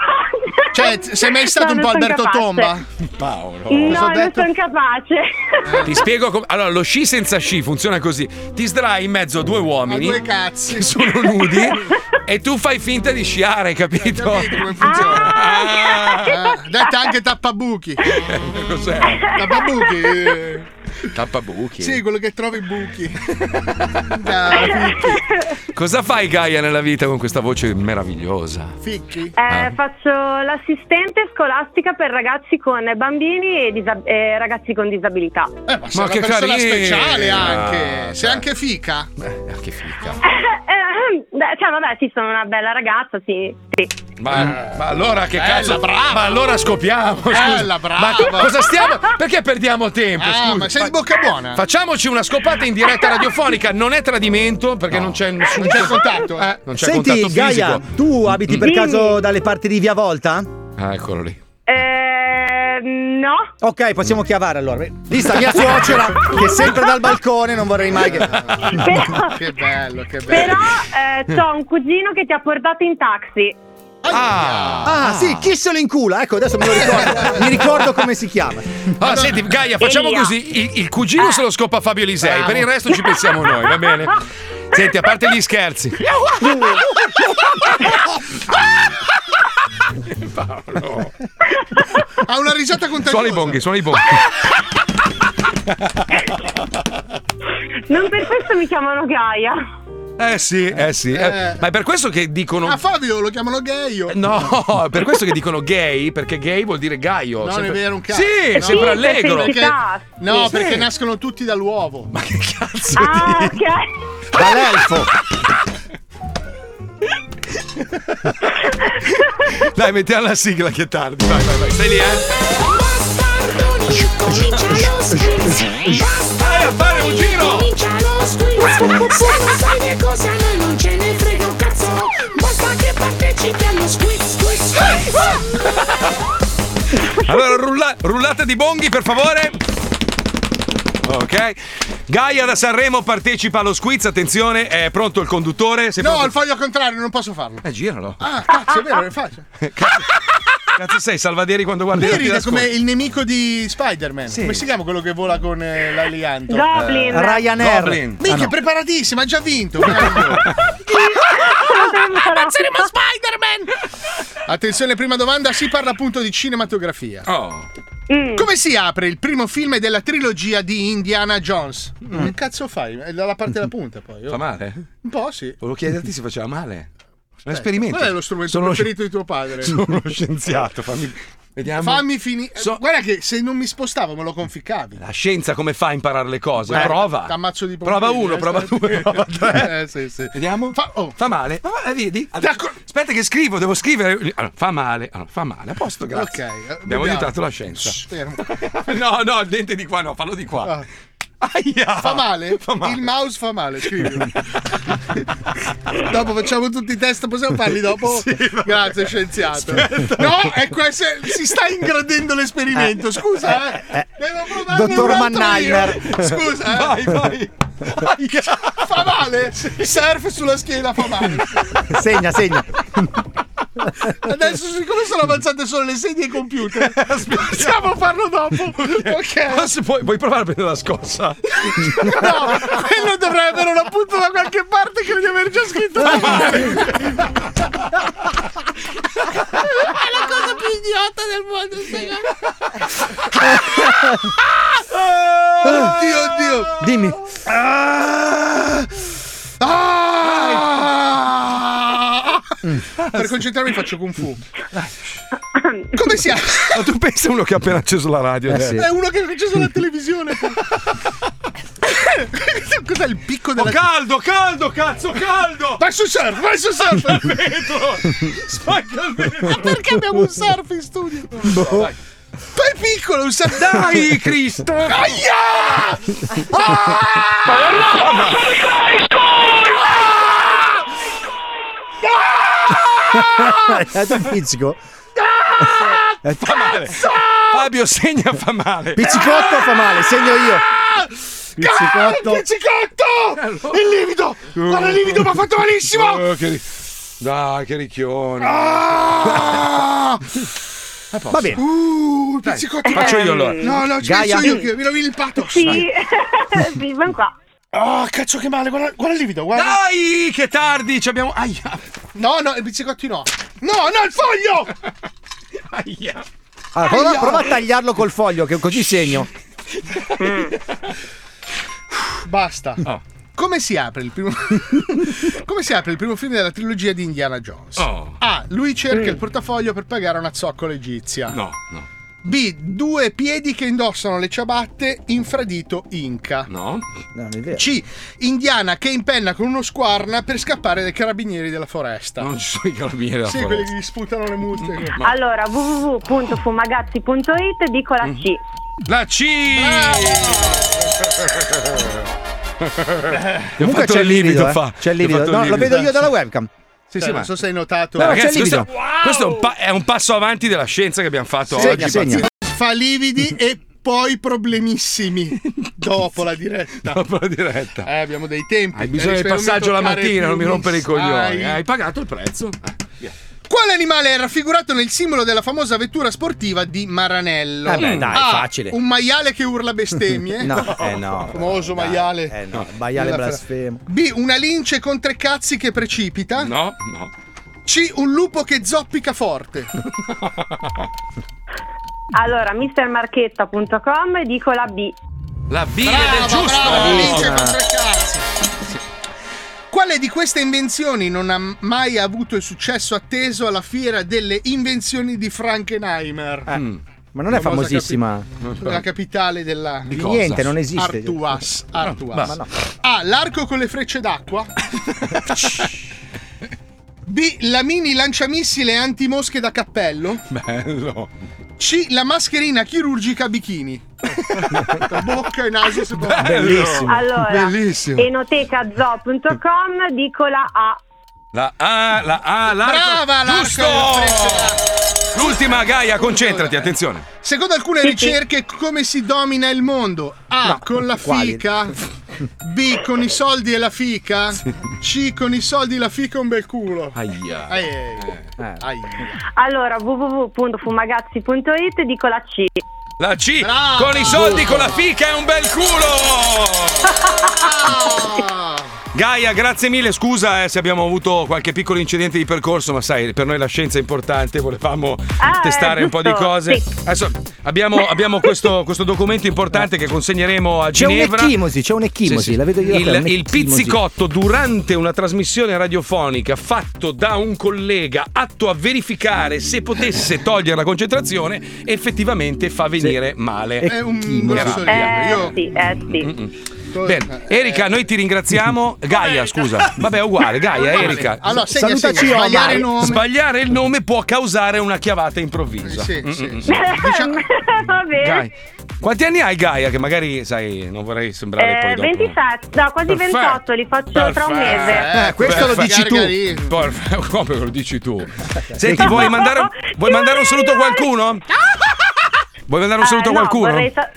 [SPEAKER 5] cioè, sei mai stato un
[SPEAKER 25] No,
[SPEAKER 5] po'
[SPEAKER 25] non sono
[SPEAKER 5] Alberto
[SPEAKER 25] capace.
[SPEAKER 5] Tomba?
[SPEAKER 2] Paolo.
[SPEAKER 25] No, non sono capace.
[SPEAKER 2] Ti spiego come. Allora, lo sci senza sci funziona così: ti sdrai in mezzo a due uomini
[SPEAKER 5] due cazzi.
[SPEAKER 2] che sono nudi e tu fai finta di sciare, capito?
[SPEAKER 5] Ah, detta anche tappabuchi.
[SPEAKER 2] eh, Cos'è?
[SPEAKER 5] Tappabuchi? eh,
[SPEAKER 2] Tappabuchi.
[SPEAKER 5] Sì, quello che trovi i buchi.
[SPEAKER 2] Cosa fai, Gaia, nella vita con questa voce meravigliosa?
[SPEAKER 5] Ficchi?
[SPEAKER 2] Ah.
[SPEAKER 25] Eh, faccio l'assistente scolastica per ragazzi con bambini e, disa- e ragazzi con disabilità.
[SPEAKER 5] Eh, ma sei una
[SPEAKER 2] che Ah,
[SPEAKER 5] persona
[SPEAKER 2] carina.
[SPEAKER 5] speciale anche. Sei
[SPEAKER 2] Dai.
[SPEAKER 5] anche fica.
[SPEAKER 2] che fica.
[SPEAKER 25] Eh, eh, cioè, vabbè, sì, sono una bella ragazza, sì. sì.
[SPEAKER 2] Ma, ma allora che
[SPEAKER 5] Bella,
[SPEAKER 2] cazzo?
[SPEAKER 5] brava.
[SPEAKER 2] Ma allora scopiamo.
[SPEAKER 5] Bella,
[SPEAKER 2] scusa.
[SPEAKER 5] brava.
[SPEAKER 2] Ma che- cosa stiamo? Perché perdiamo tempo?
[SPEAKER 5] Ah,
[SPEAKER 2] scusa?
[SPEAKER 5] ma sei di
[SPEAKER 2] Fa-
[SPEAKER 5] bocca buona.
[SPEAKER 2] Facciamoci una scopata in diretta radiofonica. Non è tradimento perché non c'è nessun
[SPEAKER 5] Non c'è il contatto, eh.
[SPEAKER 2] Non c'è
[SPEAKER 3] Senti,
[SPEAKER 2] contatto
[SPEAKER 3] Gaia,
[SPEAKER 2] fisico.
[SPEAKER 3] tu abiti per
[SPEAKER 25] Dimmi.
[SPEAKER 3] caso dalle parti di Via Volta?
[SPEAKER 2] Ah, eccolo lì.
[SPEAKER 25] Eh, No.
[SPEAKER 3] Ok, possiamo chiavare allora. Vista mia suocera, che sempre dal balcone non vorrei mai che.
[SPEAKER 5] che bello, che bello.
[SPEAKER 25] Però eh, ho un cugino che ti ha portato in taxi.
[SPEAKER 3] Ah, sì, chi se lo incula? Ecco, adesso me lo ricordo. Mi ricordo come si chiama.
[SPEAKER 2] Ah, senti, Gaia, facciamo
[SPEAKER 3] Elia.
[SPEAKER 2] così: il, il cugino se lo scopa Fabio Lisei,
[SPEAKER 3] Bravo.
[SPEAKER 2] per il resto ci pensiamo noi, va bene? Senti, a parte gli scherzi. Paolo.
[SPEAKER 5] Ha una risata contagiosa.
[SPEAKER 2] Suona i bonghi, suona i bonghi.
[SPEAKER 25] Non per questo mi chiamano Gaia.
[SPEAKER 2] Eh sì, eh sì. eh.
[SPEAKER 5] Eh.
[SPEAKER 2] Ma è per questo che dicono.
[SPEAKER 5] A Ah, Fabio lo chiamano Gaio.
[SPEAKER 2] No, è per questo che dicono gay, perché gay vuol dire gaio.
[SPEAKER 5] Non
[SPEAKER 2] sempre-
[SPEAKER 5] è vero un cazzo.
[SPEAKER 2] Sì,
[SPEAKER 5] No,
[SPEAKER 2] sembra
[SPEAKER 5] perché-
[SPEAKER 2] allegro.
[SPEAKER 5] Perché, no,
[SPEAKER 2] Sì.
[SPEAKER 5] perché
[SPEAKER 2] Sì.
[SPEAKER 5] nascono tutti dall'uovo. Ma che
[SPEAKER 2] cazzo Cioè,
[SPEAKER 25] Ah,
[SPEAKER 2] Dall'elfo. Dai, mettiamo la sigla che è tardi. Vai, vai, vai. Stai lì, eh?
[SPEAKER 7] Vai
[SPEAKER 2] Eh, a fare un giro!
[SPEAKER 7] Comincia lo squiz Se non sai che cosa a noi non ce ne frega un cazzo Basta che partecipi allo squiz, squiz, squiz
[SPEAKER 2] Allora, rulla- rullata di bonghi, per favore. Ok. Gaia da Sanremo partecipa allo squiz. Attenzione, è pronto il conduttore. Sei
[SPEAKER 5] No,
[SPEAKER 2] pronto?
[SPEAKER 5] il foglio contrario, non posso farlo.
[SPEAKER 2] Eh, giralo.
[SPEAKER 5] Ah, cazzo, è vero, le faccio.
[SPEAKER 2] Cazzo sei, Salvaderi quando guardi
[SPEAKER 5] Lei
[SPEAKER 2] la
[SPEAKER 5] ride
[SPEAKER 2] tira
[SPEAKER 5] come il nemico di Spider-Man. Come si chiama quello che vola con eh, l'alianto?
[SPEAKER 25] Goblin.
[SPEAKER 2] Ryanair. Goblin.
[SPEAKER 5] Minchia,
[SPEAKER 2] Eh, Ah, no.
[SPEAKER 5] preparatissima, ha già vinto.
[SPEAKER 25] Ammazzeremo
[SPEAKER 5] Spider-Man! Attenzione, prima domanda, si parla appunto di cinematografia.
[SPEAKER 2] Oh.
[SPEAKER 5] Come si apre il primo film della trilogia di Indiana Jones?
[SPEAKER 2] Mm.
[SPEAKER 5] Che cazzo fai? È dalla parte della punta poi. oh.
[SPEAKER 2] Fa male?
[SPEAKER 5] Un po' sì.
[SPEAKER 2] Volevo chiederti se faceva male.
[SPEAKER 5] Aspetta,
[SPEAKER 2] Un
[SPEAKER 5] Certo.
[SPEAKER 2] esperimento.
[SPEAKER 5] Qual è lo strumento
[SPEAKER 2] Sono-
[SPEAKER 5] preferito di tuo padre?
[SPEAKER 2] Sono uno scienziato, fammi. Vediamo.
[SPEAKER 5] Fammi finire. Guarda che se non mi spostavo me lo conficcavi.
[SPEAKER 2] La scienza come fa a imparare le cose?
[SPEAKER 5] Eh,
[SPEAKER 2] Eh, prova.
[SPEAKER 5] t'ammazzo di
[SPEAKER 2] Prova
[SPEAKER 5] pompieri,
[SPEAKER 2] uno,
[SPEAKER 5] eh,
[SPEAKER 2] prova
[SPEAKER 5] stai-
[SPEAKER 2] due, prova tre.
[SPEAKER 5] Eh, sì, oh. sì.
[SPEAKER 2] Vediamo. Fa, male. Fa male, vedi? Aspetta che scrivo, devo scrivere. Allora, fa male. Allora, fa male. A posto, grazie.
[SPEAKER 5] Ok, eh,
[SPEAKER 2] Abbiamo
[SPEAKER 5] dobbiamo.
[SPEAKER 2] aiutato la scienza.
[SPEAKER 5] Shh, fermo.
[SPEAKER 2] no, no, il dente di qua no, fallo di
[SPEAKER 5] Ah.
[SPEAKER 2] qua. Aia.
[SPEAKER 5] Fa male? Il mouse fa male, scrivilo. dopo facciamo tutti i test, possiamo farli dopo? Grazie, scienziato.
[SPEAKER 2] Aspetta.
[SPEAKER 5] No, è que- se- si sta ingrandendo l'esperimento, scusa, eh. Devo provarne
[SPEAKER 7] eh, Dottor
[SPEAKER 5] un altro
[SPEAKER 7] Mannheimer.
[SPEAKER 5] io. Scusa, eh.
[SPEAKER 7] Vai, vai.
[SPEAKER 5] Aia. Fa male? Surf sulla schiena fa male.
[SPEAKER 3] Segna, segna.
[SPEAKER 5] Adesso, siccome sono avanzate solo le sedie e i computer, possiamo farlo dopo. Ok.
[SPEAKER 2] Adesso puoi, puoi provare a prendere la scossa.
[SPEAKER 5] No, quello dovrebbe avere un appunto da qualche parte che di aver già scritto. È la cosa più idiota del mondo, Oddio, oddio.
[SPEAKER 3] Dimmi.
[SPEAKER 5] Ah! Per concentrarmi faccio kung fu. Come si apre?
[SPEAKER 2] Ma tu pensa a uno che ha appena acceso la radio?
[SPEAKER 7] Eh,
[SPEAKER 3] Eh,
[SPEAKER 2] eh? adesso?
[SPEAKER 5] È uno che ha acceso la televisione. Cos'è il picco della...
[SPEAKER 2] Oh, caldo, caldo, cazzo, caldo!
[SPEAKER 5] Vai su surf, vai su surf!
[SPEAKER 2] Spacca il vetro!
[SPEAKER 5] Ma perché abbiamo un surf in studio?
[SPEAKER 7] Boh.
[SPEAKER 5] Fai piccolo, un surf...
[SPEAKER 2] Dai, Cristo! Ah!
[SPEAKER 5] Aia! Ah!
[SPEAKER 3] È un pizzico.
[SPEAKER 2] Ah! Fa male. Fabio segna fa male. Ah!
[SPEAKER 3] Pizzicotto fa male, segno io. Pizzicotto.
[SPEAKER 5] Pizzicotto! Il livido!
[SPEAKER 2] Uh.
[SPEAKER 5] Guarda il livido, mi ha fatto malissimo!
[SPEAKER 2] Oh, che ri- Dai, che ricchione.
[SPEAKER 5] Ah!
[SPEAKER 2] A posto.
[SPEAKER 5] Va bene. Uh,
[SPEAKER 2] Dai,
[SPEAKER 5] pizzicotto.
[SPEAKER 2] faccio io allora.
[SPEAKER 5] No, no, ci
[SPEAKER 2] Gaia.
[SPEAKER 5] penso io che mi rovini il pathos.
[SPEAKER 25] Sì, sì, ben qua.
[SPEAKER 5] Oh, cazzo che male, guarda, guarda il livido, guarda.
[SPEAKER 2] Dai, che tardi, ci abbiamo... Aia.
[SPEAKER 5] No, no, i pizzicotti no. No, no, il foglio!
[SPEAKER 2] Aia.
[SPEAKER 3] Allora, prova, prova a tagliarlo col foglio, che così segno.
[SPEAKER 2] Mm.
[SPEAKER 5] Basta.
[SPEAKER 2] Oh.
[SPEAKER 5] Come si apre il primo Come si apre il primo film della trilogia di Indiana Jones?
[SPEAKER 2] Oh.
[SPEAKER 5] A. Lui cerca il portafoglio per pagare una zoccola egizia.
[SPEAKER 2] No, no.
[SPEAKER 5] B. Due piedi che indossano le ciabatte infradito Inca.
[SPEAKER 2] No.
[SPEAKER 5] C. Indiana che impenna con uno squarna per scappare dai carabinieri della foresta.
[SPEAKER 2] Non ci sono i carabinieri della
[SPEAKER 5] sì,
[SPEAKER 2] foresta.
[SPEAKER 5] quelli che gli sputano le
[SPEAKER 3] Mm.
[SPEAKER 5] multe.
[SPEAKER 25] Allora, www.fumagazzi.it dico la C.
[SPEAKER 3] Mm-hmm.
[SPEAKER 2] La C!
[SPEAKER 3] Comunque c'è il livido. eh. C'è il livido. No, lo vedo io dalla webcam.
[SPEAKER 5] Sì, sì, ma
[SPEAKER 2] Dai,
[SPEAKER 5] non so
[SPEAKER 2] Cioè, ma-
[SPEAKER 5] se hai notato.
[SPEAKER 2] Ragazzi, questo, questo è, un pa- è un passo avanti della scienza che abbiamo fatto
[SPEAKER 5] Segna,
[SPEAKER 2] oggi.
[SPEAKER 5] segna.
[SPEAKER 2] pazzesco.
[SPEAKER 5] fa lividi e poi problemissimi dopo la diretta.
[SPEAKER 2] Dopo la diretta.
[SPEAKER 5] Eh, abbiamo dei tempi.
[SPEAKER 2] Hai bisogno
[SPEAKER 5] Eh,
[SPEAKER 2] del
[SPEAKER 5] spero non
[SPEAKER 2] passaggio la
[SPEAKER 5] toccare
[SPEAKER 2] mattina, non mi
[SPEAKER 5] più
[SPEAKER 2] rompere i coglioni.
[SPEAKER 5] sai.
[SPEAKER 2] Hai pagato il prezzo. Eh, via.
[SPEAKER 5] Quale animale è raffigurato nel simbolo della famosa vettura sportiva di Maranello? Mm.
[SPEAKER 3] Eh beh, dai,
[SPEAKER 5] A,
[SPEAKER 3] facile.
[SPEAKER 5] Un maiale che urla bestemmie.
[SPEAKER 3] No, eh no.
[SPEAKER 5] Famoso maiale.
[SPEAKER 3] Eh no, maiale
[SPEAKER 5] Della-
[SPEAKER 3] blasfemo.
[SPEAKER 5] B, una lince con tre cazzi che precipita.
[SPEAKER 2] No, no.
[SPEAKER 5] C, un lupo che zoppica forte.
[SPEAKER 25] Allora, mistermarchetta.com dico la B.
[SPEAKER 2] La B
[SPEAKER 25] è del giusto.
[SPEAKER 5] lince con tre cazzi. Quale di queste invenzioni non ha mai avuto il successo atteso alla fiera delle invenzioni di Frankenheimer?
[SPEAKER 3] Eh. Mm. Ma non è
[SPEAKER 5] Famosa
[SPEAKER 3] famosissima.
[SPEAKER 5] La capitale della
[SPEAKER 3] Di cosa? Niente, non esiste.
[SPEAKER 5] Artuas.
[SPEAKER 2] Ah,
[SPEAKER 5] Artuas.
[SPEAKER 3] Ma no.
[SPEAKER 5] A. Ah, L'arco con le frecce d'acqua. B. La mini lanciamissile antimosche da cappello.
[SPEAKER 2] Bello.
[SPEAKER 5] C. La mascherina chirurgica bikini. Tra bocca e naso si può-
[SPEAKER 25] Allora,
[SPEAKER 2] Bellissimo.
[SPEAKER 25] enotecazo.com dico la A.
[SPEAKER 2] La A, la A, l'arco.
[SPEAKER 5] Brava, l'arco
[SPEAKER 2] Giusto!
[SPEAKER 5] della
[SPEAKER 2] L'ultima Gaia, concentrati, attenzione.
[SPEAKER 5] Secondo alcune ricerche, come si domina il mondo? A.
[SPEAKER 2] No,
[SPEAKER 5] con la
[SPEAKER 2] quali?
[SPEAKER 5] fica. B. Con i soldi e la fica. C. Con i soldi, la fica e un bel culo.
[SPEAKER 2] Aia.
[SPEAKER 5] Aia.
[SPEAKER 3] Eh.
[SPEAKER 5] Aia.
[SPEAKER 25] Allora, www.fumagazzi.it dico la C.
[SPEAKER 2] La C con i soldi, con la fica è un bel culo. Gaia, grazie mille. Scusa eh, se abbiamo avuto qualche piccolo incidente di percorso, ma sai, per noi la scienza è importante. Volevamo
[SPEAKER 25] Ah,
[SPEAKER 2] testare un po' di
[SPEAKER 25] giusto,
[SPEAKER 2] cose.
[SPEAKER 25] sì.
[SPEAKER 2] Adesso abbiamo, abbiamo questo, questo documento importante che consegneremo a
[SPEAKER 3] C'è un
[SPEAKER 2] Ginevra.
[SPEAKER 3] ecchimosi, c'è un ecchimosi,
[SPEAKER 2] Sì, sì.
[SPEAKER 3] la vedo io. da qui,
[SPEAKER 2] Il,
[SPEAKER 3] un
[SPEAKER 2] il
[SPEAKER 3] ecchimosi.
[SPEAKER 2] pizzicotto durante una trasmissione radiofonica fatto da un collega atto a verificare se potesse togliere la concentrazione, effettivamente fa venire male.
[SPEAKER 5] È un grosso
[SPEAKER 2] Era-
[SPEAKER 5] Eh, io-
[SPEAKER 25] sì, eh
[SPEAKER 2] Mm,
[SPEAKER 25] sì.
[SPEAKER 2] Bene, Erika, noi ti ringraziamo. Gaia, scusa. Vabbè, è uguale, Gaia,
[SPEAKER 5] Uguale.
[SPEAKER 2] Erika.
[SPEAKER 5] Allora, segna, Salutaci, segna. Omar. Sbagliare il nome.
[SPEAKER 2] Sbagliare il nome può causare una chiavata improvvisa.
[SPEAKER 5] Sì,
[SPEAKER 2] Mm, mm,
[SPEAKER 5] sì,
[SPEAKER 2] mm.
[SPEAKER 5] sì. Diciamo-
[SPEAKER 25] Va bene.
[SPEAKER 2] Gaia. Quanti anni hai Gaia? Che magari, sai, non vorrei sembrare poi
[SPEAKER 25] Eh,
[SPEAKER 2] dopo.
[SPEAKER 25] 27, no, quasi
[SPEAKER 2] Perfetto.
[SPEAKER 25] 28, li faccio tra un
[SPEAKER 2] Perfetto.
[SPEAKER 25] mese.
[SPEAKER 2] Perfetto. Porfa, Come lo dici tu? Senti, vuoi mandare, vuoi mandare un saluto a qualcuno? Vuoi mandare
[SPEAKER 7] Ah,
[SPEAKER 2] un saluto a
[SPEAKER 25] Eh, no,
[SPEAKER 2] qualcuno?
[SPEAKER 25] vorrei sa-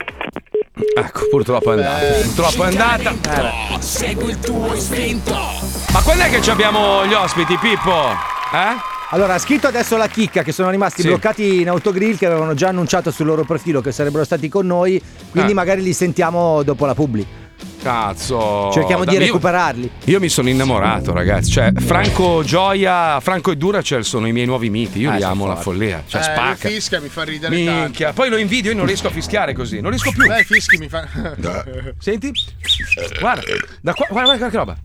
[SPEAKER 2] Ecco, purtroppo è andata. Purtroppo è
[SPEAKER 5] Eh,
[SPEAKER 2] andata. Eh.
[SPEAKER 20] Segui il tuo istinto.
[SPEAKER 2] Ma quando è che ci abbiamo gli ospiti, Pippo? Eh?
[SPEAKER 3] Allora, ha scritto adesso la chicca che sono rimasti
[SPEAKER 2] Sì.
[SPEAKER 3] bloccati in autogrill che avevano già annunciato sul loro profilo che sarebbero stati con noi, quindi
[SPEAKER 2] Ah.
[SPEAKER 3] magari li sentiamo dopo la publi.
[SPEAKER 2] Cazzo.
[SPEAKER 3] Cerchiamo di
[SPEAKER 2] Dammi- io-
[SPEAKER 3] recuperarli.
[SPEAKER 2] Io mi sono innamorato, ragazzi. Cioè, Franco Gioia, Franco e Duracell sono i miei nuovi miti. Io
[SPEAKER 5] Eh,
[SPEAKER 2] li
[SPEAKER 5] sono
[SPEAKER 2] amo la
[SPEAKER 5] forti.
[SPEAKER 2] follia. Cioè,
[SPEAKER 5] Eh,
[SPEAKER 2] spacca.
[SPEAKER 5] lui fischia mi fa ridere tanto.
[SPEAKER 2] Minchia. Poi lo invidio, io non riesco a fischiare così. Non riesco più.
[SPEAKER 5] Dai, fischi mi fa.
[SPEAKER 2] Senti, guarda, da qua, guarda, guarda che roba.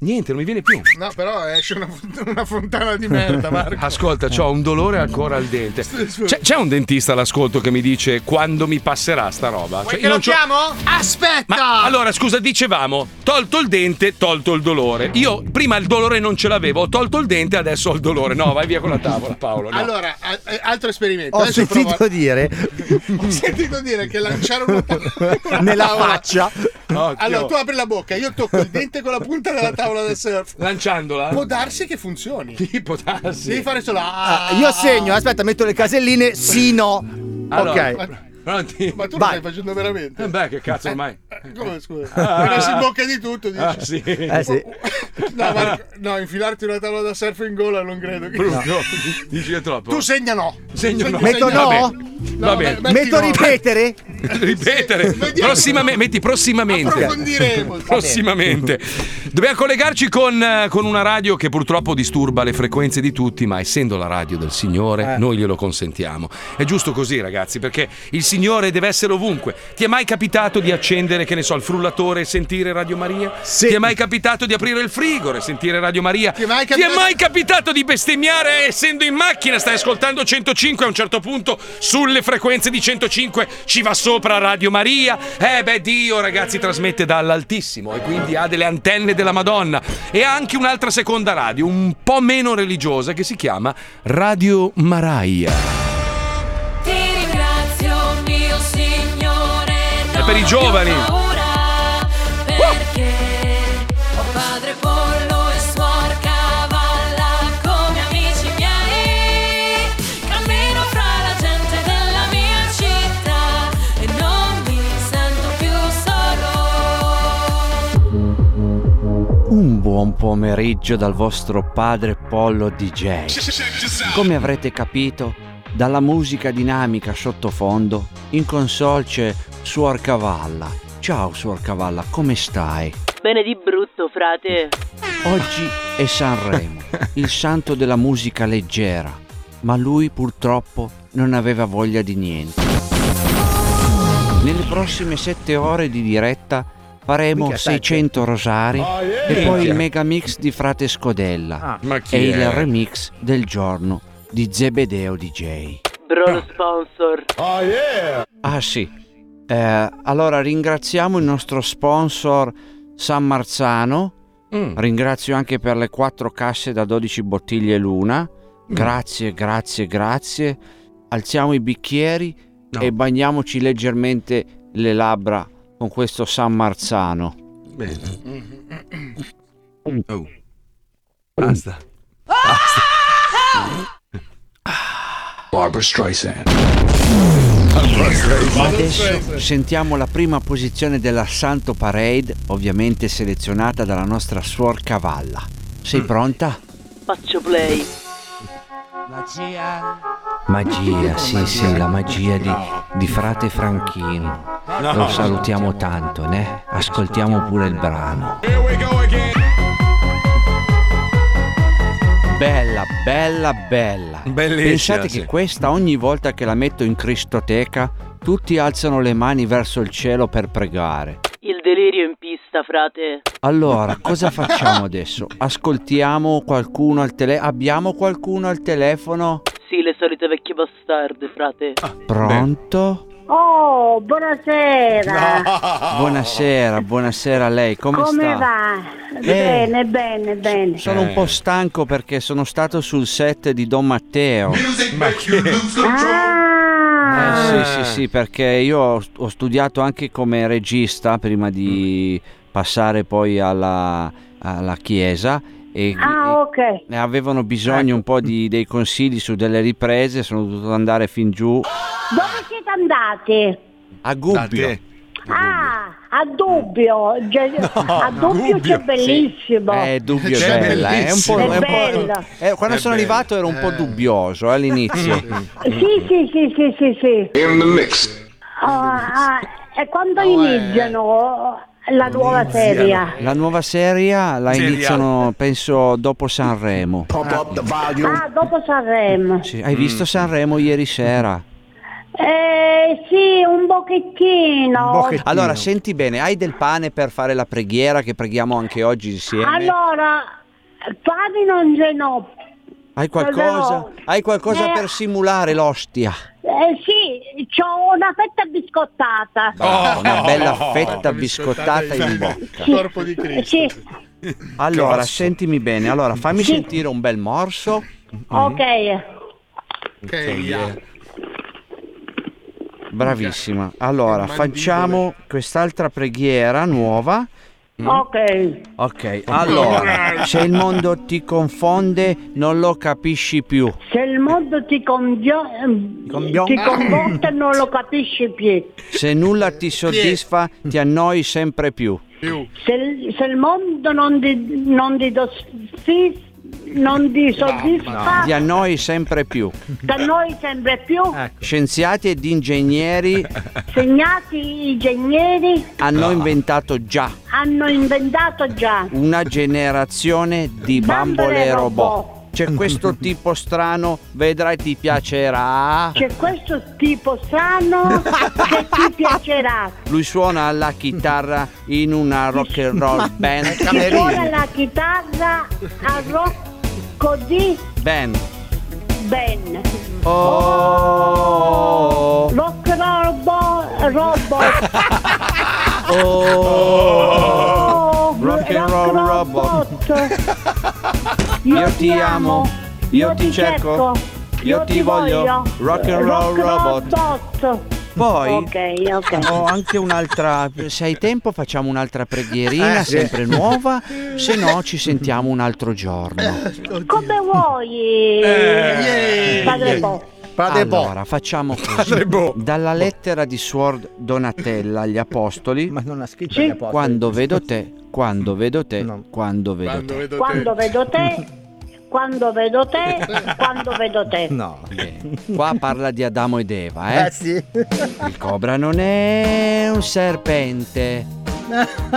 [SPEAKER 2] Niente, non mi viene più.
[SPEAKER 5] No, però esce una, font- una fontana di merda, Marco.
[SPEAKER 2] Ascolta, ho un dolore ancora al dente. C'è, c'è un dentista all'ascolto che mi dice quando mi passerà sta roba. Cioè, io non c'ho-
[SPEAKER 5] Aspetta!
[SPEAKER 2] Ma allora, scusa, dicevamo, tolto il dente, tolto il dolore. Io prima il dolore non ce l'avevo, ho tolto il dente, adesso ho il dolore. No, vai via con la tavola, Paolo. no.
[SPEAKER 5] Allora, a- a- altro esperimento.
[SPEAKER 3] Ho
[SPEAKER 5] Adesso
[SPEAKER 3] sentito
[SPEAKER 5] provo-
[SPEAKER 3] dire
[SPEAKER 5] Ho sentito dire che lanciare una tavola
[SPEAKER 3] nella
[SPEAKER 2] Ah.
[SPEAKER 3] faccia.
[SPEAKER 5] Allora, tu apri la bocca, io tocco il dente con la punta della tavola del surf.
[SPEAKER 2] Lanciandola.
[SPEAKER 5] Può darsi che funzioni.
[SPEAKER 2] Sì, può darsi.
[SPEAKER 5] Devi fare solo.
[SPEAKER 3] Ah, io segno, aspetta, metto le caselline, sì no.
[SPEAKER 2] Allora,
[SPEAKER 3] ok.
[SPEAKER 2] Pronti?
[SPEAKER 5] ah, Ma tu lo
[SPEAKER 3] Vai.
[SPEAKER 5] stai facendo veramente?
[SPEAKER 2] Eh beh, che cazzo ormai.
[SPEAKER 5] Come scusa?
[SPEAKER 2] Ah.
[SPEAKER 5] Perché si bocca di tutto, dici.
[SPEAKER 2] Ah, sì. Eh, sì.
[SPEAKER 5] No, Marco, no, infilarti una tavola da surf in gola non credo. Che...
[SPEAKER 2] Brutto. Dici che è troppo.
[SPEAKER 5] Tu segna no.
[SPEAKER 2] Segno
[SPEAKER 5] Segna-
[SPEAKER 2] no.
[SPEAKER 5] segna
[SPEAKER 2] Va
[SPEAKER 5] no.
[SPEAKER 2] bene.
[SPEAKER 5] No,
[SPEAKER 2] Va bene.
[SPEAKER 5] me- metti no.
[SPEAKER 2] Ripetere. Prossimamente, metti prossimamente.
[SPEAKER 5] Approfondiremo.
[SPEAKER 2] prossimamente. Dobbiamo collegarci con, eh, con una radio che purtroppo disturba le frequenze di tutti, ma essendo la radio del Signore, noi glielo consentiamo. È giusto così, ragazzi, perché il Signore deve essere ovunque. Ti è mai capitato di accendere, che ne so, il frullatore e sentire Radio Maria? Ti è mai capitato di aprire il frigo e sentire Radio Maria? Ti è mai capitato, di bestemmiare eh, essendo in macchina? Stai ascoltando 105 a un certo punto sulle frequenze di 105 ci va sopra Radio Maria? Eh beh, Dio, ragazzi, trasmette dall'altissimo e quindi ha delle antenne della Madonna e ha anche un'altra seconda radio, un po' meno religiosa che si chiama Radio Maraia.
[SPEAKER 20] Ti ringrazio, mio signore.
[SPEAKER 2] È per i giovani.
[SPEAKER 20] Perché padre Pollo e suor Cavalla come amici miei. Cammino fra la gente della mia città.
[SPEAKER 15] Un buon pomeriggio dal vostro padre Pollo DJ. Come avrete capito, dalla musica dinamica sottofondo, in console c'è Suor Cavalla. Ciao Suor Cavalla, come stai?
[SPEAKER 14] Bene di brutto, frate.
[SPEAKER 15] Oggi è Sanremo, il santo della musica leggera, ma lui purtroppo non aveva voglia di niente. Nelle prossime sette ore di diretta faremo
[SPEAKER 26] Mica sette.
[SPEAKER 15] 600 rosari
[SPEAKER 26] Oh, yeah.
[SPEAKER 15] e poi
[SPEAKER 26] Minchia.
[SPEAKER 15] il mega mix di Frate Scodella
[SPEAKER 14] Ah, ma chi
[SPEAKER 15] e il
[SPEAKER 14] è?
[SPEAKER 15] remix del giorno di Zebedeo DJ.
[SPEAKER 14] Bro lo sponsor. Oh yeah!
[SPEAKER 15] Ah sì, Eh, allora ringraziamo il nostro sponsor San Marzano,
[SPEAKER 18] Mm.
[SPEAKER 15] ringrazio anche per le quattro casse da 12 bottiglie l'una, grazie, grazie, grazie, alziamo i bicchieri e bagniamoci leggermente le labbra con questo San Marzano.
[SPEAKER 5] Mm-hmm.
[SPEAKER 20] Oh. Basta. Basta. Barbara Streisand.
[SPEAKER 15] Ma Adesso sentiamo la prima posizione della Santo Parade, ovviamente selezionata dalla nostra suor Cavalla. Sei pronta?
[SPEAKER 14] Faccio play.
[SPEAKER 15] Magia, sì, sì, la magia di, di Frate Franchino.
[SPEAKER 20] No.
[SPEAKER 15] Lo salutiamo tanto, ne? Ascoltiamo pure il brano. Bella, bella, bella.
[SPEAKER 2] Bellissima,
[SPEAKER 15] Pensate
[SPEAKER 2] sì.
[SPEAKER 15] che questa ogni volta che la metto in Cristoteca, tutti alzano le mani verso il cielo per pregare.
[SPEAKER 14] Il delirio in pista, frate.
[SPEAKER 15] Allora, cosa facciamo adesso? Ascoltiamo qualcuno al telefono? Abbiamo qualcuno al telefono?
[SPEAKER 14] Sì, le solite vecchie bastarde, frate.
[SPEAKER 15] Ah, Pronto?
[SPEAKER 27] Oh, buonasera.
[SPEAKER 15] Buonasera, buonasera a lei, come,
[SPEAKER 27] Come
[SPEAKER 15] sta?
[SPEAKER 27] va?
[SPEAKER 15] Eh.
[SPEAKER 27] Bene, bene, bene.
[SPEAKER 15] Sono un po' stanco perché sono stato sul set di Don Matteo.
[SPEAKER 2] Ma che...
[SPEAKER 15] Eh, sì, sì, sì, perché io ho, ho studiato anche come regista prima di passare poi alla, alla chiesa e,
[SPEAKER 27] Ah, ok.
[SPEAKER 15] e avevano bisogno un po' di, dei consigli su delle riprese, sono dovuto andare fin giù
[SPEAKER 27] Dove siete andati?
[SPEAKER 15] a Gubbio.
[SPEAKER 27] Ah, a Dubbio. Ge- a Dubbio, c'è bellissimo.
[SPEAKER 15] Eh, dubbio
[SPEAKER 27] C'è
[SPEAKER 15] è bella, eh, è un po',
[SPEAKER 27] bellissimo.
[SPEAKER 15] è un
[SPEAKER 27] È
[SPEAKER 15] po'-
[SPEAKER 27] bella.
[SPEAKER 15] eh, quando
[SPEAKER 27] È
[SPEAKER 15] sono
[SPEAKER 27] bella.
[SPEAKER 15] arrivato ero un po' dubbioso eh, all'inizio.
[SPEAKER 27] Sì, sì, sì, sì, sì, sì.
[SPEAKER 15] In the mix.
[SPEAKER 27] Ah, ah, e quando
[SPEAKER 15] eh.
[SPEAKER 27] iniziano la nuova serie?
[SPEAKER 15] La nuova serie la
[SPEAKER 27] Serie.
[SPEAKER 15] iniziano, penso, dopo Sanremo.
[SPEAKER 27] Ah, dopo Sanremo.
[SPEAKER 15] Sì, Hai
[SPEAKER 27] Mm.
[SPEAKER 15] visto Sanremo ieri sera?
[SPEAKER 27] Eh, sì, un pochettino.
[SPEAKER 15] Allora, senti bene, hai del pane per fare la preghiera che preghiamo anche oggi
[SPEAKER 27] eh, Ah,
[SPEAKER 15] insieme?
[SPEAKER 27] Allora, pane non ce n'ho.
[SPEAKER 15] Hai qualcosa?
[SPEAKER 27] però-
[SPEAKER 15] Hai qualcosa
[SPEAKER 27] Eh.
[SPEAKER 15] per simulare l'ostia?
[SPEAKER 27] Eh sì, c'ho una fetta biscottata.
[SPEAKER 15] Bravo, una bella fetta biscottata in bocca.
[SPEAKER 27] Corpo di Cristo. Eh, Sì,
[SPEAKER 15] Allora,
[SPEAKER 27] Cazzo.
[SPEAKER 15] sentimi bene, allora fammi sentire un bel morso.
[SPEAKER 27] ok.
[SPEAKER 15] Mm, Bravissima. Allora, facciamo quest'altra preghiera nuova.
[SPEAKER 27] Mm-hmm. Ok.
[SPEAKER 15] Ok, allora, se il mondo ti confonde non lo capisci più.
[SPEAKER 27] Se il mondo ti, convio-
[SPEAKER 15] convio-
[SPEAKER 27] ti convolta non lo capisci più.
[SPEAKER 15] Se nulla ti soddisfa ti annoi sempre più.
[SPEAKER 27] Se, il- se il mondo non ti, non ti, dossi- non ti soddisfa,
[SPEAKER 15] Ti annoi sempre più.
[SPEAKER 27] da noi sempre più
[SPEAKER 15] Scienziati ed ingegneri
[SPEAKER 27] segnati i ingegneri
[SPEAKER 15] hanno inventato già
[SPEAKER 27] hanno inventato già.
[SPEAKER 15] una generazione di bambole
[SPEAKER 27] Bambole
[SPEAKER 15] robot.
[SPEAKER 27] robot.
[SPEAKER 15] C'è questo tipo strano, vedrai ti piacerà.
[SPEAKER 27] C'è questo tipo strano che ti piacerà.
[SPEAKER 15] Lui suona la chitarra in una rock and roll
[SPEAKER 27] Ti suona
[SPEAKER 15] band.
[SPEAKER 27] la chitarra a Rocco di
[SPEAKER 15] Band.
[SPEAKER 27] Ben.
[SPEAKER 15] Oh.
[SPEAKER 27] Rock Robo Robot.
[SPEAKER 15] Oh.
[SPEAKER 27] Rock and roll robot.
[SPEAKER 15] Io ti amo, io ti cerco, io ti voglio. Rock and roll robot. Poi
[SPEAKER 27] Ok, ok.
[SPEAKER 15] ho anche un'altra. Se hai tempo, facciamo un'altra preghierina,
[SPEAKER 27] Eh, sì.
[SPEAKER 15] sempre nuova. Se no, ci sentiamo un altro giorno.
[SPEAKER 27] Come vuoi?
[SPEAKER 15] Eh,
[SPEAKER 27] Padre
[SPEAKER 15] eh.
[SPEAKER 27] Bo.
[SPEAKER 15] allora, facciamo così. Dalla lettera di Suor Donatella agli Apostoli,
[SPEAKER 3] Ma non ha scritto
[SPEAKER 27] Sì.
[SPEAKER 3] gli apostoli.
[SPEAKER 15] quando vedo te, Quando vedo te, quando vedo te.
[SPEAKER 27] Quando vedo te, quando vedo te, quando vedo te.
[SPEAKER 15] No. Qua parla di Adamo ed Eva, eh?
[SPEAKER 27] Eh, sì.
[SPEAKER 15] Il cobra non è un serpente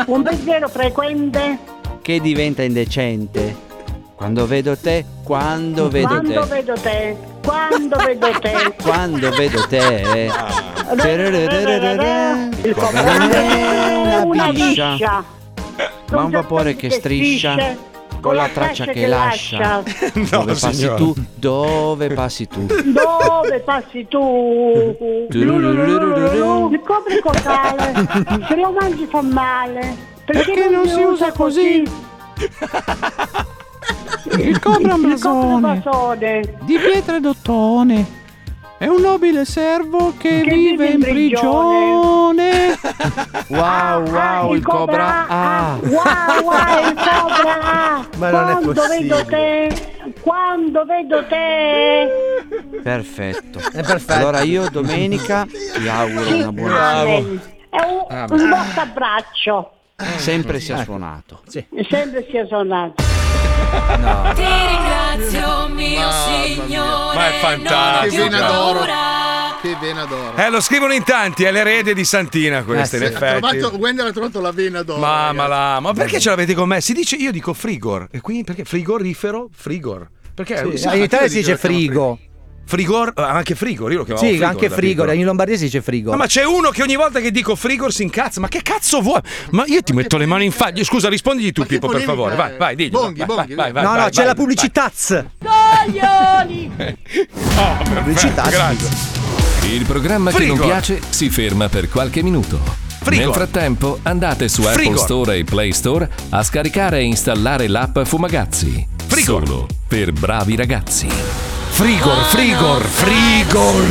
[SPEAKER 27] Un pensiero frequente
[SPEAKER 15] che diventa indecente. Quando vedo te, quando vedo
[SPEAKER 27] quando
[SPEAKER 15] te,
[SPEAKER 27] vedo te, quando vedo te.
[SPEAKER 15] quando vedo te. eh.
[SPEAKER 27] Ah. Il
[SPEAKER 15] Guarda, non è
[SPEAKER 27] comandante
[SPEAKER 15] una
[SPEAKER 27] una
[SPEAKER 15] biscia,
[SPEAKER 27] biscia.
[SPEAKER 15] ma un vapore che striscia con la traccia che lascia. Dove passi
[SPEAKER 27] signora.
[SPEAKER 15] tu, dove passi tu.
[SPEAKER 27] Dove passi tu? Il copri cocale, se lo mangi fa male. Perché,
[SPEAKER 20] Perché non si usa
[SPEAKER 27] così?
[SPEAKER 20] Il cobra amazone
[SPEAKER 15] di pietra d'ottone è un nobile servo che,
[SPEAKER 20] vive in prigione.
[SPEAKER 15] Ah, Wow, wow, il cobra. Ah,
[SPEAKER 27] Wow, wow, il cobra!
[SPEAKER 15] Ma non è
[SPEAKER 27] quando vedo te, quando vedo te.
[SPEAKER 15] perfetto. Allora io domenica ti auguro una buona
[SPEAKER 27] Amen. È un,
[SPEAKER 15] Ah,
[SPEAKER 27] un
[SPEAKER 15] beh.
[SPEAKER 27] botta braccio.
[SPEAKER 15] Sempre sia suonato.
[SPEAKER 27] Sempre si è suonato.
[SPEAKER 15] No.
[SPEAKER 20] Ti ringrazio mio signore.
[SPEAKER 2] Ma è fantastico.
[SPEAKER 20] Non ho più
[SPEAKER 10] d'oro.
[SPEAKER 20] paura.
[SPEAKER 10] Che vena d'oro.
[SPEAKER 2] Eh, lo scrivono in tanti, è l'erede di Santina questa, in
[SPEAKER 10] Ha trovato-
[SPEAKER 2] effetti.
[SPEAKER 10] Wender ha trovato la vena d'oro.
[SPEAKER 2] Mamma la, ma perché ce l'avete con me? Si dice, io dico frigor, e quindi perché frigorifero, frigor. Perché eh,
[SPEAKER 3] Sì,
[SPEAKER 2] sa,
[SPEAKER 3] in
[SPEAKER 2] io
[SPEAKER 3] Italia si
[SPEAKER 2] dico
[SPEAKER 3] dice
[SPEAKER 2] che chiamo
[SPEAKER 3] frigo.
[SPEAKER 2] Frigor, ah, anche frigor, io lo chiamavo
[SPEAKER 3] Sì,
[SPEAKER 2] frigor
[SPEAKER 3] anche
[SPEAKER 2] da
[SPEAKER 3] frigo,
[SPEAKER 2] piccolo.
[SPEAKER 3] in Lombardia si dice frigo.
[SPEAKER 2] No, ma c'è uno che ogni volta che dico Frigor si incazza. Ma che cazzo vuoi? Ma io ti metto le mani in faccia. Scusa, rispondigli tu, Pippo, per
[SPEAKER 3] polemica
[SPEAKER 2] favore.
[SPEAKER 3] è?
[SPEAKER 2] Vai, vai, digli.
[SPEAKER 3] Bonghi,
[SPEAKER 2] vai,
[SPEAKER 3] Bonghi, eh.
[SPEAKER 2] vai, vai,
[SPEAKER 3] no,
[SPEAKER 2] vai,
[SPEAKER 3] no,
[SPEAKER 2] vai,
[SPEAKER 3] c'è la pubblicità.
[SPEAKER 7] Coglioni!
[SPEAKER 1] Pubblicità, Il programma che non
[SPEAKER 2] Frigor.
[SPEAKER 1] piace si ferma per qualche minuto.
[SPEAKER 2] Frigor.
[SPEAKER 1] Nel frattempo andate su Apple
[SPEAKER 2] Frigor.
[SPEAKER 1] Store e Play Store a scaricare e installare l'app Fumagazzi.
[SPEAKER 2] Frigor.
[SPEAKER 1] Solo per bravi ragazzi.
[SPEAKER 2] Frigor, Frigor, Frigor.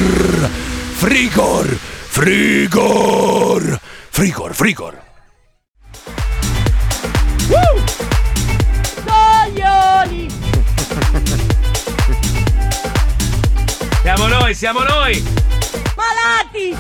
[SPEAKER 2] Frigor, Frigor. Frigor, Frigor.
[SPEAKER 7] Coglioni!
[SPEAKER 2] Siamo noi, siamo noi.
[SPEAKER 7] Malati!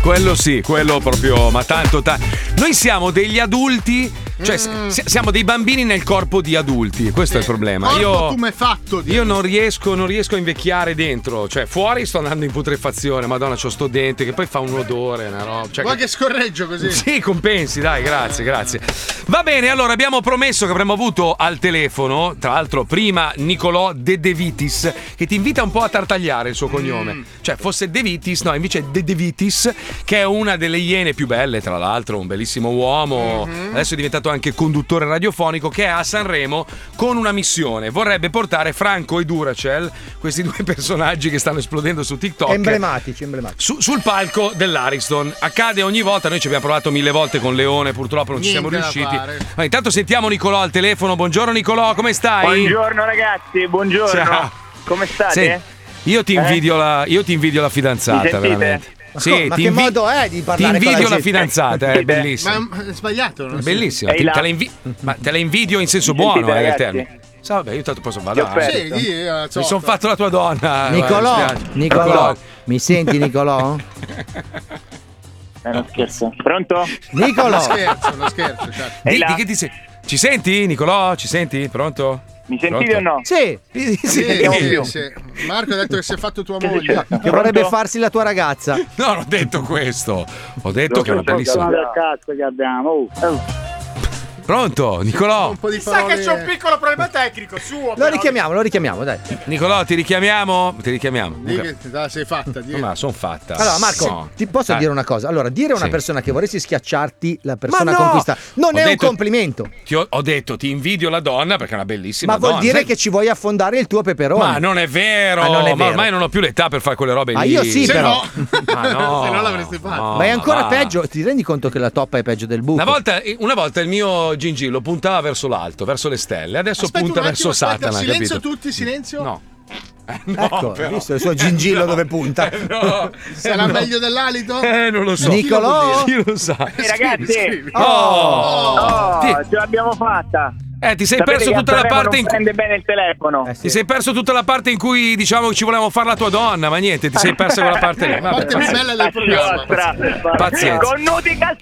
[SPEAKER 2] Quello sì, quello proprio, ma tanto tanto. Noi siamo degli adulti, cioè
[SPEAKER 10] Mm.
[SPEAKER 2] s- siamo dei bambini nel corpo di adulti, questo è il problema.
[SPEAKER 10] Corpo
[SPEAKER 2] Io
[SPEAKER 10] come è fatto?
[SPEAKER 2] Io non riesco, non riesco a invecchiare dentro, cioè fuori sto andando in putrefazione, madonna c'ho sto dente che poi fa un odore, una roba. Cioè,
[SPEAKER 10] Vuoi che scorreggio così?
[SPEAKER 2] Sì, compensi, dai, grazie, grazie. Va bene, allora abbiamo promesso che avremmo avuto al telefono, tra l'altro prima Nicolò De De Vitis, che ti invita un po' a tartagliare il suo cognome. Cioè fosse De Vitis, no, invece è De De Vitis, che è una delle iene più belle, tra l'altro, un bellissimo uomo, adesso è diventato anche conduttore radiofonico, che è a Sanremo con una missione. Vorrebbe portare Franco e Duracell, questi due personaggi che stanno esplodendo su TikTok.
[SPEAKER 3] Emblematici, emblematici.
[SPEAKER 2] Su- sul palco dell'Ariston accade ogni volta, noi ci abbiamo provato mille volte con Leone, purtroppo non ci
[SPEAKER 4] Niente
[SPEAKER 2] siamo
[SPEAKER 4] da
[SPEAKER 2] riusciti.
[SPEAKER 4] fare.
[SPEAKER 2] Ma intanto sentiamo Nicolò al telefono. Buongiorno Nicolò, come stai?
[SPEAKER 4] Buongiorno ragazzi, buongiorno.
[SPEAKER 2] Ciao.
[SPEAKER 4] Come state?
[SPEAKER 2] Sì, io ti
[SPEAKER 4] Eh?
[SPEAKER 2] invidio la, io ti invidio la
[SPEAKER 4] Mi
[SPEAKER 2] fidanzata,
[SPEAKER 4] sentite?
[SPEAKER 2] veramente.
[SPEAKER 4] Ma
[SPEAKER 2] Sì,
[SPEAKER 4] co- ma
[SPEAKER 2] ti
[SPEAKER 4] che
[SPEAKER 2] invi-
[SPEAKER 4] modo è di parlare
[SPEAKER 2] Ti
[SPEAKER 4] con la
[SPEAKER 2] invidio la,
[SPEAKER 4] gente?
[SPEAKER 2] fidanzata, è
[SPEAKER 4] Sentite?
[SPEAKER 2] bellissima.
[SPEAKER 10] Ma è sbagliato, non
[SPEAKER 2] È
[SPEAKER 10] so.
[SPEAKER 2] bellissima, ti- te la invi- ma te la invidio in senso
[SPEAKER 10] Sentite,
[SPEAKER 2] buono, eh, nel
[SPEAKER 10] ragazzi?
[SPEAKER 2] termine. Sì, vabbè, io tanto posso
[SPEAKER 10] Ti ho
[SPEAKER 2] parlare.
[SPEAKER 10] perso. Sì, dì, eh,
[SPEAKER 2] Mi sono fatto la tua donna.
[SPEAKER 3] Nicolò,
[SPEAKER 2] guarda, mi spiace.
[SPEAKER 3] Nicolò, mi senti Nicolò?
[SPEAKER 4] Eh, non scherzo. Pronto?
[SPEAKER 3] Nicolò.
[SPEAKER 10] Non scherzo, non scherzo. certo.
[SPEAKER 2] Di, di che ti sei- Ci senti, Nicolò? Ci senti? Pronto? Mi
[SPEAKER 10] sentite o no?
[SPEAKER 3] Sì,
[SPEAKER 2] sì,
[SPEAKER 10] Sì, sì, sì. Marco ha detto che si è fatto tua moglie.
[SPEAKER 3] Che vorrebbe farsi la tua ragazza.
[SPEAKER 2] No, non ho detto questo. Ho detto che è una bellissima.
[SPEAKER 4] casco che abbiamo. Oh,
[SPEAKER 2] Pronto, Nicolò?
[SPEAKER 10] po' di
[SPEAKER 3] Sa che c'è un
[SPEAKER 10] piccolo problema tecnico suo.
[SPEAKER 3] Lo richiamiamo, lo richiamiamo, dai.
[SPEAKER 2] Nicolò, ti richiamiamo? Ti richiamiamo.
[SPEAKER 10] Dì che te la sei fatta, dì.
[SPEAKER 2] Ma sono fatta.
[SPEAKER 3] Allora Marco,
[SPEAKER 2] No.
[SPEAKER 3] ti posso
[SPEAKER 2] Dai.
[SPEAKER 3] dire una cosa? Allora, dire a una
[SPEAKER 2] Eh. Sì.
[SPEAKER 3] persona che vorresti schiacciarti la persona
[SPEAKER 2] no!
[SPEAKER 3] conquista non
[SPEAKER 2] Ho
[SPEAKER 3] è
[SPEAKER 2] detto-
[SPEAKER 3] un complimento,
[SPEAKER 2] Ti ho, ho detto, ti invidio la donna perché è una bellissima
[SPEAKER 3] ma vuol
[SPEAKER 2] donna.
[SPEAKER 3] dire
[SPEAKER 2] Sai-
[SPEAKER 3] che ci vuoi affondare il tuo peperone.
[SPEAKER 2] Ma non è vero,
[SPEAKER 3] Ma
[SPEAKER 2] ma,
[SPEAKER 3] non è vero.
[SPEAKER 2] ormai non ho più l'età per fare quelle robe
[SPEAKER 3] Ma
[SPEAKER 2] lì.
[SPEAKER 3] io sì, Se però.
[SPEAKER 2] Ma no.
[SPEAKER 10] Se no l'avresti fatto.
[SPEAKER 2] no,
[SPEAKER 3] ma è ancora
[SPEAKER 2] va.
[SPEAKER 3] peggio, ti rendi conto che la toppa è peggio del buco?
[SPEAKER 2] Una volta, una volta il mio gingillo puntava verso l'alto, verso le stelle, adesso
[SPEAKER 10] Aspetta
[SPEAKER 2] punta
[SPEAKER 10] un attimo,
[SPEAKER 2] verso
[SPEAKER 10] aspetta,
[SPEAKER 2] Satana.
[SPEAKER 10] Silenzio
[SPEAKER 2] capito?
[SPEAKER 10] tutti, silenzio. No.
[SPEAKER 3] ecco, hai visto il suo gingillo dove punta.
[SPEAKER 10] Sarà
[SPEAKER 3] no.
[SPEAKER 10] meglio dell'alito?
[SPEAKER 2] Eh, non lo so.
[SPEAKER 3] Nicolò?
[SPEAKER 2] Chi lo sa?
[SPEAKER 4] Eh, ragazzi.
[SPEAKER 2] Oh.
[SPEAKER 4] Oh,
[SPEAKER 2] Sì.
[SPEAKER 4] ce l'abbiamo fatta.
[SPEAKER 2] Eh, ti sei
[SPEAKER 4] Sapete
[SPEAKER 2] perso
[SPEAKER 4] che a
[SPEAKER 2] tutta la
[SPEAKER 4] Sanremo
[SPEAKER 2] parte
[SPEAKER 4] non
[SPEAKER 2] in cui-
[SPEAKER 4] prende bene il telefono.
[SPEAKER 2] Ti sei perso tutta la parte in cui diciamo ci volevamo fare la tua donna, ma niente, ti sei persa quella parte lì. Vabbè,
[SPEAKER 4] Parte più
[SPEAKER 2] pazienza.
[SPEAKER 4] bella del programma.
[SPEAKER 2] Pazienza. Pazienza.
[SPEAKER 4] Con nudi cassette!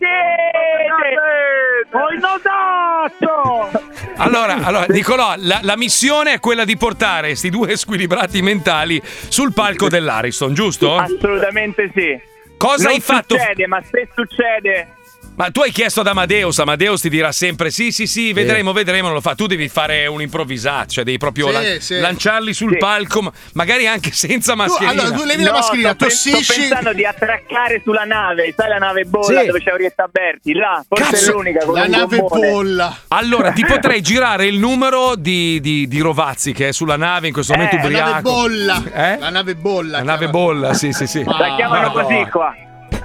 [SPEAKER 4] Con il notato!
[SPEAKER 2] Allora, allora, Nicolò, la, la missione è quella di portare questi due squilibrati mentali sul palco dell'Ariston, giusto?
[SPEAKER 4] Assolutamente sì.
[SPEAKER 2] Cosa
[SPEAKER 4] Non
[SPEAKER 2] hai fatto?
[SPEAKER 4] succede, ma se succede...
[SPEAKER 2] Ma tu hai chiesto ad Amadeus, Amadeus ti dirà sempre sì, sì, sì, vedremo, vedremo, non lo fa. Tu devi fare un improvvisato, cioè devi proprio
[SPEAKER 10] Sì,
[SPEAKER 2] lan-
[SPEAKER 10] sì.
[SPEAKER 2] lanciallari sul
[SPEAKER 10] Sì.
[SPEAKER 2] palco, ma- magari anche senza mascherina.
[SPEAKER 10] allora, tu levi la
[SPEAKER 4] No,
[SPEAKER 10] mascherina,
[SPEAKER 4] sto, pen- sto
[SPEAKER 10] tossisci.
[SPEAKER 4] pensando di attraccare sulla nave, sai la nave bolla
[SPEAKER 2] Sì.
[SPEAKER 4] dove c'è Orietta Berti, là, forse è l'unica con un gommone.
[SPEAKER 2] Allora, ti potrei girare il numero di, di- di Rovazzi che è sulla nave in
[SPEAKER 4] Eh,
[SPEAKER 2] questo momento
[SPEAKER 10] la nave
[SPEAKER 2] ubriaco.
[SPEAKER 10] bolla.
[SPEAKER 2] Eh?
[SPEAKER 10] La nave bolla.
[SPEAKER 2] La nave bolla, sì, sì, sì.
[SPEAKER 10] La chiamano così
[SPEAKER 4] qua.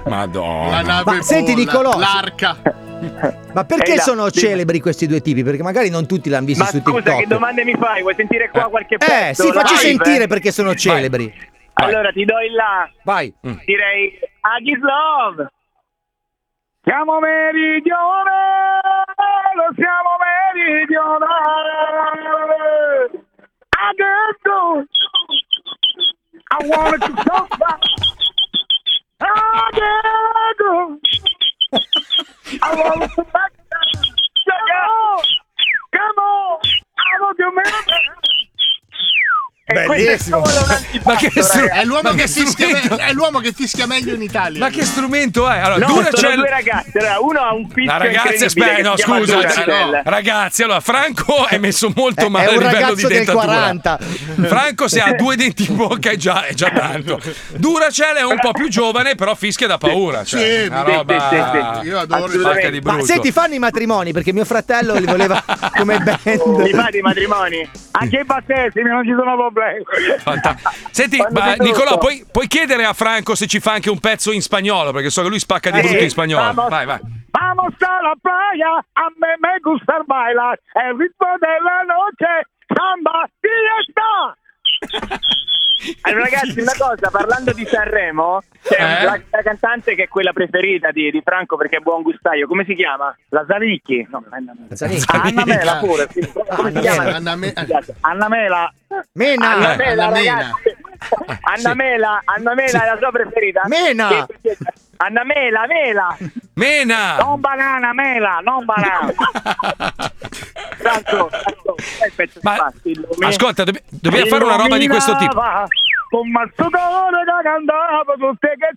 [SPEAKER 2] Madonna.
[SPEAKER 10] La nave
[SPEAKER 3] Ma senti,
[SPEAKER 10] bolla,
[SPEAKER 3] Nicolò-
[SPEAKER 10] L'arca.
[SPEAKER 3] Ma perché
[SPEAKER 4] Ehi, là,
[SPEAKER 3] sono
[SPEAKER 4] dimmi.
[SPEAKER 3] celebri questi due tipi? Perché magari non tutti l'hanno visto
[SPEAKER 4] Ma
[SPEAKER 3] su TikTok.
[SPEAKER 4] scusa, che domande mi fai? Vuoi sentire qua qualche pezzo?
[SPEAKER 3] eh, sì,
[SPEAKER 4] La
[SPEAKER 3] facci
[SPEAKER 4] live,
[SPEAKER 3] sentire
[SPEAKER 4] eh?
[SPEAKER 3] perché sono celebri.
[SPEAKER 4] Allora ti do il là.
[SPEAKER 3] Vai.
[SPEAKER 10] Mm.
[SPEAKER 4] Direi Agis Love. Siamo meridionale, lo siamo meridionale. Adesso I wanna to talk about Adesso I wanna to back Come on, I want to Eh,
[SPEAKER 2] Bellissimo. Ma che stru-
[SPEAKER 10] è l'uomo
[SPEAKER 2] ma
[SPEAKER 10] che
[SPEAKER 2] che
[SPEAKER 10] fischia
[SPEAKER 2] strumento-
[SPEAKER 10] me- è l'uomo che fischia meglio in Italia.
[SPEAKER 2] Ma che strumento è? Allora, cioè,
[SPEAKER 10] No,
[SPEAKER 2] Duracell-
[SPEAKER 10] sono due
[SPEAKER 4] ragazzi, allora, uno ha un
[SPEAKER 2] La
[SPEAKER 4] pizzo
[SPEAKER 2] ragazza, aspetta, no, scusa, no. ragazzi, allora Franco è messo molto
[SPEAKER 4] È-
[SPEAKER 2] male
[SPEAKER 4] è un
[SPEAKER 2] a livello di
[SPEAKER 4] ragazzo del
[SPEAKER 2] dentatura.
[SPEAKER 4] 40.
[SPEAKER 2] Franco se ha due denti in bocca è già, è già tanto. Duracell è un po' più giovane, però fischia da paura. Cioè,
[SPEAKER 10] Sì,
[SPEAKER 2] una
[SPEAKER 10] sì,
[SPEAKER 2] roba
[SPEAKER 10] sì, sì. Io adoro il-
[SPEAKER 2] fatta di brutto.
[SPEAKER 3] Ma senti, fanno i matrimoni perché mio fratello li voleva come band.
[SPEAKER 4] Mi fate i matrimoni? Anche i battesimi, Ah, non ci sono problemi.
[SPEAKER 2] Fanta- Senti,
[SPEAKER 4] Fanno
[SPEAKER 2] ma
[SPEAKER 4] di tutto.
[SPEAKER 2] Nicolò, puoi, puoi chiedere a Franco se ci fa anche un pezzo in spagnolo, perché so che lui spacca di
[SPEAKER 4] Eh,
[SPEAKER 2] brutto in spagnolo.
[SPEAKER 4] vamos.
[SPEAKER 2] Vai, vai.
[SPEAKER 4] Vamos a la playa, a me me gusta bailar, el ritmo de la noche, samba, fiesta! Allora Eh, ragazzi, una cosa, parlando di Sanremo, c'è
[SPEAKER 2] Eh?
[SPEAKER 4] la, la cantante che è quella preferita di, di Franco perché è buon gustaio, come si chiama? La Zanicchi? No, no, no. Ah, Anna Mela pure, sì. come si chiama?
[SPEAKER 10] Anna Me-
[SPEAKER 4] Anna Mela.
[SPEAKER 3] Mena.
[SPEAKER 4] Anna Mela,
[SPEAKER 10] Anna Mena.
[SPEAKER 4] ragazzi. Anna Mela, Anna Mela è la sua preferita.
[SPEAKER 3] Mena.
[SPEAKER 4] Sì, Anna Mela, Mela.
[SPEAKER 2] Mena!
[SPEAKER 4] Non banana, Mela, non banana. Tanto, tanto, eh, pezzo di pazzi, illumina-
[SPEAKER 2] Ascolta, dobb- dobbiamo fare una roba di questo tipo.
[SPEAKER 4] Illuminava Con ma sudore che andava tutte che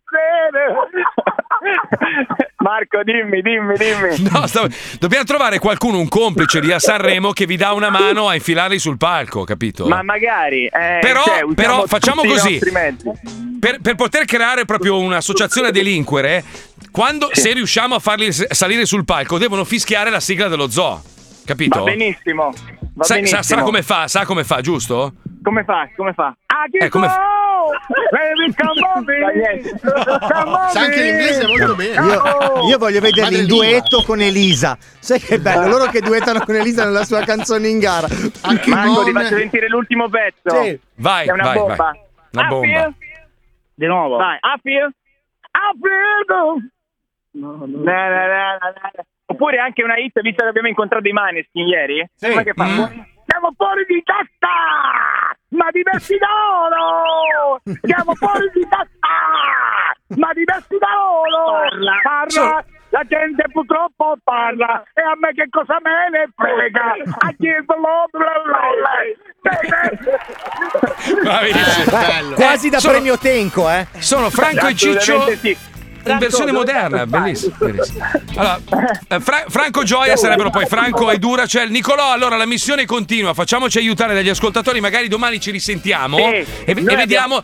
[SPEAKER 4] sere. Marco, dimmi, dimmi, dimmi.
[SPEAKER 2] No, stavo- dobbiamo trovare qualcuno, un complice lì a Sanremo che vi dà una mano a infilarli sul palco, capito?
[SPEAKER 4] Ma magari. eh,
[SPEAKER 2] Però-
[SPEAKER 4] cioè, usiamo
[SPEAKER 2] però facciamo
[SPEAKER 4] tutti i
[SPEAKER 2] così.
[SPEAKER 4] nostri mezzi.
[SPEAKER 2] Per, per poter creare proprio un'associazione a delinquere, quando, se riusciamo a farli s- salire sul palco, devono fischiare la sigla dello zoo, capito?
[SPEAKER 4] Va benissimo. Va
[SPEAKER 2] Sa- sa-
[SPEAKER 4] benissimo.
[SPEAKER 2] sa come fa, sa come fa, giusto?
[SPEAKER 4] Come fa? Come fa? Ah, che
[SPEAKER 2] Eh, come fa?
[SPEAKER 10] Sa anche l'inglese molto bene.
[SPEAKER 3] Io, io voglio vederli in
[SPEAKER 10] Madrelingua.
[SPEAKER 3] duetto con Elisa. Sai che bello? Loro che duettano con Elisa nella sua canzone in gara.
[SPEAKER 4] Marco, ti faccio sentire l'ultimo pezzo.
[SPEAKER 3] Sì.
[SPEAKER 2] Vai,
[SPEAKER 4] È una
[SPEAKER 2] vai,
[SPEAKER 4] bomba.
[SPEAKER 2] vai. Una
[SPEAKER 4] I
[SPEAKER 2] bomba.
[SPEAKER 4] feel- Di nuovo. Vai, I feel. I feel good. Na, na, na, na, na. Oppure anche una hit, visto che abbiamo incontrato i Maneskin ieri. Come che fa?
[SPEAKER 2] Mm.
[SPEAKER 4] Siamo fuori di testa! Ma diversi da loro! Siamo fuori di testa! Ma diversi da loro! Parla! Cioè-
[SPEAKER 2] Sono-
[SPEAKER 4] La gente purtroppo parla e a me che cosa me ne frega! A chi è bla bla bla bla!
[SPEAKER 2] Bello.
[SPEAKER 3] Quasi da
[SPEAKER 2] Eh, sono-
[SPEAKER 3] premio Tenco, eh.
[SPEAKER 2] Sono Franco e Ciccio
[SPEAKER 4] Assolutamente sì.
[SPEAKER 2] in versione moderna, bellissimo. bellissimo. Allora, eh, Fra- Franco Gioia sarebbero poi Franco e Duracell. Nicolò, allora la missione continua, facciamoci aiutare dagli ascoltatori, magari domani ci risentiamo
[SPEAKER 4] Sì,
[SPEAKER 2] e, e
[SPEAKER 4] noi
[SPEAKER 2] vediamo...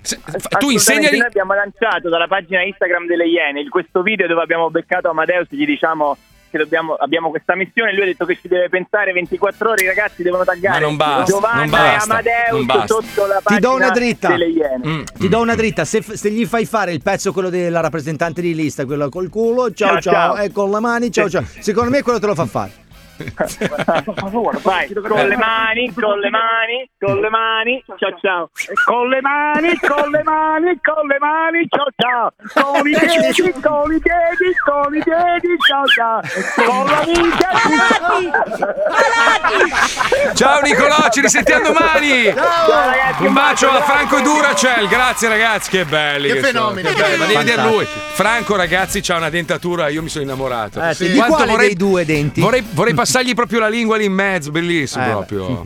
[SPEAKER 2] se- fa- tu insegnali...
[SPEAKER 4] Assolutamente, Noi abbiamo lanciato dalla pagina Instagram delle Iene il- questo video dove abbiamo beccato Amadeus e gli diciamo che dobbiamo, abbiamo questa missione. Lui ha detto che ci deve pensare 24 ore. I ragazzi devono taggare
[SPEAKER 2] Ma non basta,
[SPEAKER 4] Giovanna
[SPEAKER 2] non basta,
[SPEAKER 4] e Amadeus
[SPEAKER 2] non basta.
[SPEAKER 4] sotto la
[SPEAKER 3] Ti
[SPEAKER 4] pagina
[SPEAKER 3] do una dritta.
[SPEAKER 4] delle Iene.
[SPEAKER 2] Mm,
[SPEAKER 3] Ti do una dritta. Se, se gli fai fare il pezzo, quello della rappresentante di lista, quello col culo, ciao ciao,
[SPEAKER 4] Ciao, ciao.
[SPEAKER 3] e con le mani, ciao ciao. Secondo me quello te lo fa fare.
[SPEAKER 24] Vai, con le mani, con le mani, con le mani, ciao ciao. Con le mani, con le mani, con le mani, ciao ciao. Con i
[SPEAKER 4] Ecco.
[SPEAKER 24] piedi, con i piedi, con i piedi, ciao ciao. Con la minchia,
[SPEAKER 2] Ciao Nicolò, ci risentiamo domani.
[SPEAKER 24] Ciao, ragazzi,
[SPEAKER 2] eh, un bacio a Franco Duracell, grazie ragazzi, che belli.
[SPEAKER 5] Che
[SPEAKER 2] sono.
[SPEAKER 5] fenomeni.
[SPEAKER 2] Belli, Ma devi
[SPEAKER 5] Fantastici.
[SPEAKER 2] vedere lui. Franco, ragazzi, c'ha una dentatura, io mi sono innamorato.
[SPEAKER 28] Eh, sì, di
[SPEAKER 2] Quanto
[SPEAKER 28] quale
[SPEAKER 2] vorrei,
[SPEAKER 28] dei due denti?
[SPEAKER 2] vorrei, vorrei passargli proprio la lingua lì in mezzo, bellissimo
[SPEAKER 5] Eh,
[SPEAKER 2] proprio.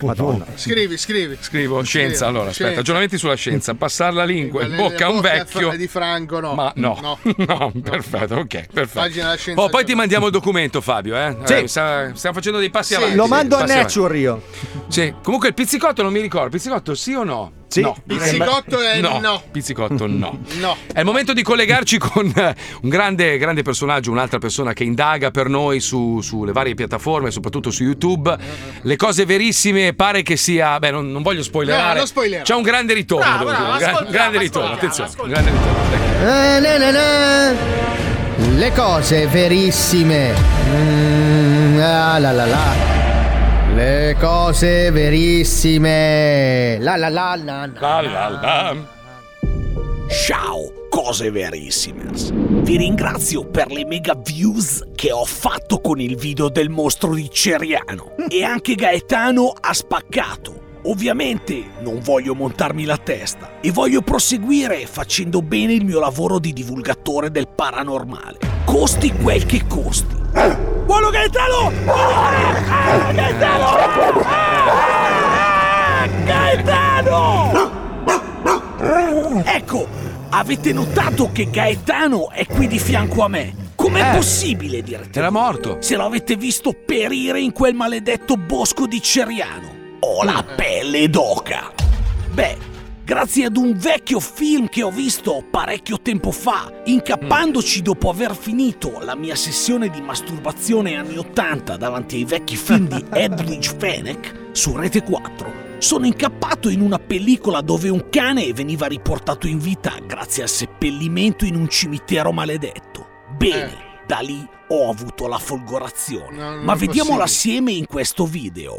[SPEAKER 28] Madonna.
[SPEAKER 5] Scrivi, scrivi.
[SPEAKER 2] Scrivo scienza, allora
[SPEAKER 5] Sì.
[SPEAKER 2] aspetta, aggiornamenti sulla scienza. Passare la lingua in bocca a un vecchio.
[SPEAKER 5] Di Franco, no.
[SPEAKER 2] Ma no, no, perfetto, ok, perfetto.
[SPEAKER 5] Pagina della scienza.
[SPEAKER 2] Oh, poi ti mandiamo il documento, Fabio. Eh?
[SPEAKER 5] Sì.
[SPEAKER 2] Eh, mi sa- stiamo facendo dei passi avanti.
[SPEAKER 7] Lo
[SPEAKER 2] sì,
[SPEAKER 7] mando a
[SPEAKER 2] passi avanti.
[SPEAKER 7] Nature io.
[SPEAKER 2] Sì. Comunque il pizzicotto non mi ricordo. Pizzicotto sì o no?
[SPEAKER 7] Sì.
[SPEAKER 2] No.
[SPEAKER 5] Pizzicotto è
[SPEAKER 2] no.
[SPEAKER 5] no.
[SPEAKER 2] Pizzicotto no.
[SPEAKER 5] No.
[SPEAKER 2] È il momento di collegarci con eh, un grande, grande personaggio, un'altra persona che indaga per noi su- sulle varie piattaforme, soprattutto su YouTube. Le cose verissime pare che sia. Beh, non, non voglio spoilerare.
[SPEAKER 5] No, non spoilerare.
[SPEAKER 2] C'è un grande ritorno.
[SPEAKER 5] Bravo,
[SPEAKER 2] devo
[SPEAKER 5] bravo,
[SPEAKER 2] dire. Gra-
[SPEAKER 5] ascoltiamo,
[SPEAKER 2] grande ritorno, attenzione. un grande ritorno. ecco.
[SPEAKER 3] Eh, na, na, na. Le cose verissime. Mm, ah, la, la, la. Le cose verissime. La la la la. la.
[SPEAKER 21] Ciao, cose verissime. Vi ringrazio per le mega views che ho fatto con il video del mostro di Ceriano. E anche Gaetano ha spaccato. Ovviamente non voglio montarmi la testa e voglio proseguire facendo bene il mio lavoro di divulgatore del paranormale. Costi quel che costi. Buono Gaetano! Ah, Gaetano! Ah, Gaetano! Ecco, avete notato che Gaetano è qui di fianco a me. Com'è
[SPEAKER 2] Eh.
[SPEAKER 21] possibile dire?
[SPEAKER 2] Era morto.
[SPEAKER 21] Se lo avete visto perire in quel maledetto bosco di Ceriano. Ho la pelle d'oca. Beh, grazie ad un vecchio film che ho visto parecchio tempo fa, incappandoci dopo aver finito la mia sessione di masturbazione anni 80 davanti ai vecchi film di Edwidge Fenech su Rete 4, sono incappato in una pellicola dove un cane veniva riportato in vita grazie al seppellimento in un cimitero maledetto. Bene, da lì ho avuto la folgorazione.
[SPEAKER 5] Eh. non
[SPEAKER 21] Ma
[SPEAKER 5] è
[SPEAKER 21] vediamolo
[SPEAKER 5] possibile.
[SPEAKER 21] assieme in questo video.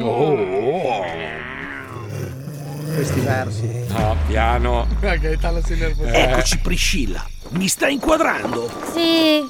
[SPEAKER 5] Oh.
[SPEAKER 21] Oh.
[SPEAKER 7] Questi versi.
[SPEAKER 2] No, piano.
[SPEAKER 5] Gaetano si nervosa.
[SPEAKER 2] Eh.
[SPEAKER 21] Eccoci Priscilla, mi sta inquadrando?
[SPEAKER 18] Sì,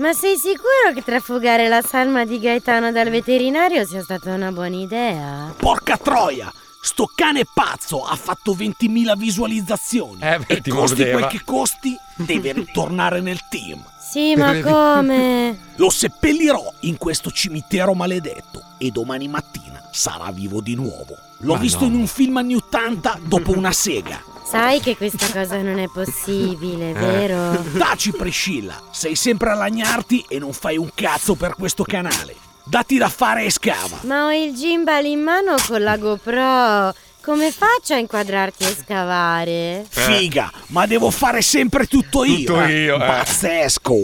[SPEAKER 18] ma sei sicuro che trafugare la salma di Gaetano dal veterinario sia stata una buona idea?
[SPEAKER 21] Porca troia! Sto cane pazzo ha fatto 20.000 visualizzazioni.
[SPEAKER 5] Eh,
[SPEAKER 21] e
[SPEAKER 2] ti
[SPEAKER 21] costi
[SPEAKER 2] mordeva.
[SPEAKER 21] quel che costi, deve ritornare nel team.
[SPEAKER 18] Sì, ma come?
[SPEAKER 21] Lo seppellirò in questo cimitero maledetto e domani mattina sarà vivo di nuovo. L'ho
[SPEAKER 18] Ma
[SPEAKER 21] visto
[SPEAKER 18] no.
[SPEAKER 21] in un film anni 80 dopo una sega.
[SPEAKER 18] Sai che questa cosa non è
[SPEAKER 21] Eh.
[SPEAKER 18] possibile, vero?
[SPEAKER 21] Taci Priscilla, sei sempre a lagnarti e non fai un cazzo per questo canale. Dati da fare e scava.
[SPEAKER 18] Ma ho il gimbal in mano con la GoPro. Come faccio a inquadrarti e scavare?
[SPEAKER 21] Eh. Figa, ma devo fare sempre tutto io.
[SPEAKER 18] Tutto
[SPEAKER 21] eh?
[SPEAKER 18] io, eh.
[SPEAKER 21] Pazzesco.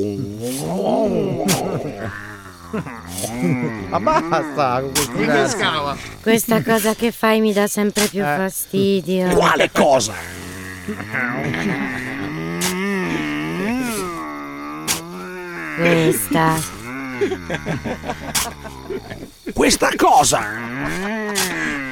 [SPEAKER 7] Ma basta con questi versi.
[SPEAKER 18] Questa cosa che fai mi dà sempre più fastidio.
[SPEAKER 21] Eh. Quale cosa?
[SPEAKER 18] Questa.
[SPEAKER 21] Questa cosa.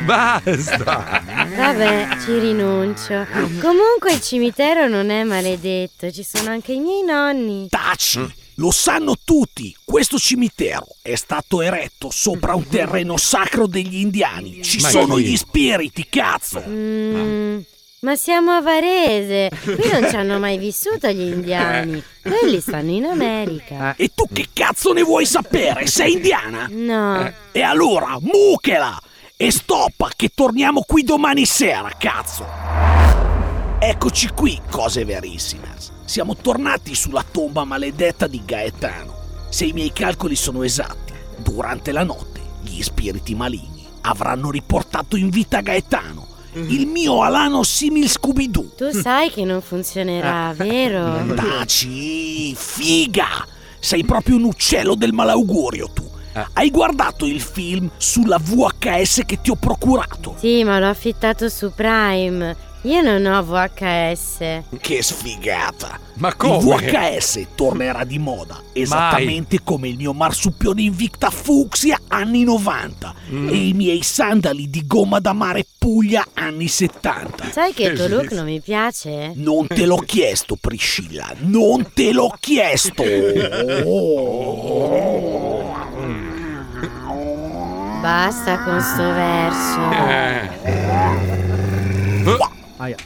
[SPEAKER 2] Basta.
[SPEAKER 18] Vabbè, ci rinuncio. Comunque il cimitero non è maledetto, ci sono anche i miei nonni. Mm.
[SPEAKER 21] Taci. Lo sanno tutti, questo cimitero è stato eretto sopra un terreno sacro degli indiani. Ci
[SPEAKER 18] Ma
[SPEAKER 21] sono
[SPEAKER 18] chi?
[SPEAKER 21] gli spiriti, cazzo!
[SPEAKER 18] Mm, ma siamo a Varese, qui non ci hanno mai vissuto gli indiani, quelli stanno in America.
[SPEAKER 21] Eh, E tu che cazzo ne vuoi sapere? Sei indiana? Eh,
[SPEAKER 18] No.
[SPEAKER 21] E allora, muchela! E stoppa che torniamo qui domani sera, cazzo! Eccoci qui, cose verissime. Siamo tornati sulla tomba maledetta di Gaetano. Se i miei calcoli sono esatti, durante la notte gli spiriti maligni avranno riportato in vita Gaetano,
[SPEAKER 18] Mm-hmm.
[SPEAKER 21] il mio Alano simil Scooby-Doo.
[SPEAKER 18] Tu sai che non funzionerà, vero?
[SPEAKER 21] Taci, figa! Sei proprio un uccello del malaugurio tu. Hai guardato il film sulla VHS che ti ho procurato?
[SPEAKER 18] Sì, ma l'ho affittato su Prime. Io non ho VHS.
[SPEAKER 21] Che sfigata!
[SPEAKER 2] Ma
[SPEAKER 18] come?
[SPEAKER 21] Il VHS tornerà di moda, esattamente come il mio marsupione Invicta Fucsia anni 90 e i miei sandali di gomma da mare Puglia anni 70.
[SPEAKER 18] Sai che il tuo look non mi piace?
[SPEAKER 21] Non te l'ho chiesto, Priscilla, non te l'ho chiesto!
[SPEAKER 18] Basta con sto
[SPEAKER 21] Eh.
[SPEAKER 18] verso.
[SPEAKER 21] Qua, Eh.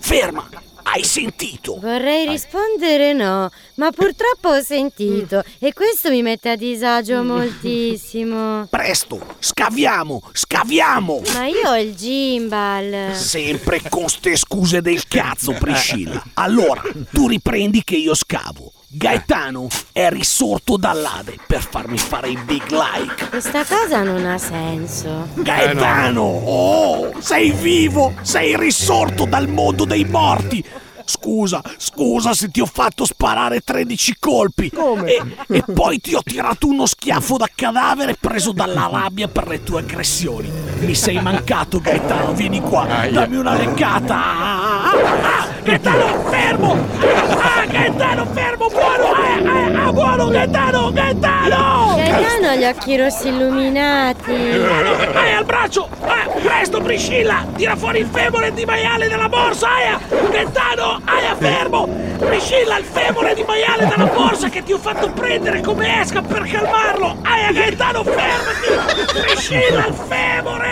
[SPEAKER 21] ferma! Hai sentito?
[SPEAKER 18] Vorrei rispondere no, ma purtroppo ho sentito e questo mi mette a disagio moltissimo.
[SPEAKER 21] Presto, scaviamo, scaviamo!
[SPEAKER 18] Ma io ho il gimbal.
[SPEAKER 21] Sempre con ste scuse del cazzo, Priscilla. Allora, tu riprendi che io scavo. Gaetano è risorto dall'Ade per farmi fare i big like.
[SPEAKER 18] Questa cosa non ha senso.
[SPEAKER 21] Gaetano, oh, sei vivo, sei risorto dal mondo dei morti. Scusa, scusa se ti ho fatto sparare 13 colpi. E, e poi ti ho tirato uno schiaffo da cadavere preso dalla rabbia per le tue aggressioni. Mi sei mancato, Gaetano, vieni qua, dammi una leccata. Ah, ah, ah, Gaetano, fermo! Ah, ah, Gaetano, fermo, buono! Ah, ah, ah, buono, Gaetano, Gaetano! Eh,
[SPEAKER 18] Gaetano ha gli occhi rossi illuminati.
[SPEAKER 21] Aia, al braccio! Ah, presto, Priscilla! Tira fuori il femore di maiale dalla borsa, Aia! Gaetano, Aia, fermo! Priscilla, il femore di maiale dalla borsa che ti ho fatto prendere come esca per calmarlo! Aia, Gaetano, fermati! Priscilla, il femore!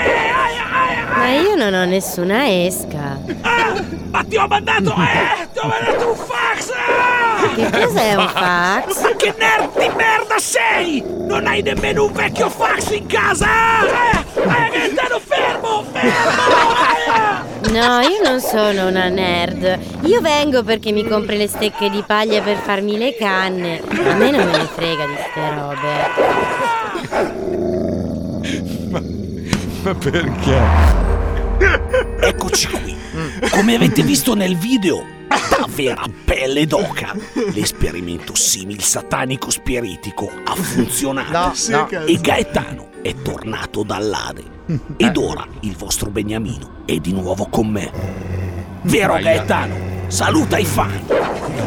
[SPEAKER 18] Ma io non ho nessuna esca.
[SPEAKER 21] Ah, ma ti ho mandato, eh! Ti ho mandato un fax! ah!
[SPEAKER 18] Che cos'è un fax?
[SPEAKER 21] Ma che nerd di merda sei! Non hai nemmeno un vecchio fax in casa! Eh, eh, Gaetano, fermo!
[SPEAKER 18] No, io non sono una nerd. Io vengo perché mi compri le stecche di paglia per farmi le canne. A me non me ne frega di ste robe.
[SPEAKER 2] Ma perché?
[SPEAKER 21] Eccoci qui. Come avete visto nel video, Tavera Pelle d'Oca, l'esperimento simil satanico spiritico ha
[SPEAKER 7] No,
[SPEAKER 21] funzionato.
[SPEAKER 7] no.
[SPEAKER 21] E Gaetano è tornato dall'Ade. Ed ora il vostro Beniamino è di nuovo con me. Vero
[SPEAKER 7] Aia.
[SPEAKER 21] Gaetano? Saluta i fan!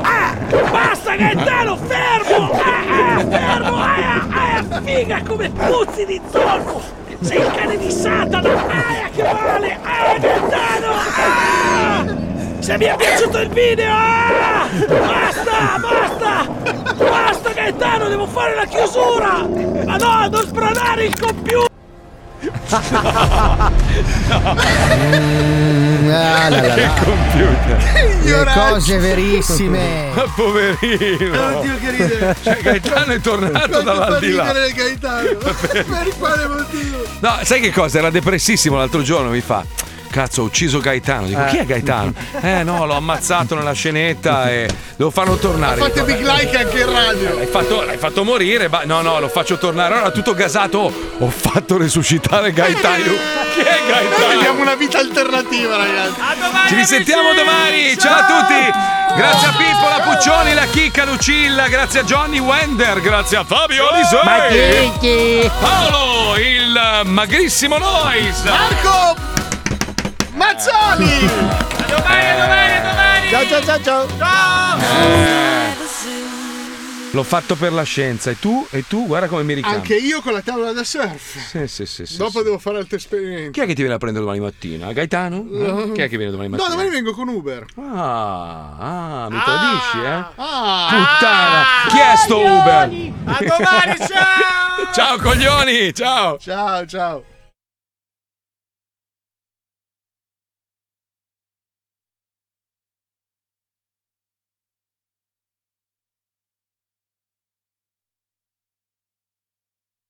[SPEAKER 21] Ah, Basta Gaetano, fermo! Ah, ah, fermo! Ah, ah, figa come puzzi di zolfo! Sei il cane di Satana! Ah, che male! Ah, Gaetano! Ah! Se mi è piaciuto il video! Ah! Basta, basta! Basta Gaetano, devo fare la chiusura! Ma no, non sbranare il computer!
[SPEAKER 9] Mm, ah, la, la, la.
[SPEAKER 7] Il computer.
[SPEAKER 9] Le
[SPEAKER 7] Ignoraggio.
[SPEAKER 9] cose verissime.
[SPEAKER 2] Ma poverino!
[SPEAKER 7] Oddio, che ridere.
[SPEAKER 2] Cioè, Gaetano è tornato
[SPEAKER 7] Quanto fa
[SPEAKER 2] dall'aldilà.
[SPEAKER 7] ridere il Gaetano? per quale motivo?
[SPEAKER 2] No, sai che cosa? Era depressissimo l'altro giorno, mi fa. Cazzo, ho ucciso Gaetano. Dico,
[SPEAKER 7] Eh.
[SPEAKER 2] chi è Gaetano? Eh no, l'ho ammazzato nella scenetta e devo farlo tornare.
[SPEAKER 5] Fate
[SPEAKER 2] Dico,
[SPEAKER 5] big
[SPEAKER 2] "Vabbè,
[SPEAKER 5] like anche in radio.
[SPEAKER 2] L'hai fatto, l'hai fatto morire, ma no, no, lo faccio tornare. Allora tutto gasato. "Oh, Ho fatto resuscitare Gaetano. Chi è Gaetano?
[SPEAKER 5] Noi abbiamo una vita alternativa, ragazzi.
[SPEAKER 2] Ci risentiamo domani. Ciao a tutti. Grazie a Pippola Puccioni, la Chicca Lucilla, grazie a Johnny Wender, grazie a Fabio
[SPEAKER 7] Ma chi-
[SPEAKER 2] Lisei. Paolo, il eh, magrissimo Nois.
[SPEAKER 5] Marco Mazzoni!
[SPEAKER 2] domani, domani, domani!
[SPEAKER 7] Ciao, ciao, ciao, ciao!
[SPEAKER 2] Eh, L'ho fatto per la scienza e tu e tu guarda come mi ricambi.
[SPEAKER 5] Anche io con la tavola da surf.
[SPEAKER 2] Sì, sì, sì, sì,
[SPEAKER 5] Dopo
[SPEAKER 2] sì.
[SPEAKER 5] devo fare altri esperimenti.
[SPEAKER 2] Chi è che ti viene a prendere domani mattina? Gaetano? Eh? Chi è che viene domani
[SPEAKER 5] No,
[SPEAKER 2] mattina?
[SPEAKER 5] domani vengo con Uber.
[SPEAKER 2] Ah, ah, mi tradisci, eh?
[SPEAKER 5] Ah.
[SPEAKER 2] Puttana! Chi è sto Uber?
[SPEAKER 5] A domani, ciao!
[SPEAKER 2] ciao coglioni, ciao!
[SPEAKER 5] Ciao, ciao.